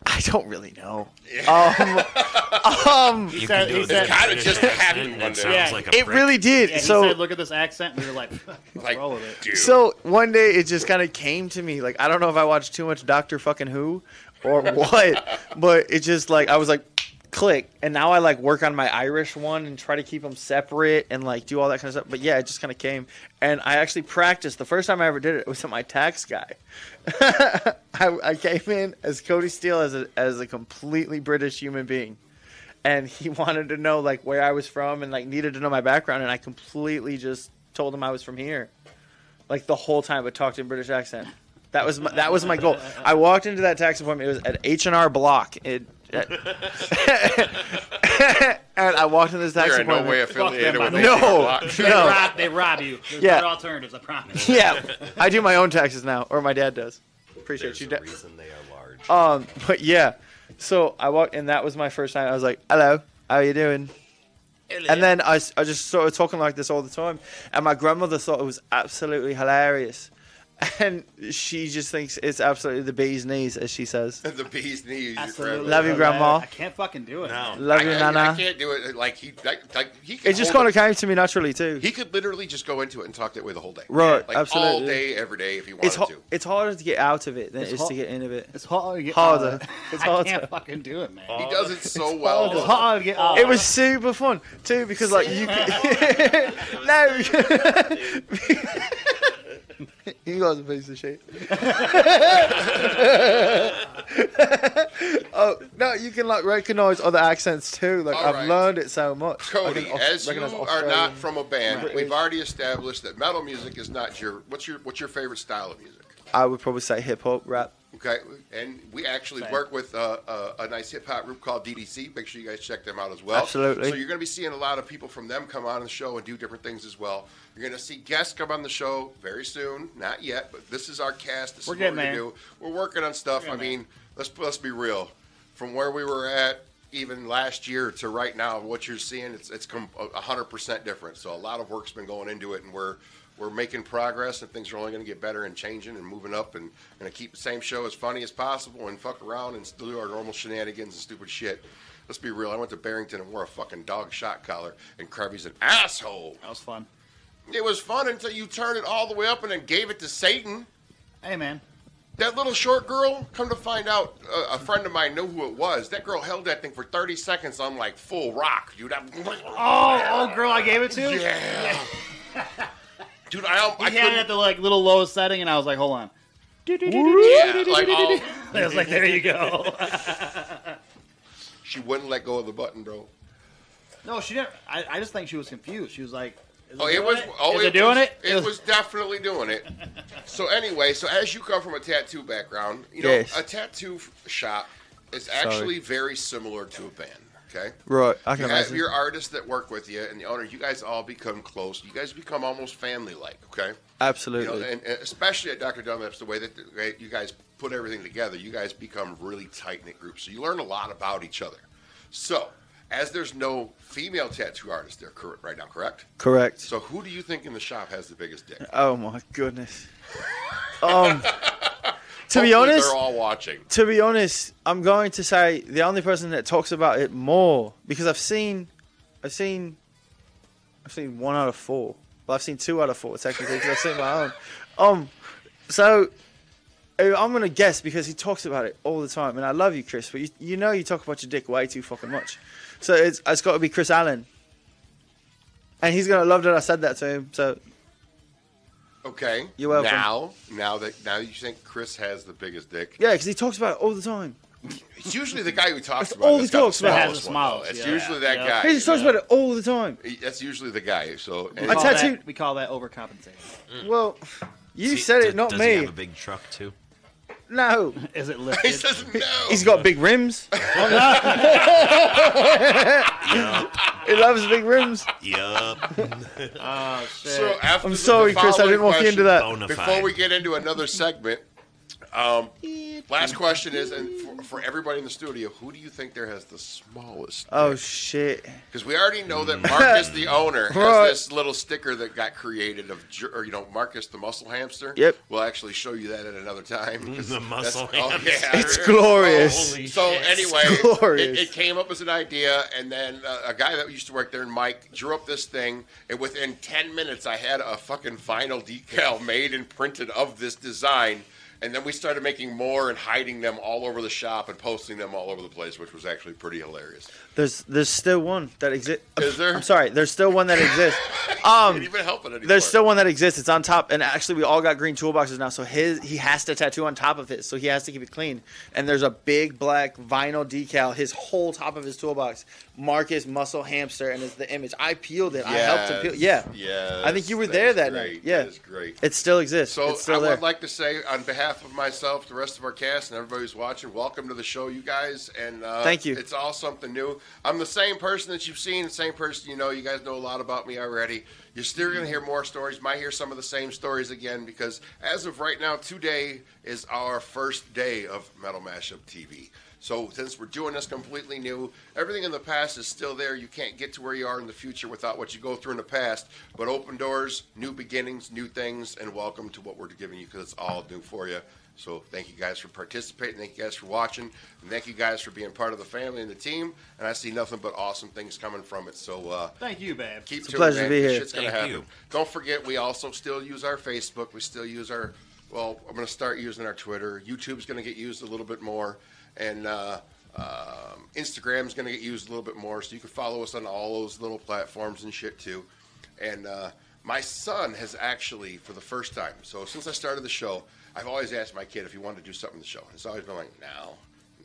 F: I don't really know. Um,
C: You
D: said-
C: can do
D: he
C: it.
D: said-
C: in
B: Kinda
C: British
B: just
C: accent,
B: happened one
C: That
B: day.
C: sounds
D: Yeah.
C: like a
F: It
C: prick.
F: really did.
D: Yeah, he
F: so
D: said, "Look at this accent." We were like,
B: Like,
D: "Roll with it."
B: dude,
F: So one day it just kind of came to me. Like I don't know if I watched too much Doctor Fucking Who or what, but it just like I was like click, and now I like work on my Irish one and try to keep them separate and like do all that kind of stuff. But yeah, it just kind of came, and I actually practiced. The first time I ever did it, it was at my tax guy. I, I came in as Cody Steele as a as a completely British human being. And he wanted to know like where I was from and like needed to know my background and I completely just told him I was from here like the whole time, but talked in British accent. That was my, that was my goal. I walked into that tax appointment. It was at H and R Block. It, and I walked into this tax
B: They're in no
F: appointment.
B: way affiliated with
F: No.
B: Asian Bloc.
D: They
F: No.
D: rob, they rob you. There's
F: Yeah.
D: better alternatives, I promise.
F: yeah, I do my own taxes now, or my dad does. Appreciate
C: There's
F: you,
C: a
F: dad.
C: reason they are large.
F: Um, but yeah, so I walked, and that was my first time. I was like, "Hello, how you doing?" And then I, s- I just started talking like this all the time, and my grandmother thought it was absolutely hilarious, and she just thinks it's absolutely the bee's knees, as she says.
B: the bee's knees.
D: Absolutely.
F: Love you, Grandma.
D: I can't fucking do it.
C: No.
F: Love you,
B: I,
F: Nana.
B: I can't do it. Like he, like, like he. Could
F: It just
B: hold
F: kind
B: a-
F: of came to me naturally too.
B: He could literally just go into it and talk that way the whole day.
F: Right,
B: like all
F: absolutely.
B: day, every day, if he wanted
F: it's ho-
B: to.
F: it's harder to get out of it than it's
D: ho-
F: to get into it.
D: It's hard. to get
F: Harder.
D: out of it.
F: It's
D: I
F: harder.
D: can't fucking do it, man.
B: He does it so well.
D: It's hard to get out.
F: It was super fun too because like you could- no you guys are a piece of shit. oh no, you can like recognize other accents too. Like
B: All
F: I've
B: right.
F: learned it so much. I
B: Cody,
F: can off-
B: as you
F: recognize
B: are
F: Australian-
B: not from a band,
F: Right.
B: we've already established that metal music is not your. What's your What's your favorite style of music?
F: I would probably say hip hop rap.
B: Okay, and we actually work with uh, uh, a nice hip hop group called DDC. Make sure you guys check them out as well.
F: Absolutely.
B: So you're going to be seeing a lot of people from them come on the show and do different things as well. You're going to see guests come on the show very soon. Not yet, but this is our cast. This
D: We're
B: is what we're
D: getting
B: going to
D: there.
B: do. We're working on stuff. I mean, let's let's be real. From where we were at even last year to right now, what you're seeing, it's it's com- a a hundred percent different. So a lot of work's been going into it, and we're we're making progress, and things are only going to get better and changing and moving up, and going to keep the same show as funny as possible, and fuck around and still do our normal shenanigans and stupid shit. Let's be real. I went to Barrington and wore a fucking dog shot collar, and Kirby's an asshole.
D: That was fun.
B: It was fun until you turned it all the way up and then gave it to Satan.
D: Hey, man.
B: That little short girl, come to find out, uh, a, a friend of mine knew who it was. That girl held that thing for 30 seconds on like full rock, dude. I'm,
D: Oh, oh, girl, I gave it to. He
B: yeah. dude, I, I
D: had it at
B: couldn't.
D: the like little lowest setting, and I was like, "Hold on."
B: Yeah, like, oh. all,
D: I was like, "There you go."
B: she wouldn't let go of the button, bro.
D: No, she didn't. I, I just think she was confused. She was like, is
B: Oh,
D: doing
B: it was. Oh,
D: Is it doing
B: was,
D: it?
B: It was definitely doing it. So anyway, so as you come from a tattoo background, you know,
F: Yes.
B: a tattoo f- shop is actually very similar to a band. Okay.
F: Right, I
B: You
F: can
B: have
F: imagine.
B: your artists that work with you and the owner. You guys all become close. You guys become almost family-like. Okay. You know,
F: Absolutely.
B: and, and especially at Dr. Dunlap's, the way that the, way you guys put everything together, you guys become really tight knit groups. So you learn a lot about each other. So, as there's no female tattoo artist there cor- right now, correct?
F: Correct.
B: So, who do you think in the shop has the biggest dick?
F: Oh my goodness. Um, to be
B: Hopefully
F: honest,
B: they're all watching.
F: to be honest, I'm going to say the only person that talks about it more because I've seen, I've seen, I've seen one out of four. Well, I've seen two out of four technically because I've seen my own. Um, so uh, I'm gonna guess because he talks about it all the time, and I love you, Chris, but you, you know you talk about your dick way too fucking much. So it's it's got to be Chris Allen, and he's gonna love that I said that to him. So
B: Okay.
F: You're welcome.
B: Now, now that now you think Chris has the biggest dick,
F: yeah, because he talks about it all the time.
B: it's usually the guy who talks
F: That's
B: about
F: all
B: it.
F: he
B: that's got the
F: talks about.
B: smallest one, though.
D: Has the
B: It's
D: smallest,
B: usually
D: yeah.
B: that
D: Yeah.
F: He
B: guy.
F: just talks about it all the time.
B: That's usually the guy. So, and-
F: I
D: We call that-
F: tattooed-
D: we call that overcompensating.
F: Well, you
C: See,
F: said
C: d-
F: it, not
C: does
F: me.
C: He have a big truck too.
F: No.
D: Is it
B: He
D: lifted?
B: says no.
F: He's got big rims. he loves big rims.
K: Yup.
D: Oh,
B: so after
F: I'm
B: the-
F: sorry,
B: the
F: Chris. I didn't
B: following
F: want you into
B: question-
F: that.
K: Bona
B: Before
K: fide.
B: we get into another segment, um, last question is, and for, for everybody in the studio, who do you think there has the smallest?
F: Oh shit.
B: Because we already know that Marcus, the owner,
F: Right.
B: has this little sticker that got created of, Jer- or you know, Marcus the muscle hamster.
F: Yep.
B: We'll actually show you that at another time. 'cause
K: The
B: that's- oh,
K: muscle
B: yeah.
F: It's glorious.
K: Holy
B: So
K: shit.
B: anyway, it,
F: glorious.
B: it came up as an idea, and then uh, a guy that used to work there, Mike, drew up this thing, and within ten minutes, I had a fucking vinyl decal made and printed of this design, and then we started making more and hiding them all over the shop and posting them all over the place, which was actually pretty hilarious.
F: There's there's still one that exists.
B: Is there?
F: I'm sorry. There's still one that exists.
B: Can't
F: Um,
B: even help it anymore.
F: there's still one that exists. It's on top, and actually we all got green toolboxes now. So his he has to tattoo on top of his, so he has to keep it clean. And there's a big black vinyl decal, his whole top of his toolbox. Marcus Muscle Hamster, and it's the image. I peeled it. I helped him peel. Yeah,
B: Yeah.
F: I think you were there that night. Yeah.
B: That is great.
F: it still exists.
B: So
F: it's still
B: I
F: there.
B: would like to say, on behalf of myself, the rest of our cast, and everybody who's watching, welcome to the show, you guys. And uh,
F: Thank you.
B: It's all something new. I'm the same person that you've seen, the same person you know. You guys know a lot about me already. You're still going to hear more stories. Might hear some of the same stories again because as of right now, today is our first day of Metal Mashup TV. So since we're doing this completely new, everything in the past is still there. You can't get to where you are in the future without what you go through in the past. But open doors, new beginnings, new things, and welcome to what we're giving you because it's all new for you. So thank you guys for participating. Thank you guys for watching. And thank you guys for being part of the family and the team. And I see nothing but awesome things coming from it. So uh,
D: Thank you, babe.
B: keep
F: It's a
B: to
F: pleasure
B: it, man.
F: to be
B: This
F: here.
B: Shit's gonna
K: Thank
B: happen.
K: you.
B: Don't forget, we also still use our Facebook. We still use our. Well, I'm gonna start using our Twitter. YouTube's gonna get used a little bit more, and uh, um, Instagram's gonna get used a little bit more. So you can follow us on all those little platforms and shit too. And uh, my son has actually, for the first time, so since I started the show, I've always asked my kid if he wanted to do something in the show. And it's always been like, no,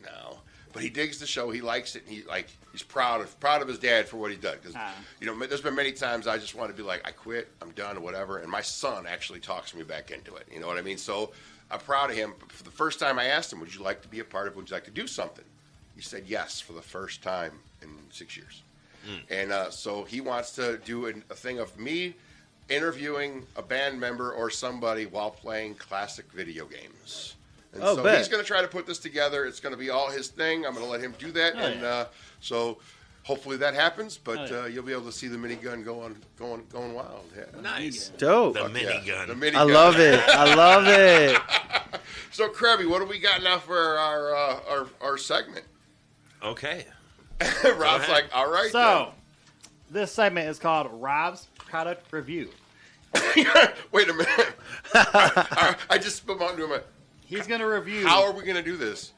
B: no, but he digs the show. He likes it. And he like he's proud of proud of his dad for what he did. Because
F: Ah.
B: you know, there's been many times I just want to be like, I quit, I'm done, or whatever. And my son actually talks me back into it. You know what I mean? So I'm proud of him. But for the first time, I asked him, "Would you like to be a part of? it? Would you like to do something?" He said yes for the first time in six years. And uh, so he wants to do an, a thing of me interviewing a band member or somebody while playing classic video games. And
F: Oh,
B: so
F: bet.
B: he's going to try to put this together. It's going to be all his thing. I'm going to let him do
F: Oh,
B: that. and uh, so hopefully that happens, but uh, you'll be able to see the minigun going going going wild. Yeah.
K: Nice.
F: Dope.
K: The
B: Yeah,
K: minigun.
B: the minigun.
F: I love it. I love it.
B: So Krabby, what do we got now for our uh, our, our segment?
K: okay.
B: Rob's like, all right.
D: So, this segment is called Rob's Product Review.
B: then. wait a minute. I, I just spilled onto him.
D: He's going to review.
B: How are we going to do this?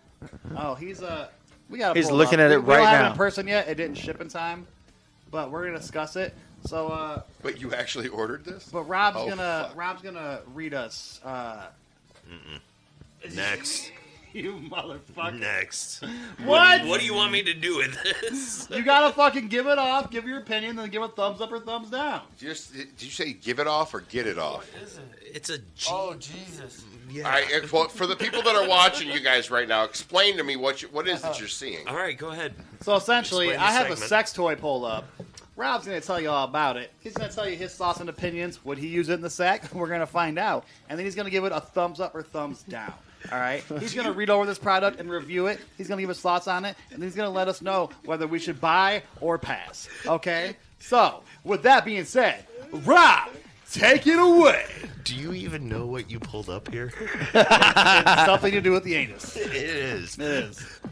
D: Oh, he's Uh, we got.
F: He's looking at it
D: we, We
F: right
D: don't have it
F: now.
D: in person yet. It didn't ship in time, but we're gonna discuss it. So, uh,
B: But you actually ordered this?
D: but Rob's
B: Oh,
D: gonna
B: fuck.
D: Rob's gonna read us. Uh,
K: Next.
D: you motherfucker!
K: Next.
D: What?
K: What do you want me to do with this?
D: You gotta fucking give it off. Give your opinion, then give a thumbs up or thumbs down.
B: Just, did you say give it off or get it off?
K: It's a G.
L: Jesus!
K: yeah.
B: All right, uh, well, for the people that are watching you guys right now, explain to me what you, what is it you're seeing.
K: All right, go ahead.
D: So essentially,
K: Explain the
D: I have a
K: segment.
D: sex toy pull up. Rob's gonna tell you all about it. He's gonna tell you his thoughts and opinions. Would he use it in the sack? We're gonna find out, and then he's gonna give it a thumbs up or thumbs down. All right. He's gonna read over this product and review it. He's gonna give his thoughts on it, and then he's gonna let us know whether we should buy or pass. Okay. So with that being said, Rob, take it away.
C: Do you even know what you pulled up here?
D: Something to do with the anus. It
C: It is. Uh,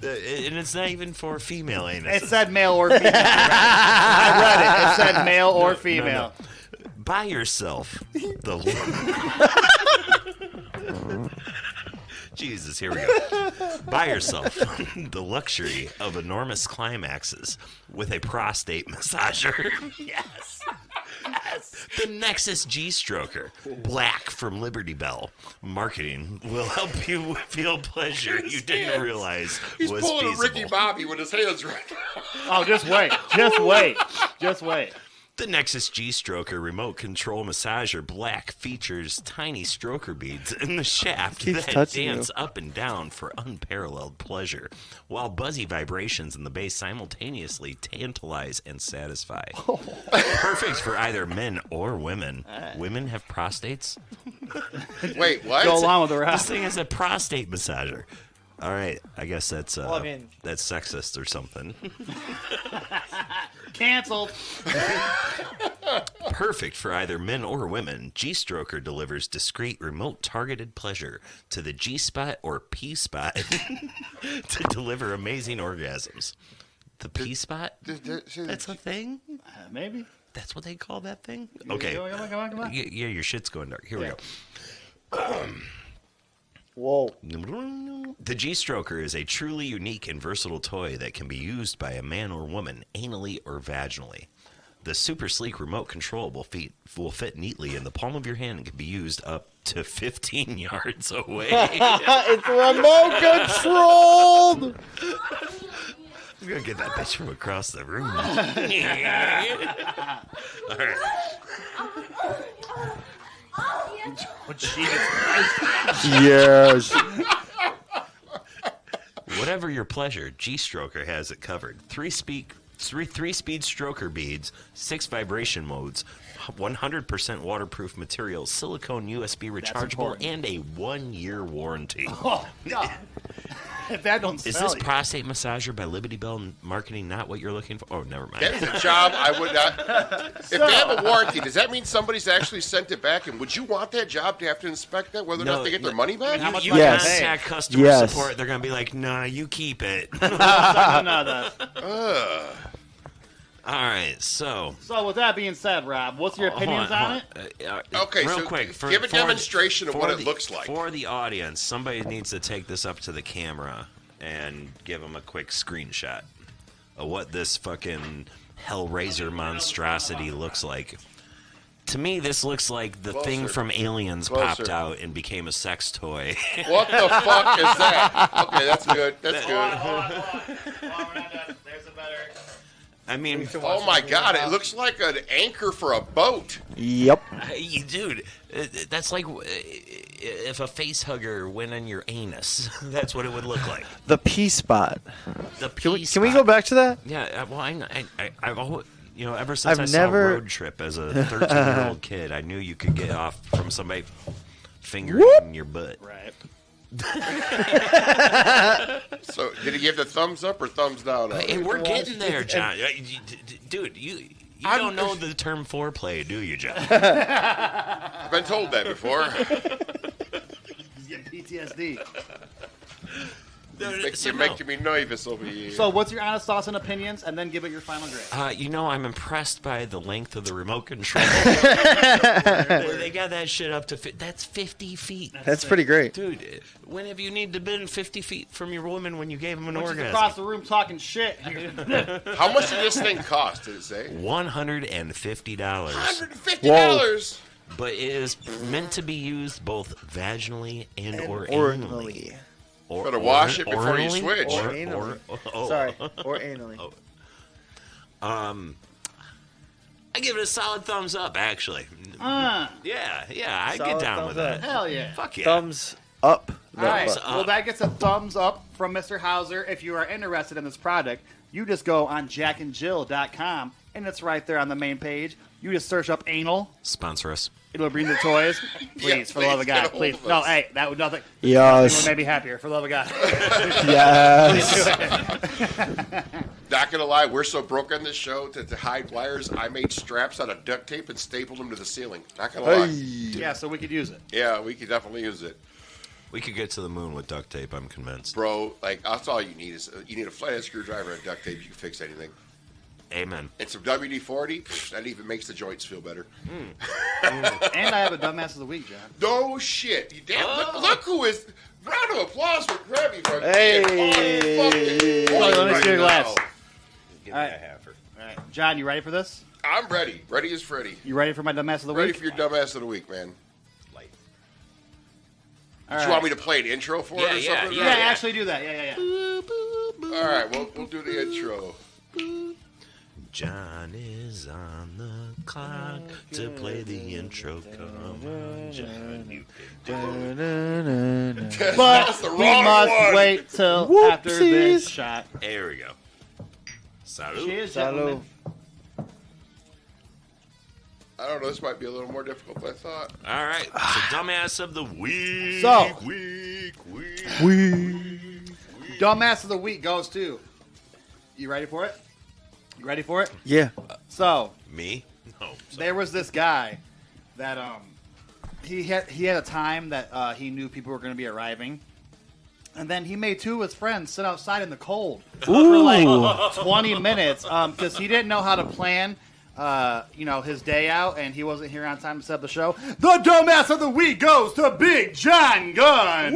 D: is.
C: And it's not even for female
D: It
C: anus.
D: said male or female. I read it. It said male or female.
C: Buy yourself the Jesus, here we go. Buy yourself the luxury of enormous climaxes with a prostate massager. Yes. yes. The Nexus G Stroker, black from Liberty Bell. Marketing will help you feel pleasure you didn't realize
B: He's
C: was
B: pulling a
C: feasible.
B: Ricky Bobby with his hands right now.
D: Oh, just wait. Just wait. Just wait.
C: The Nexus G Stroker remote control massager black features tiny stroker beads in the shaft
F: Keeps
C: that
F: touching
C: dance
F: you.
C: up and down for unparalleled pleasure, while buzzy vibrations in the bass simultaneously tantalize and satisfy. Perfect for either men or women. Women have prostates?
B: Wait, what?
D: Go along with the
C: This
D: rest.
C: thing is a prostate massager. All right, I guess that's uh,
M: I mean-
C: that's sexist or something.
D: Canceled.
C: Perfect for either men or women, G Stroker delivers discreet remote targeted pleasure to the G spot or P spot to deliver amazing orgasms. The P spot?
B: Th- th- see,
C: That's a thing?
D: Uh, maybe.
C: That's what they call that thing? Okay.
D: Come on, come on, come on, come on.
C: Y- Yeah, your shit's going dark. Here we go.
M: Whoa.
C: The G Stroker is a truly unique and versatile toy that can be used by a man or woman anally or vaginally. The super sleek remote control will fit, will fit neatly in the palm of your hand and can be used up to 15 yards away.
M: It's remote controlled.
C: I'm gonna get that bitch from across the room. All right.
F: Yes.
C: Whatever your pleasure, G Stroker has it covered. Three speak. Three, three speed stroker beads, six vibration modes, 100% waterproof material, silicone USB rechargeable,
D: important.
C: and a one year warranty.
D: If that don't
C: Is
D: sell
C: this
D: you.
C: prostate massager by Liberty Bell Marketing not what you're looking for? Oh, never
B: That's
C: mind.
B: a job I would not. If they have a warranty, does that mean somebody's actually sent it back? And would you want that job to have to inspect that, whether or
C: No,
B: not they get their
C: no.
B: money back?
C: You, you
F: Yes.
C: contact customer
F: Yes.
C: support, they're going to be like, nah, you keep it.
D: no, no, no.
C: All right, so
D: So with that being said, Rob, what's your
C: Hold
D: opinions on, it?
C: hold on. Uh, uh,
B: Okay,
C: real
B: so
C: quick,
B: give
C: for,
B: a
C: for the-
B: demonstration of
C: for
B: what it
C: the-
B: looks like.
C: for the audience. Somebody needs to take this up to the camera and give them a quick screenshot of what this fucking Hellraiser monstrosity looks like. To me, this looks like the thing
B: Closer.
C: from Aliens popped
B: Closer.
C: out and became a sex toy.
B: What the fuck is that? Okay, that's good. That's good.
D: There's a better.
C: I mean,
B: Oh my god, it looks like an anchor for a boat.
F: Yep.
C: you- dude, uh, that's like uh, if a face hugger went in your anus. That's what it would look like.
F: The P spot.
C: The
F: Can we,
C: pea
F: can we
C: spot.
F: go back to that?
C: Yeah, uh, well, I, I, I, I've always, you know, ever since
F: I've
C: i
F: never-
C: saw Road Trip as a 13 year old kid, I knew you could get off from somebody fingering
F: Whoop.
C: your butt.
D: Right.
B: So, did he give the thumbs up or thumbs down? on it?
C: And we're getting there, John. Uh, you- d- d- Dude, you you
B: I'm-
C: don't know the term foreplay, do you, John?
B: I've been told that before.
D: He's getting PTSD.
B: Make-
C: So
B: You're
C: no.
B: making me nervous over here.
D: So what's your honest thoughts and opinions, and then give it your final grade.
C: Uh, you know, I'm impressed by the length of the remote control. they they got that shit up to fi- that's 50 feet,
F: That's pretty great.
C: dude. When have you need to been 50 feet from your woman when you gave him an
D: Which
C: orgasm?
D: is across the room talking shit.
B: How much did this thing cost? Did it say?
C: One hundred and fifty dollars,
B: Hundred and fifty dollars.
C: but it is meant to be used both vaginally and, or anally.
F: Orally.
C: Or,
B: Better wash it before you
C: orally?
B: switch.
C: Or,
B: Or
C: or,
F: anally.
C: oh,
M: Sorry, or anally.
C: I give it a solid thumbs up, actually.
D: Uh,
C: Yeah, yeah, I get
M: Solid
C: down with
M: thumbs
C: that.
D: hell yeah.
C: Fuck yeah.
F: Thumbs up.
D: All right.
F: Thumbs
D: Well, that gets a thumbs up from Mr. Hauser. If you are interested in this product, you just go on jackandjill.com, and it's right there on the main page. You just search up anal.
C: Sponsor us.
D: It'll bring the toys. Please, for the love
B: please
D: of God,
B: get a
D: please.
B: hold of
D: No,
B: us.
D: hey, that would nothing. It
F: Yes.
D: made me happier, for the love of God.
F: Yes.
B: Not gonna lie, we're so broke on this show that to hide wires, I made straps out of duct tape and stapled them to the ceiling. Not gonna lie.
D: yeah, so we could use it.
B: Yeah, we could definitely use it,
C: We could get to the moon with duct tape. I'm convinced.
B: bro. Like that's all you need is uh, you need a flathead screwdriver and duct tape. You can fix anything.
C: Amen.
B: And some WD forty. That even makes the joints feel better.
D: And I have a dumbass of the week, John.
B: No shit. You damn.
D: Oh.
B: Look, look who is. Round of applause for Krabby for
F: Hey.
B: being on fucking point
D: let me
B: right
D: see your glass.
B: now.
C: Give
D: All
C: me
D: right.
C: a halfer.
D: All right. John, you ready for this?
B: I'm ready. Ready as Freddy.
D: You ready for my dumbass of the
B: Ready
D: week?
B: for your dumbass of the week, man.
C: Light.
B: Do
D: All right.
B: you want me to play an intro for it or
C: Yeah, yeah,
B: something?
D: yeah, actually do that. Yeah, yeah, yeah.
B: All right, we'll, we'll do the intro.
C: John is on the clock to play the intro. Come on, John, you can do
D: But
B: That's the
D: we
B: wrong
D: must
B: one.
D: wait till after this
F: Whoopsies.
D: shot.
C: it. There we go. Salud.
D: Cheers, gentlemen.
B: I don't know. This might be a little more difficult than I thought.
C: All right, so dumbass of the week.
D: Ah. So-
C: week, week.
D: Dumbass of the week goes to. You ready for it? You ready for it?
F: Yeah.
D: So
C: Me? No. So-
D: there was this guy that um he had he had a time that uh, he knew people were going to be arriving, and then he made two of his friends sit outside in the cold for like twenty minutes because he didn't know how to plan. Uh, you know his day out, and he wasn't here on time to set up the show. The dumbass of the week goes to Big John Gunn.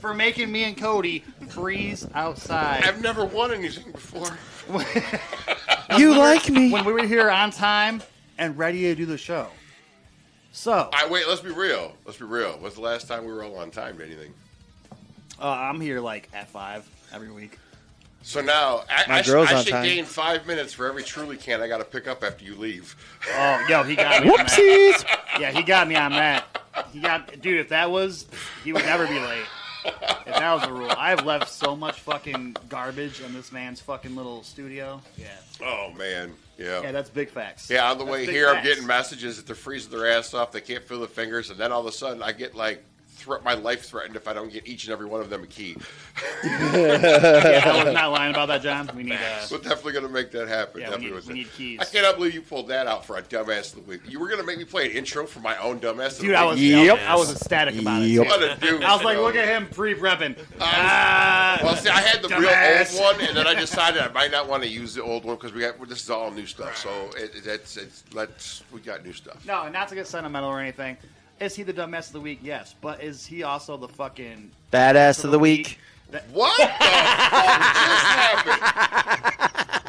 D: for making me and Cody freeze outside
B: I've never won anything before.
F: You like me.
D: when we were here on time and ready to do the show. So
B: I wait. Let's be real. Let's be real. When's the last time we were all on time to anything?
D: Uh, I'm here like at five every week.
B: So now I,
F: My
B: I, sh-
F: girl's
B: I
F: on
B: should
F: time.
B: gain five minutes for every truly can I got to pick up after you leave.
D: Oh, yo, he got me. on that.
F: Whoopsies.
D: Yeah, he got me on that. He got, dude. If that was, he would never be late. If that was the rule, I've left so much fucking garbage in this man's fucking little studio. Yeah,
B: Oh man, yeah.
D: yeah, that's big facts.
B: Yeah, on the
D: That's
B: way
D: big
B: here, I'm
D: facts.
B: getting messages that they're freezing their ass off. They can't feel the fingers, and then all of a sudden, I get like thre- my life threatened if I don't get each and every one of them a key.
D: Yeah, I was not lying about that, John. We need. Uh,
B: We're definitely gonna make that happen.
D: Yeah, we
B: definitely
D: need-
B: was
D: we
B: it.
D: need keys.
B: I cannot believe you pulled that out for a dumbass of the week. You were gonna make me play an intro for my own dumbass. Of
D: dude,
B: the
D: I
B: week.
D: was.
F: Yep.
D: I was ecstatic about it.
F: Yep.
D: too.
B: What a dude!
D: I was like,
B: you know?
D: look at him pre-repping.
B: Well, see, I had the
D: Dumbass.
B: real old one, and then I decided I might not want to use the old one because we got this is all new stuff. So it, it, it's it's let's we got new stuff.
D: No, and not to get sentimental or anything. Is he the dumbass of the week? Yes, but is he also the fucking
F: Badass of the week.
B: What the fuck just happened?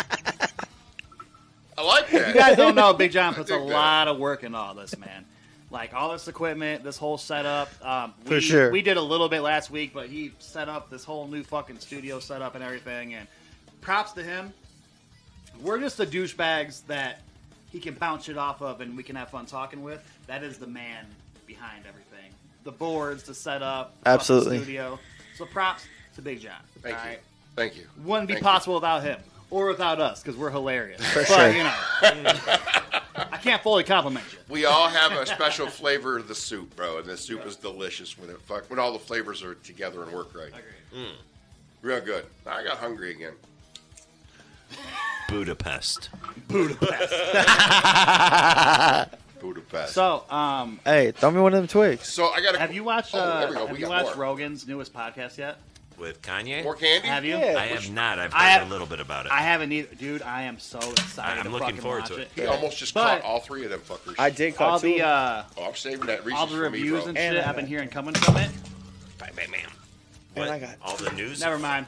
B: I like that.
D: You guys don't know, Big John puts
B: I
D: a
B: dig that.
D: lot of work in all this, man. Like all this equipment, this whole setup. Um, we,
F: For sure.
D: We did a little bit last week, but he set up this whole new fucking studio setup and everything. And props to him. We're just the douchebags that he can bounce it off of, and we can have fun talking with. That is the man behind everything, the boards, the setup, the fucking
F: Absolutely.
D: studio. So props to Big John.
B: Thank
D: all
B: you.
D: right?
B: Thank you.
D: Wouldn't be
B: Thank you.
D: possible without him or without us because we're hilarious. but,
F: sure.
D: you know, I can't fully compliment you.
B: We all have a special flavor of the soup, bro, and the soup is delicious when it fuck when all the flavors are together and work right.
D: Mm.
B: Real good. I got hungry again.
C: Budapest.
B: Budapest. So,
D: So, um,
F: Hey, throw me one of them twigs.
B: so I got.
D: have you watched?
B: Oh,
D: Uh,
B: there we go.
D: have
B: We
D: you
B: got
D: watched
B: more.
D: Rogan's newest podcast yet?
C: With Kanye?
B: More candy.
D: Have you?
F: Yeah.
C: I have not. I've heard
D: I have-
C: a little bit about it.
D: I haven't either, dude. I am so excited.
C: I'm
D: to
C: looking
D: fucking
C: forward
D: watch
C: to it.
B: He almost just caught
D: But-
B: all three of them fuckers.
F: I did call
D: All
F: two.
D: the uh,
B: oh, I'm saving that Reese's
D: all the
B: for me,
D: reviews
B: bro.
D: and
F: And,
D: shit
F: uh,
D: I've been hearing coming from it.
C: Bam, bam, bam.
F: And
C: What?
F: I got-
C: all the news.
D: Never mind.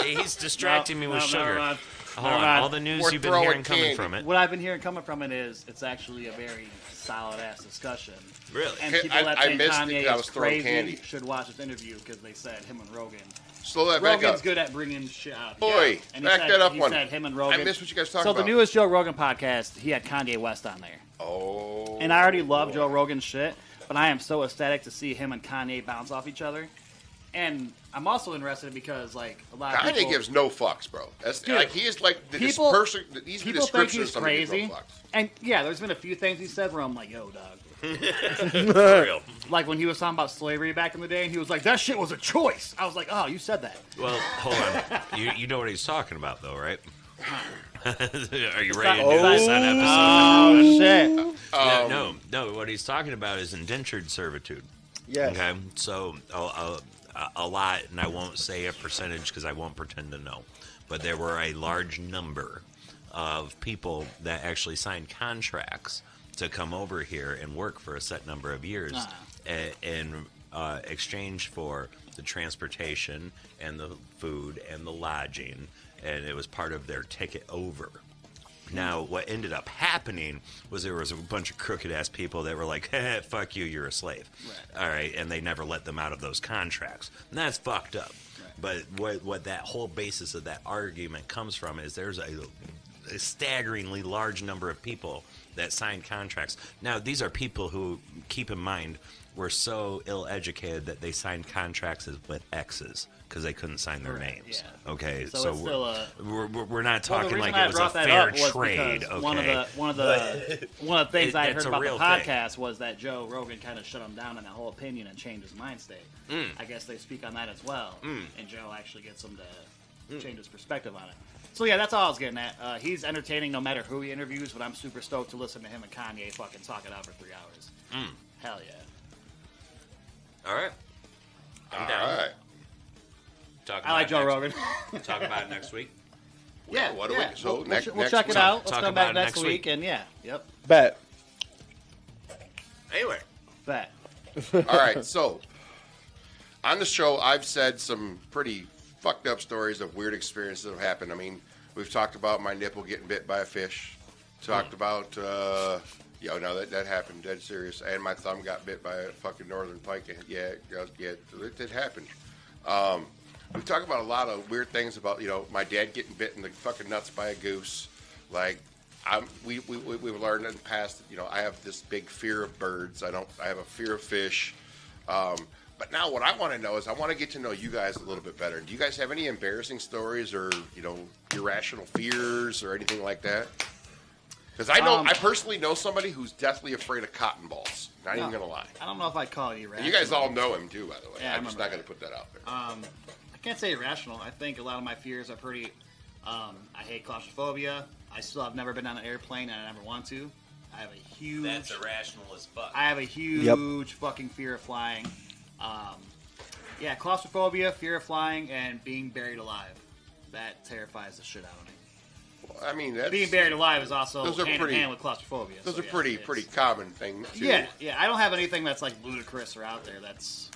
C: Hey, he's distracting
D: No,
C: me with
D: no,
C: sugar.
D: Never mind.
C: Hold
D: Never
C: on.
D: mind.
C: All the news
B: We're
C: you've been hearing
B: throwing
C: coming
B: candy.
C: from it.
D: What I've been hearing coming from it is it's actually a very solid ass discussion.
C: Really?
D: And
B: Hey,
D: people
B: I-
D: that
B: I
D: think
B: missed it
D: Kanye
B: 'cause I
D: is
B: was throwing
D: crazy
B: candy.
D: should watch this interview because they said him and Rogan.
B: Slow that back
D: Rogan's
B: up.
D: good at bringing shit out.
B: Boy,
D: Yeah. And he
B: back
D: said-
B: that up
D: he
B: one.
D: said him and Rogan.
B: I missed what you guys talked
D: So
B: about.
D: the newest Joe Rogan podcast, he had Kanye West on there,
B: Oh.
D: and I already love Joe Rogan's shit, but I am so ecstatic to see him and Kanye bounce off each other. And I'm also interested because like a lot of
B: Kanye
D: people,
B: gives no fucks, bro. That's
D: Dude,
B: like he is like the
D: people-
B: person. He's the
D: people think
B: description of
D: he's
B: somebody who gives
D: crazy.
B: No fucks.
D: And yeah, there's been a few things he said where I'm like, yo, dog.
C: For real.
D: Like when he was talking about slavery back in the day, and he was like, that shit was a choice. I was like, oh, you said that.
C: Well, hold on. You, you know what he's talking about, though, right? Are you
D: not-
C: ready to do this on episode?
D: Oh shit!
C: No,
D: Oh.
C: no, no. What he's talking about is indentured servitude.
F: Yes.
C: Okay, so a, a, a lot, and I won't say a percentage because I won't pretend to know, but there were a large number of people that actually signed contracts to come over here and work for a set number of years a- in uh, exchange for the transportation and the food and the lodging, and it was part of their ticket over. Now, what ended up happening was there was a bunch of crooked ass people that were like, "Heh, "Fuck you, you're a slave." All right, and they never let them out of those contracts. And that's fucked up. But what what that whole basis of that argument comes from is there's a, a staggeringly large number of people that signed contracts. Now, these are people who keep in mind were so ill-educated that they signed contracts as- with X's because they couldn't sign their names. Okay, so,
D: So it's
C: we're,
D: still a-
C: we're, we're we're not
D: Well, the
C: talking
D: reason
C: like it was a fair
D: was
C: trade. Okay,
D: because One of the one of the one of the things
C: It-
D: I
C: it's
D: heard
C: a
D: about the
C: real thing.
D: podcast was that Joe Rogan kind of shut him down on that whole opinion and changed his mind state.
C: Mm.
D: I guess they speak on that as well, and Joe actually gets him to
C: Mm.
D: change his perspective on it. So yeah, that's all I was getting at. Uh, he's entertaining no matter who he interviews, but I'm super stoked to listen to him and Kanye fucking talk it out for three hours.
C: Mm.
D: Hell yeah!
C: all right. I'm
B: All
C: down.
B: right.
C: Talk
D: I like Joe
C: about it
D: Rogan.
C: next- Talk about it next week.
D: yeah,
B: what do we-
D: yeah.
B: so
D: we'll,
B: next-
D: we'll
B: next
D: check
B: week.
D: it out. Let's
C: Talk
D: come
C: about
D: back
C: it
D: next
C: next
D: week,
C: week.
D: and yeah, yep,
F: Bet.
C: Anyway,
D: bet.
B: All right, so on the show, I've said some pretty fucked up stories of weird experiences that have happened. I mean, we've talked about my nipple getting bit by a fish. Talked about, uh, you know, no, that, that happened, dead serious. And my thumb got bit by a fucking northern pike. Yeah, yeah, yeah it, it happened. Um, we talk about a lot of weird things about, you know, my dad getting bit in the fucking nuts by a goose. Like, I'm, we, we, we, we've learned in the past, you know, I have this big fear of birds. I don't, I have a fear of fish. Um, but now what I want to know is I want to get to know you guys a little bit better. Do you guys have any embarrassing stories or, you know, irrational fears or anything like that? Because I know,
D: Um,
B: I personally know somebody who's deathly afraid of cotton balls. Not even going to lie.
D: I don't know if I call you right.
B: And you guys all know him too, by the way.
D: Yeah, I
B: I'm just
D: remember
B: not going
D: that.
B: to put that out there.
D: Um, I can't say irrational. I think a lot of my fears are pretty. Um, I hate claustrophobia. I still have never been on an airplane, and I never want to. I have a huge.
C: that's irrational as fuck.
D: I have a huge fucking fear of flying. Um, yeah, claustrophobia, fear of flying, and being buried alive. That terrifies the shit out of me.
B: I mean, that's,
D: Uh, Being buried alive is also
B: Those are
D: hand
B: pretty-
D: in hand with claustrophobia.
B: those
D: so
B: are
D: yeah,
B: pretty
D: it's-
B: pretty common things too.
D: Yeah, yeah. I don't have anything that's like ludicrous or out there. That's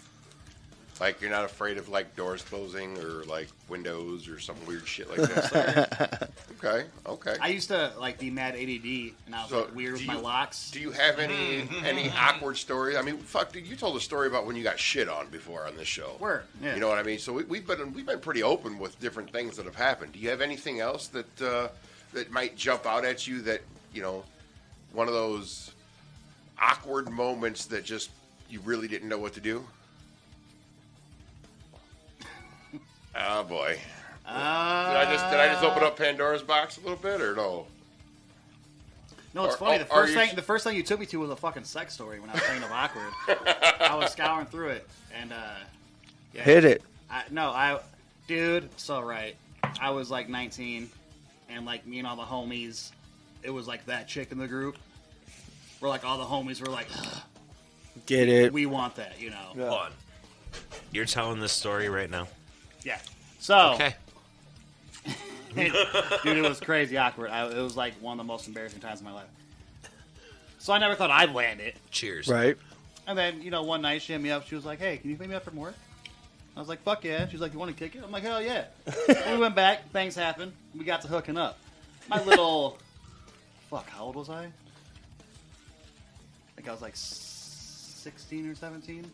B: Like you're not afraid of like doors closing or like windows or some weird shit like that. okay, okay.
D: I used to like be mad ADD, and I was
B: So,
D: like weird
B: do
D: with my
B: you-
D: locks.
B: Do you have any
D: Mm-hmm.
B: any awkward stories? I mean, fuck, dude, you told a story about when you got shit on before on this show.
D: Word, yeah.
B: You know what I mean? So we, we've been we've been pretty open with different things that have happened. Do you have anything else that uh, that might jump out at you that you know one of those awkward moments that just you really didn't know what to do? Oh boy. did I just did I just
D: Uh,
B: open up Pandora's box a little bit or no?
D: No, it's
B: Are-
D: funny. The
B: are- are
D: first
B: you-
D: thing the first thing you took me to was a fucking sex story when I was thinking of awkward. I was scouring through it, and uh, yeah,
F: Hit it.
D: I, no, I, dude, so right. I was like 19, and like me and all the homies, it was like that chick in the group. We're like all the homies were like, "Ugh,
F: Get it.
D: we want that, you know.
F: Yeah.
C: Hold on. You're telling this story right now.
D: Yeah. So,
C: Okay.
D: dude, it was crazy awkward. I, it was like one of the most embarrassing times of my life. So I never thought I'd land it.
C: Cheers.
F: Right.
D: And then, you know, one night she hit me up. She was like, hey, can you pick me up from work? I was like, fuck yeah. She's like, you want to kick it? I'm like, hell yeah. we went back. Things happened. We got to hooking up. My little. fuck, how old was I? I think I was like 16 or 17.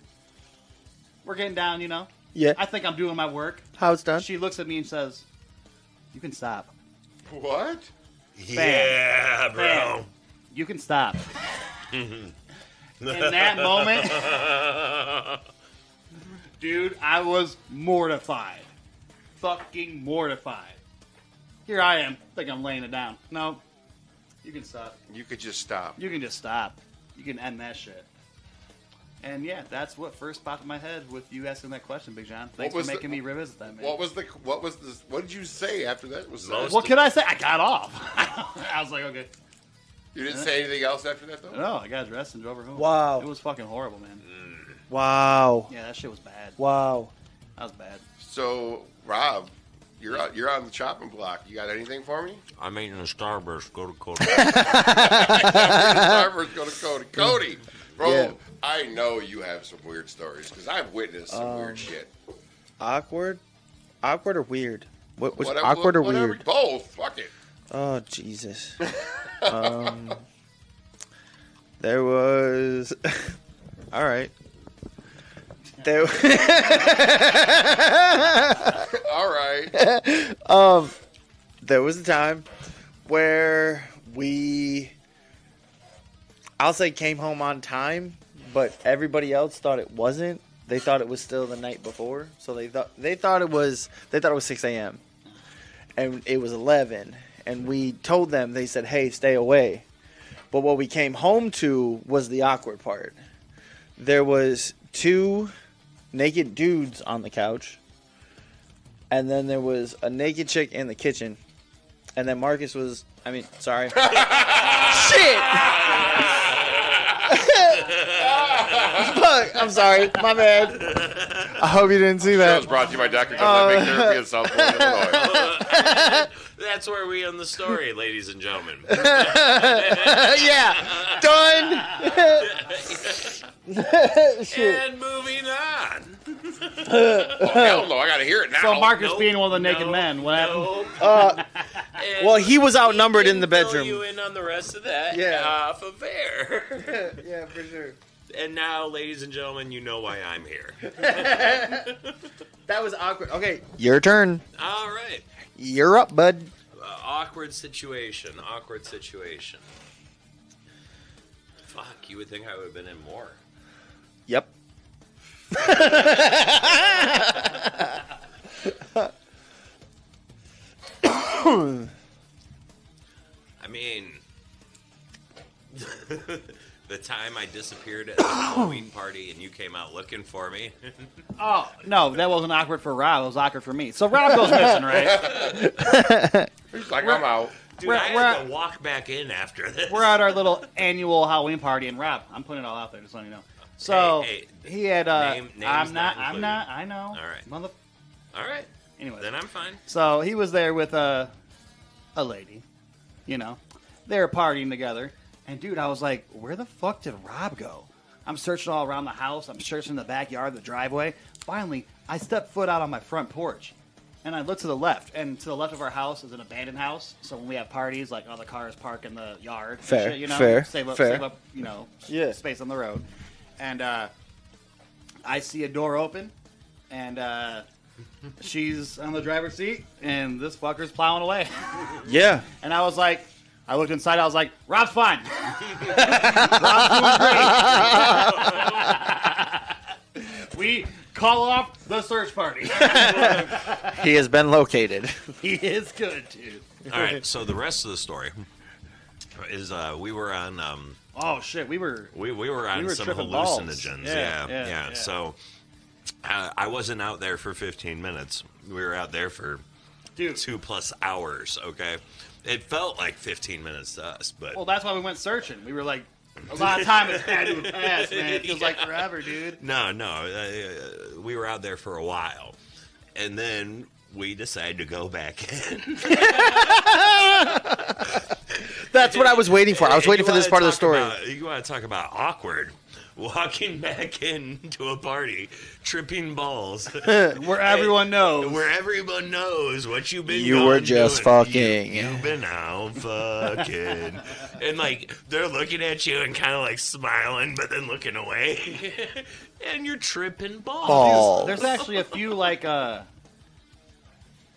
D: We're getting down, you know?
F: Yeah.
D: I think I'm doing my work.
F: How it's done.
D: She looks at me and says, you can stop.
B: What?
N: Yeah,
D: Bam.
N: bro.
D: You can stop. In that moment, dude, I was mortified. Fucking mortified. Here I am. Think I'm laying it down. No. You can stop.
B: You could just stop.
D: You can just stop. You can end that shit. And yeah, that's what first popped in my head with you asking that question, Big John. Thanks for
B: was the-
D: making me revisit that, man.
B: What was the what was this? What did you say after that was said?
N: Most-
D: what could I say? I got off. I was like, okay.
B: You didn't say anything else after that though.
D: No, I got dressed and drove her home.
F: Wow.
D: It was fucking horrible, man.
F: Wow.
D: Yeah, that shit was bad.
F: Wow.
D: That was bad.
B: So Rob, you're out, you're on the chopping block. You got anything for me?
C: I'm eating a Starburst. Go to Coda.
B: Starburst, go to Cody. Cody, bro,
F: Yeah.
B: I know you have some weird stories because I've witnessed some weird shit.
F: Awkward. Awkward or weird? What was
B: Whatever-
F: awkward or
B: whatever-
F: weird?
B: Both. Fuck it.
F: Oh Jesus. um, there was. All right. There.
B: All right.
F: um, there was a time where we, I'll say, came home on time, but everybody else thought it wasn't. They thought it was still the night before, so they thought they thought it was they thought it was six a.m. and it was eleven. And we told them they said, "Hey, stay away." But what we came home to was the awkward part. There was two naked dudes on the couch and then there was a naked chick in the kitchen, and then Marcus was. I mean, sorry. Shit. Fuck. I'm sorry. My bad. I hope you didn't see
B: That was
F: that.
B: brought to you by Dr. Gillette Big Therapy in South Florida, Illinois.
C: That's where we end the story, ladies and gentlemen.
F: yeah. Done. Shit.
C: And moving on.
B: Oh, hell no, I gotta hear it now.
D: So Marcus
C: nope,
D: being one of the naked
C: no,
D: men. What happened?
C: Nope.
F: Uh,
C: And
F: Well, he was outnumbered in the
C: didn't fill
F: bedroom.
C: You in on the rest of that?
F: Yeah.
C: Off of there.
O: Yeah, for sure.
C: and now, ladies and gentlemen, you know why I'm here.
O: That was awkward. Okay,
F: Your turn.
C: All right.
F: You're up, bud.
C: Uh, awkward situation. Awkward situation. Fuck, you would think I would have been in more.
F: Yep.
C: I mean, the time I disappeared at the Halloween party and you came out looking for me.
D: Oh no, that wasn't awkward for Rob. It was awkward for me. So Rob goes missing, right?
B: He's like, I'm out.
C: Dude,
D: We're-
C: I had
D: we're-
C: to walk back in after this.
D: We're at our little annual Halloween party, and Rob, I'm putting it all out there, just letting you know. So
C: Hey, hey,
D: he had. Uh,
C: name- name's
D: I'm
C: not
D: not. I'm
C: included.
D: not. I know.
C: All right.
D: Mother.
C: All right.
D: Anyway.
C: Then I'm fine.
D: So he was there with a, a lady, you know. They were partying together, and dude, I was like, "Where the fuck did Rob go?" I'm searching all around the house. I'm searching the backyard, the driveway. Finally, I step foot out on my front porch, and I look to the left. And to the left of our house is an abandoned house. So when we have parties, like all the cars park in the yard. and
F: Fair,
D: shit, you know,
F: fair,
D: save up,
F: fair.
D: save up, you know, s-
F: Yeah.
D: space on the road. And uh, I see a door open, and uh, she's on the driver's seat, and this fucker's plowing away.
F: Yeah.
D: And I was like, I looked inside, I was like, Rob's fine. Rob's doing great. we call off the search party.
F: He has been located.
D: he is good, dude.
C: All right. So the rest of the story is uh, we were on um,
D: Oh shit, we were
C: we, we were on
D: were
C: some
D: tripping balls.
C: hallucinogens.
D: Yeah,
C: Yeah yeah,
D: yeah, yeah.
C: So uh, I wasn't out there for 15 minutes. We were out there for
D: dude.
C: two plus hours. Okay. It felt like 15 minutes to us, but
D: Well, that's why we went searching. We were like, a lot of time has had to have passed, man. It feels like forever, dude.
C: no, no. Uh, we were out there for a while, and then we decided to go back in.
F: That's what I was waiting for. I was
C: Hey,
F: waiting
C: you
F: for this
C: wanna
F: part of the
C: talk
F: story.
C: about- you want to talk about awkward? Walking back into a party, tripping balls,
D: Where everyone knows.
C: where everyone knows what you've been.
F: You were
C: gone
F: just
C: doing.
F: fucking.
C: You, have been out fucking, and like they're looking at you and kind of like smiling, but then looking away, and you're tripping balls.
F: Balls.
D: There's actually a few like uh,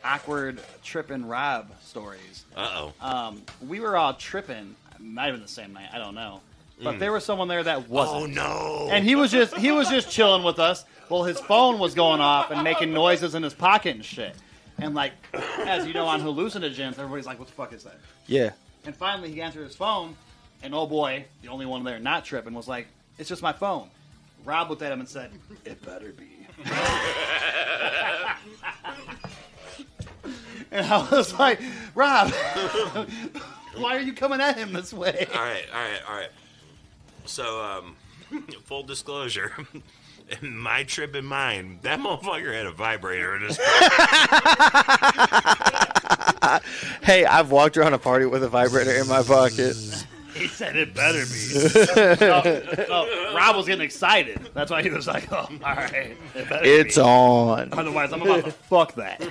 D: awkward tripping Rob stories.
C: Uh oh.
D: Um, we were all tripping. Might have been the same night. I don't know. But there was someone there that wasn't.
C: Hmm. Oh no.
D: And he was just he was just chilling with us. Well, his phone was going off and making noises in his pocket and shit. And like, as you know, on hallucinogens, everybody's like, "What the fuck is that?"
F: Yeah.
D: And finally, he answered his phone, and oh boy, the only one there not tripping was like, "It's just my phone." Rob looked at him and said, "It better be." and I was like, "Rob, why are you coming at him this way?"
C: all right, all right, all right. So, um, full disclosure, in my trip and mine, that motherfucker had a vibrator in his
F: Hey, I've walked around a party with a vibrator in my pocket.
D: He said it better be. oh, Rob was getting excited. That's why he was like, oh, all right. It better
F: It's
D: be.
F: on.
D: Otherwise, I'm about to fuck that.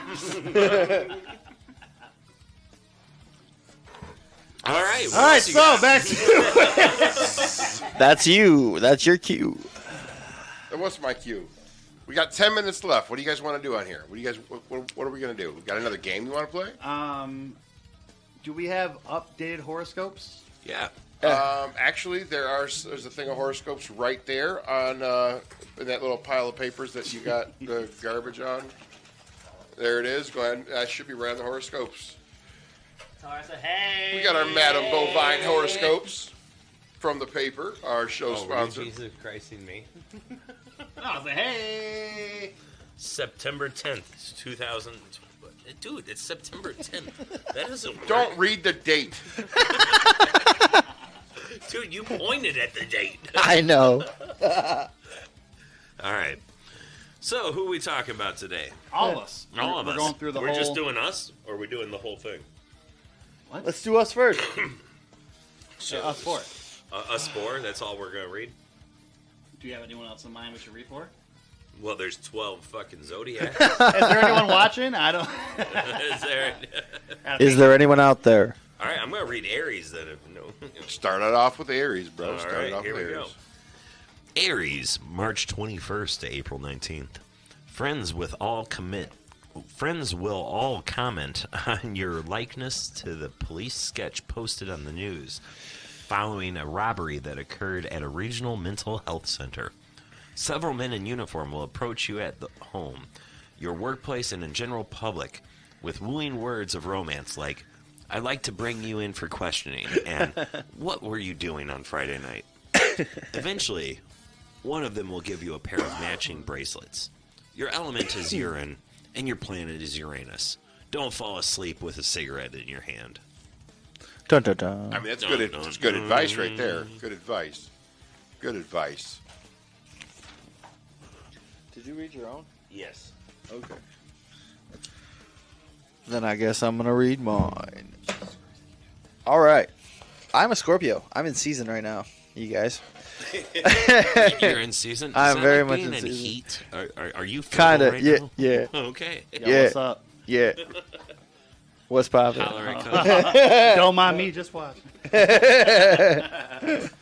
C: All right.
D: All right, so back to
F: That's you. That's your cue.
B: That was my cue. We got ten minutes left. What do you guys want to do on here? What do you guys? What, what, what are we gonna do? We got another game you want to play?
C: Uh,
D: Um, Do we have updated horoscopes?
C: Yeah.
B: Um, actually, there are there's a thing of horoscopes right there on uh, in that little pile of papers that you got the garbage on. There it is. Go ahead. I should be right on the horoscopes. We got our Madame Bovine horoscopes from the paper, our show sponsor.
C: Oh, Jesus Christ in me.
D: I was like, hey.
C: September 10th, 2000. Dude, it's September 10th. That doesn't work.
B: Don't read the date.
C: Dude, you pointed at the date.
F: I know.
C: All right. So, who we talking about today?
D: All of us.
C: All
D: We're-
C: of
D: we're
C: us.
D: going through the
C: We're just
D: whole-
C: doing us, or we're doing the whole thing?
P: Let's do us first.
C: So,
D: Us four.
C: Uh, us four. That's all we're gonna read.
D: Do you have anyone else in mind we should read for?
C: Well, there's 12 fucking zodiac.
D: Is there anyone watching? I don't.
C: Is there?
F: Is there anyone out there?
C: All right, I'm gonna read Aries then. If no.
B: Start it off with Aries, bro.
C: All
B: Start
C: right,
B: it off
C: here
B: with
C: we
B: Aries.
C: go. Aries, March 21st to April 19th. Friends with all commit friends will all comment on your likeness to the police sketch posted on the news following a robbery that occurred at a regional mental health center. Several men in uniform will approach you at the home, your workplace, and in general public with wooing words of romance like, I'd like to bring you in for questioning, and what were you doing on Friday night? Eventually, one of them will give you a pair of matching bracelets. Your element is urine, and your planet is Uranus. Don't fall asleep with a cigarette in your hand.
F: Dun, dun, dun.
B: I mean, that's
C: Dun,
B: good.
C: dun,
B: It's good
C: dun.
B: advice right there. Good advice. Good advice.
Q: Did you read your own?
C: Yes.
Q: Okay.
F: Then I guess I'm gonna read mine. All right. I'm a Scorpio. I'm in season right now. You guys.
C: You're in season. Is
F: I'm
C: that
F: very
C: like
F: much
C: being
F: in season.
C: heat. Are, are, are you fertile
F: Kinda.
C: right
F: yeah.
C: now?
F: Yeah.
C: Okay.
F: Yeah.
D: What's up?
F: Yeah. What's poppin'?
C: All right, coach.
D: Don't mind me. Just watch.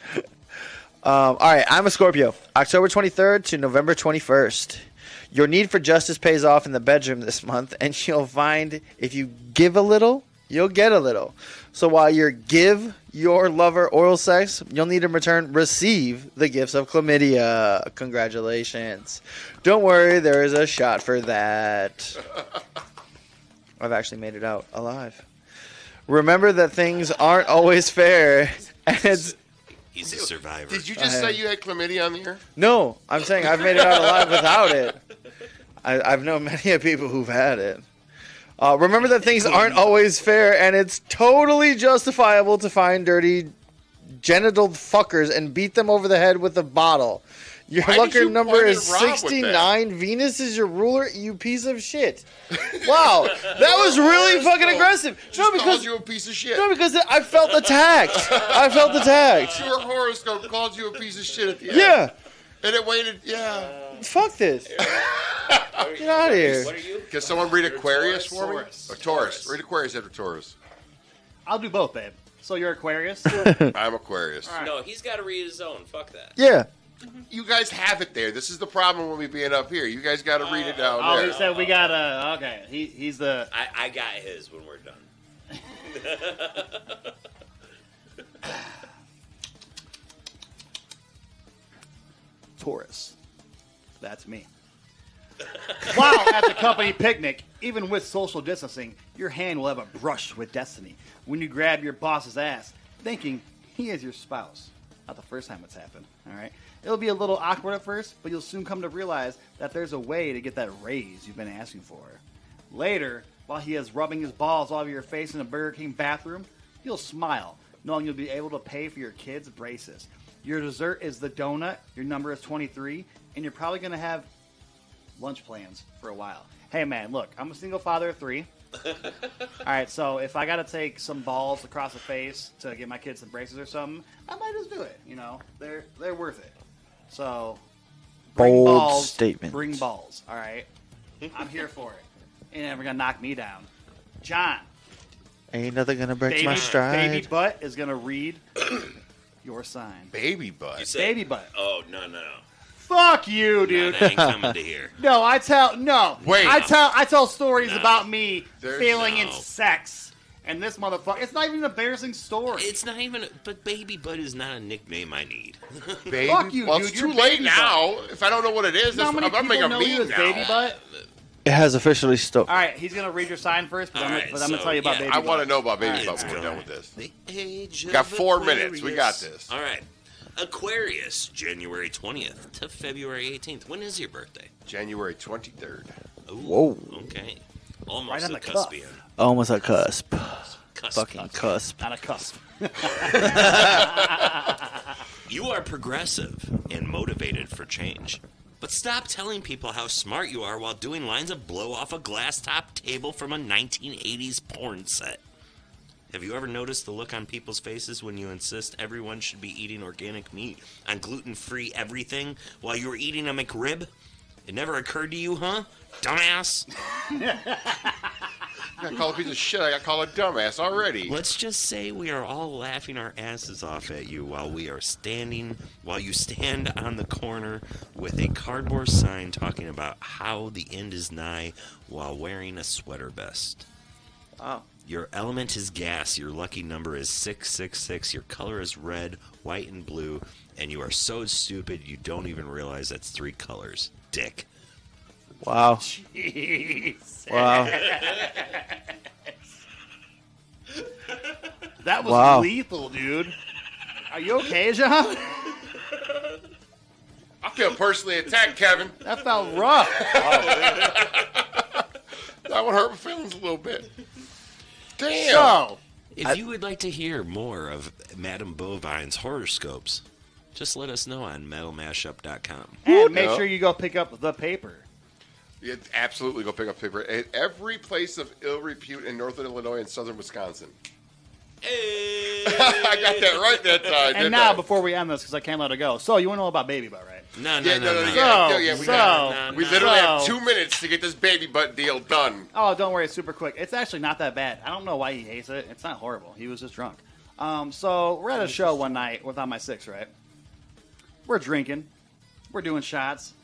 F: Um, all right, I'm a Scorpio. October 23rd to November 21st. Your need for justice pays off in the bedroom this month, and you'll find if you give a little, you'll get a little. So while you give your lover oral sex, you'll need in return receive the gifts of chlamydia. Congratulations. Don't worry, there is a shot for that. I've actually made it out alive. Remember that things aren't always fair. And it's
C: He's a survivor.
B: Did you just say you had chlamydia on the air?
F: no, I'm saying I've made it out alive without it. I, I've known many of people who've had it. Uh, remember that things aren't always fair, and it's totally justifiable to find dirty genital fuckers and beat them over the head with a bottle. Your
B: Why did
F: lucker
B: you
F: number
B: point at
F: is
B: Rob with that?
F: 69. Venus is your ruler, you piece of shit. Wow, that was really fucking aggressive. No,
B: Just
F: because
B: calls you a piece of shit.
F: no, because I felt attacked. I felt attacked.
B: Your horoscope calls you a piece of shit at the end.
F: Yeah,
B: And it waited, yeah.
F: fuck this. Get out of here.
B: Can someone read Aquarius for me? Or Taurus. Read Aquarius after Taurus.
D: I'll do both, babe. So you're Aquarius. Oh,
B: I'm Aquarius.
C: No, he's got to read his own. Fuck that.
F: Yeah.
B: You guys have it there. This is the problem with me being up here. You guys got to read it down
D: Oh, he
B: there.
D: said we got a. Okay, he, he's the.
C: I, I got his when we're done.
D: Taurus. That's me. While at the company picnic, even with social distancing, your hand will have a brush with destiny when you grab your boss's ass, thinking he is your spouse. Not the first time it's happened, all right? It'll be a little awkward at first, but you'll soon come to realize that there's a way to get that raise you've been asking for. Later, while he is rubbing his balls all over your face in a Burger King bathroom, you'll smile, knowing you'll be able to pay for your kids' braces. Your dessert is the donut, your number is 23, and you're probably going to have lunch plans for a while. Hey man, look, I'm a single father of three. All right, so if I gotta take some balls across the face to get my kids some braces or something, I might just do it. You know, they're they're worth it. So bring
F: Bold
D: balls,
F: statement.
D: Bring balls. All right, I'm here for it. Ain't never gonna knock me down, John.
F: Ain't nothing gonna break
D: Baby,
F: my stride.
D: baby butt is gonna read your sign.
B: Baby butt.
C: said-
D: Baby butt.
C: Oh no no,
D: Fuck you,
C: no
D: dude.
C: that ain't coming to here.
D: No, I tell no.
B: Wait.
D: I tell I tell stories
C: No.
D: about me
B: There's-
D: failing in
C: no.
D: sex, and this motherfucker. It's not even an embarrassing story.
C: It's not even. But baby butt is not a nickname I need.
B: Baby.
D: Fuck you,
B: well,
D: dude,
B: It's
D: you're
B: too late
D: baby
B: now. If I don't know what it is,
D: You
B: that's,
D: know how many
B: I'm, I'm
D: people
B: making a
D: know you
B: meme
D: as
B: now.
D: baby butt?
F: It has officially stopped.
D: All right, he's gonna read your sign first, but, I'm, gonna,
C: Alright,
D: but I'm gonna
C: so,
D: tell you about
C: yeah.
D: baby.
B: I want to know about baby
C: Alright,
B: butt
C: it's
B: when we're
C: gone.
B: done with this.
C: The age
B: Got
C: of
B: four minutes. We got
C: Aquarius.
B: this.
C: All right. Aquarius, January 20th to February 18th. When is your birthday?
B: January 23rd.
C: Ooh,
F: Whoa.
C: Okay. Almost
D: Right on
C: a
D: the cuff.
C: cuspian.
F: Almost a cusp.
C: Cusp.
F: Fucking cusp.
D: On a cusp.
C: You are progressive and motivated for change. But stop telling people how smart you are while doing lines of blow off a glass top table from a 1980s porn set. Have you ever noticed the look on people's faces when you insist everyone should be eating organic meat on gluten free everything while you're eating a McRib? It never occurred to you, huh? Dumbass!
B: I got called a piece of shit. I got called a dumbass already.
C: Let's just say we are all laughing our asses off at you while we are standing, while you stand on the corner with a cardboard sign talking about how the end is nigh while wearing a sweater vest. Your element is gas. Your lucky number is 666. Your color is red, white, and blue. And you are so stupid you don't even realize that's three colors. Dick.
F: Wow. Wow.
D: That was
F: Wow.
D: lethal, dude. Are you okay, John?
B: I feel personally attacked, Kevin.
D: That felt rough.
B: That one hurt my feelings a little bit. Damn.
D: So,
C: If you would like to hear more of Madame Bovine's horoscopes, just let us know on metalmashup.com.
D: and make
B: Yeah.
D: sure you go pick up the paper.
B: Yeah, absolutely go pick up paper at every place of ill repute in northern Illinois and southern Wisconsin. I got that right that time.
D: And
B: didn't
D: now,
B: I?
D: before we end this, because I can't let it go. So, you want to know about baby butt, right?
C: No, no,
B: Yeah,
C: no, no.
B: no, yeah,
D: So,
B: yeah, we
D: so,
B: got
C: it.
B: we literally have
D: so-
B: two minutes to get this baby butt deal done.
D: Oh, don't worry, it's super quick. It's actually not that bad. I don't know why he hates it. It's not horrible. He was just drunk. Um, so we're at a show one night with on my six, right? We're drinking, we're doing shots,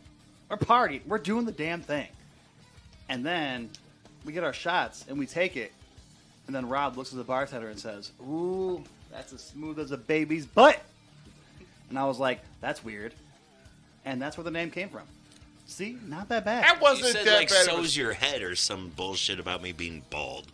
D: we're partying, we're doing the damn thing. And then we get our shots and we take it. And then Rob looks at the bartender and says, Ooh, that's as smooth as a baby's butt. And I was like, That's weird. And that's where the name came from. See, not that bad.
B: That
C: You
B: wasn't
C: said,
B: that
C: like,
B: bad. of a-
C: so's your head or some bullshit about me being bald.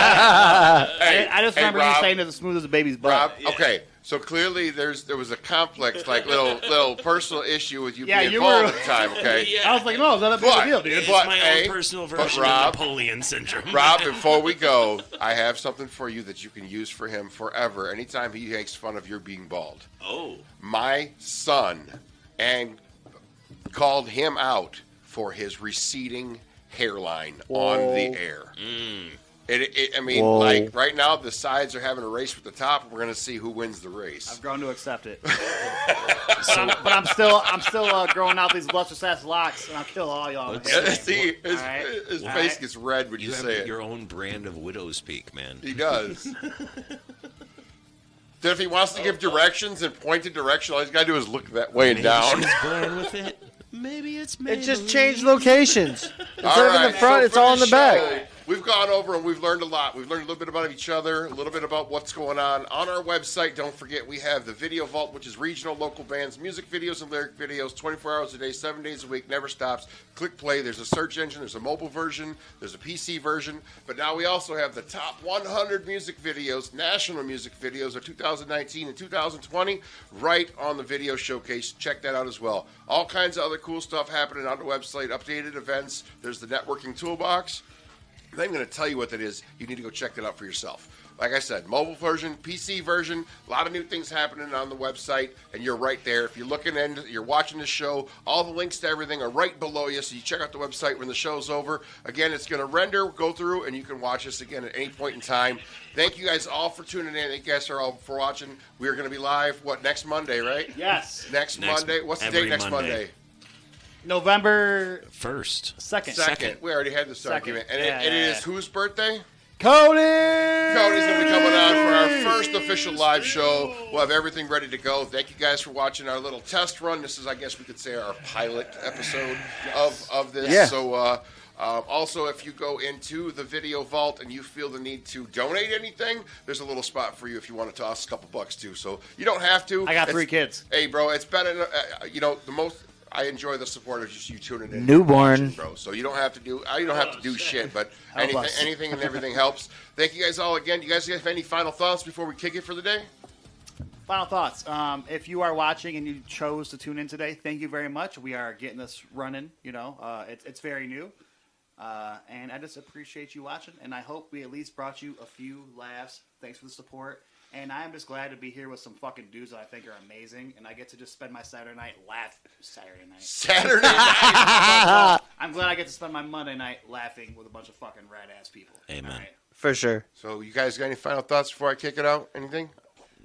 B: Hey,
D: I just
B: hey,
D: remember
B: Rob,
D: you saying it's as smooth as a baby's butt.
B: Rob, okay, so clearly there's there was a complex, like little little personal issue with you
D: Yeah,
B: being
D: you
B: bald
D: were-
B: at the time. Okay,
D: I was like, no, it's not that big
B: But-
D: a deal, dude.
C: It's
B: But,
C: my
B: hey,
C: own personal
B: but
C: version
B: Rob-
C: of Napoleon syndrome.
B: Rob, before we go, I have something for you that you can use for him forever. Anytime he makes fun of your being bald,
C: oh,
B: my son and called him out for his receding hairline on the air.
D: Mm.
B: It, it, I mean,
F: Whoa.
B: like right now, the sides are having a race with the top. We're going to see who wins the race.
D: I've grown to accept it. but, I'm, but I'm still, I'm still uh, growing out these lustrous ass locks, and I'll kill all y'all. with
B: Yeah,
D: it.
B: see, his,
D: right.
B: his
D: All
B: face
D: right.
B: gets red when you,
C: you have
B: say it.
C: your own brand of widow's peak, man.
B: He does. then if he wants to give directions and point a direction, all he's got to do is look that way and
C: Maybe
B: down.
C: she's born with it. Maybe it's me.
F: It just changed locations. Instead of in the
B: right,
F: front,
B: so
F: it's
B: for
F: all in the
B: this
F: back.
B: show, We've gone over and we've learned a lot. We've learned a little bit about each other, a little bit about what's going on. On our website, don't forget, we have the Video Vault, which is regional local bands, music videos, and lyric videos 24 hours a day, seven days a week, never stops. Click play. There's a search engine, there's a mobile version, there's a PC version. But now we also have the top 100 music videos, national music videos of 2019 and 2020, right on the video showcase. Check that out as well. All kinds of other cool stuff happening on the website, updated events. There's the networking toolbox. I'm going to tell you what that is. You need to go check that out for yourself. Like I said, mobile version, PC version, a lot of new things happening on the website, and you're right there. If you're looking and you're watching the show, all the links to everything are right below you. So you check out the website when the show's over. Again, it's going to render, go through, and you can watch us again at any point in time. Thank you guys all for tuning in. Thank you guys all for watching. We are going to be live what next Monday, right?
D: Yes,
B: Next,
C: Next-
B: Monday. What's the
C: every
B: date next Monday?
C: Monday.
D: November
C: First.
D: second.
B: Second. We already had this
D: Second.
B: argument, and
D: Yeah,
B: it, it
D: yeah,
B: is
D: yeah.
B: whose birthday?
D: Cody.
B: Cody's going to be coming on for our first official live show. We'll have everything ready to go. Thank you guys for watching our little test run. This is, I guess, we could say our pilot episode of of this.
F: Yeah.
B: So. Uh, um, also, if you go into the video vault and you feel the need to donate anything, there's a little spot for you if you want to toss a couple bucks too. So you don't have to.
D: I got
B: It's-
D: three kids.
B: Hey, bro, it's been an, uh, uh, you know the most I enjoy the support of just you tuning in,
F: Newborn.
B: watching, bro. So you don't have to do uh, you don't have to do shit, but
D: Oh, Help
B: anything,
D: us.
B: anything and everything helps. Thank you guys all again. You guys have any final thoughts before we kick it for the day?
D: Final thoughts. Um, if you are watching and you chose to tune in today, thank you very much. We are getting this running. You know, uh, it's it's very new, uh, and I just appreciate you watching. And I hope we at least brought you a few laughs. Thanks for the support. And I am just glad to be here with some fucking dudes that I think are amazing, and I get to just spend my Saturday night laugh Saturday night.
B: Saturday night.
D: I'm glad I get to spend my Monday night laughing with a bunch of fucking rad ass people.
C: Amen.
D: All right.
F: for sure.
B: so you guys got any final thoughts before I kick it out? Anything?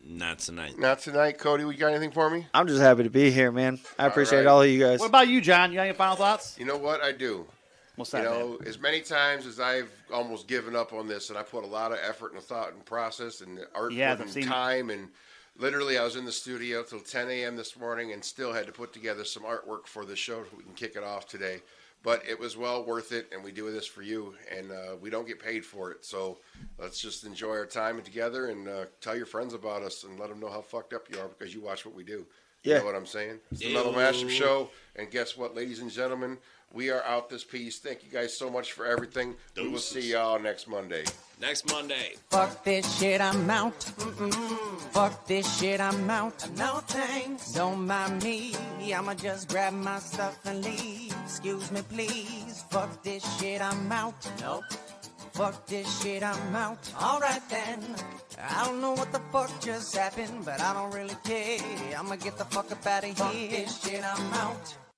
C: Not tonight.
B: Not tonight, Cody. You got anything for me?
F: I'm just happy to be here, man. I appreciate
B: right.
F: all of you guys.
D: What about you, John? You got any final thoughts?
B: You know what I do.
D: What's
B: You
D: that? man?
B: know, as many times as I've almost given up on this, and I put a lot of effort and thought and process and artwork
D: Yeah, I've
B: and
D: seen it.
B: time, and literally I was in the studio till 10 a.m. this morning, and still had to put together some artwork for the show. so We can kick it off today, but it was well worth it, and we do this for you, and uh, we don't get paid for it, so let's just enjoy our time together and uh, tell your friends about us and let them know how fucked up you are because you watch what we do. You
F: Yeah.
B: know what I'm saying? It's the Metal Mashup Show. And guess what, ladies and gentlemen? We are out this piece. Thank you guys so much for everything. We will see y'all next Monday.
C: Next Monday.
R: Fuck this shit, I'm out. Fuck this shit, I'm out. No thanks. Don't mind me. I'ma just grab my stuff and leave. Excuse me, please. Fuck this shit, I'm out. Nope. Fuck this shit, I'm out. Alright then. I don't know what the fuck just happened, but I don't really care. I'ma get the fuck up out of here. Fuck this shit, I'm out.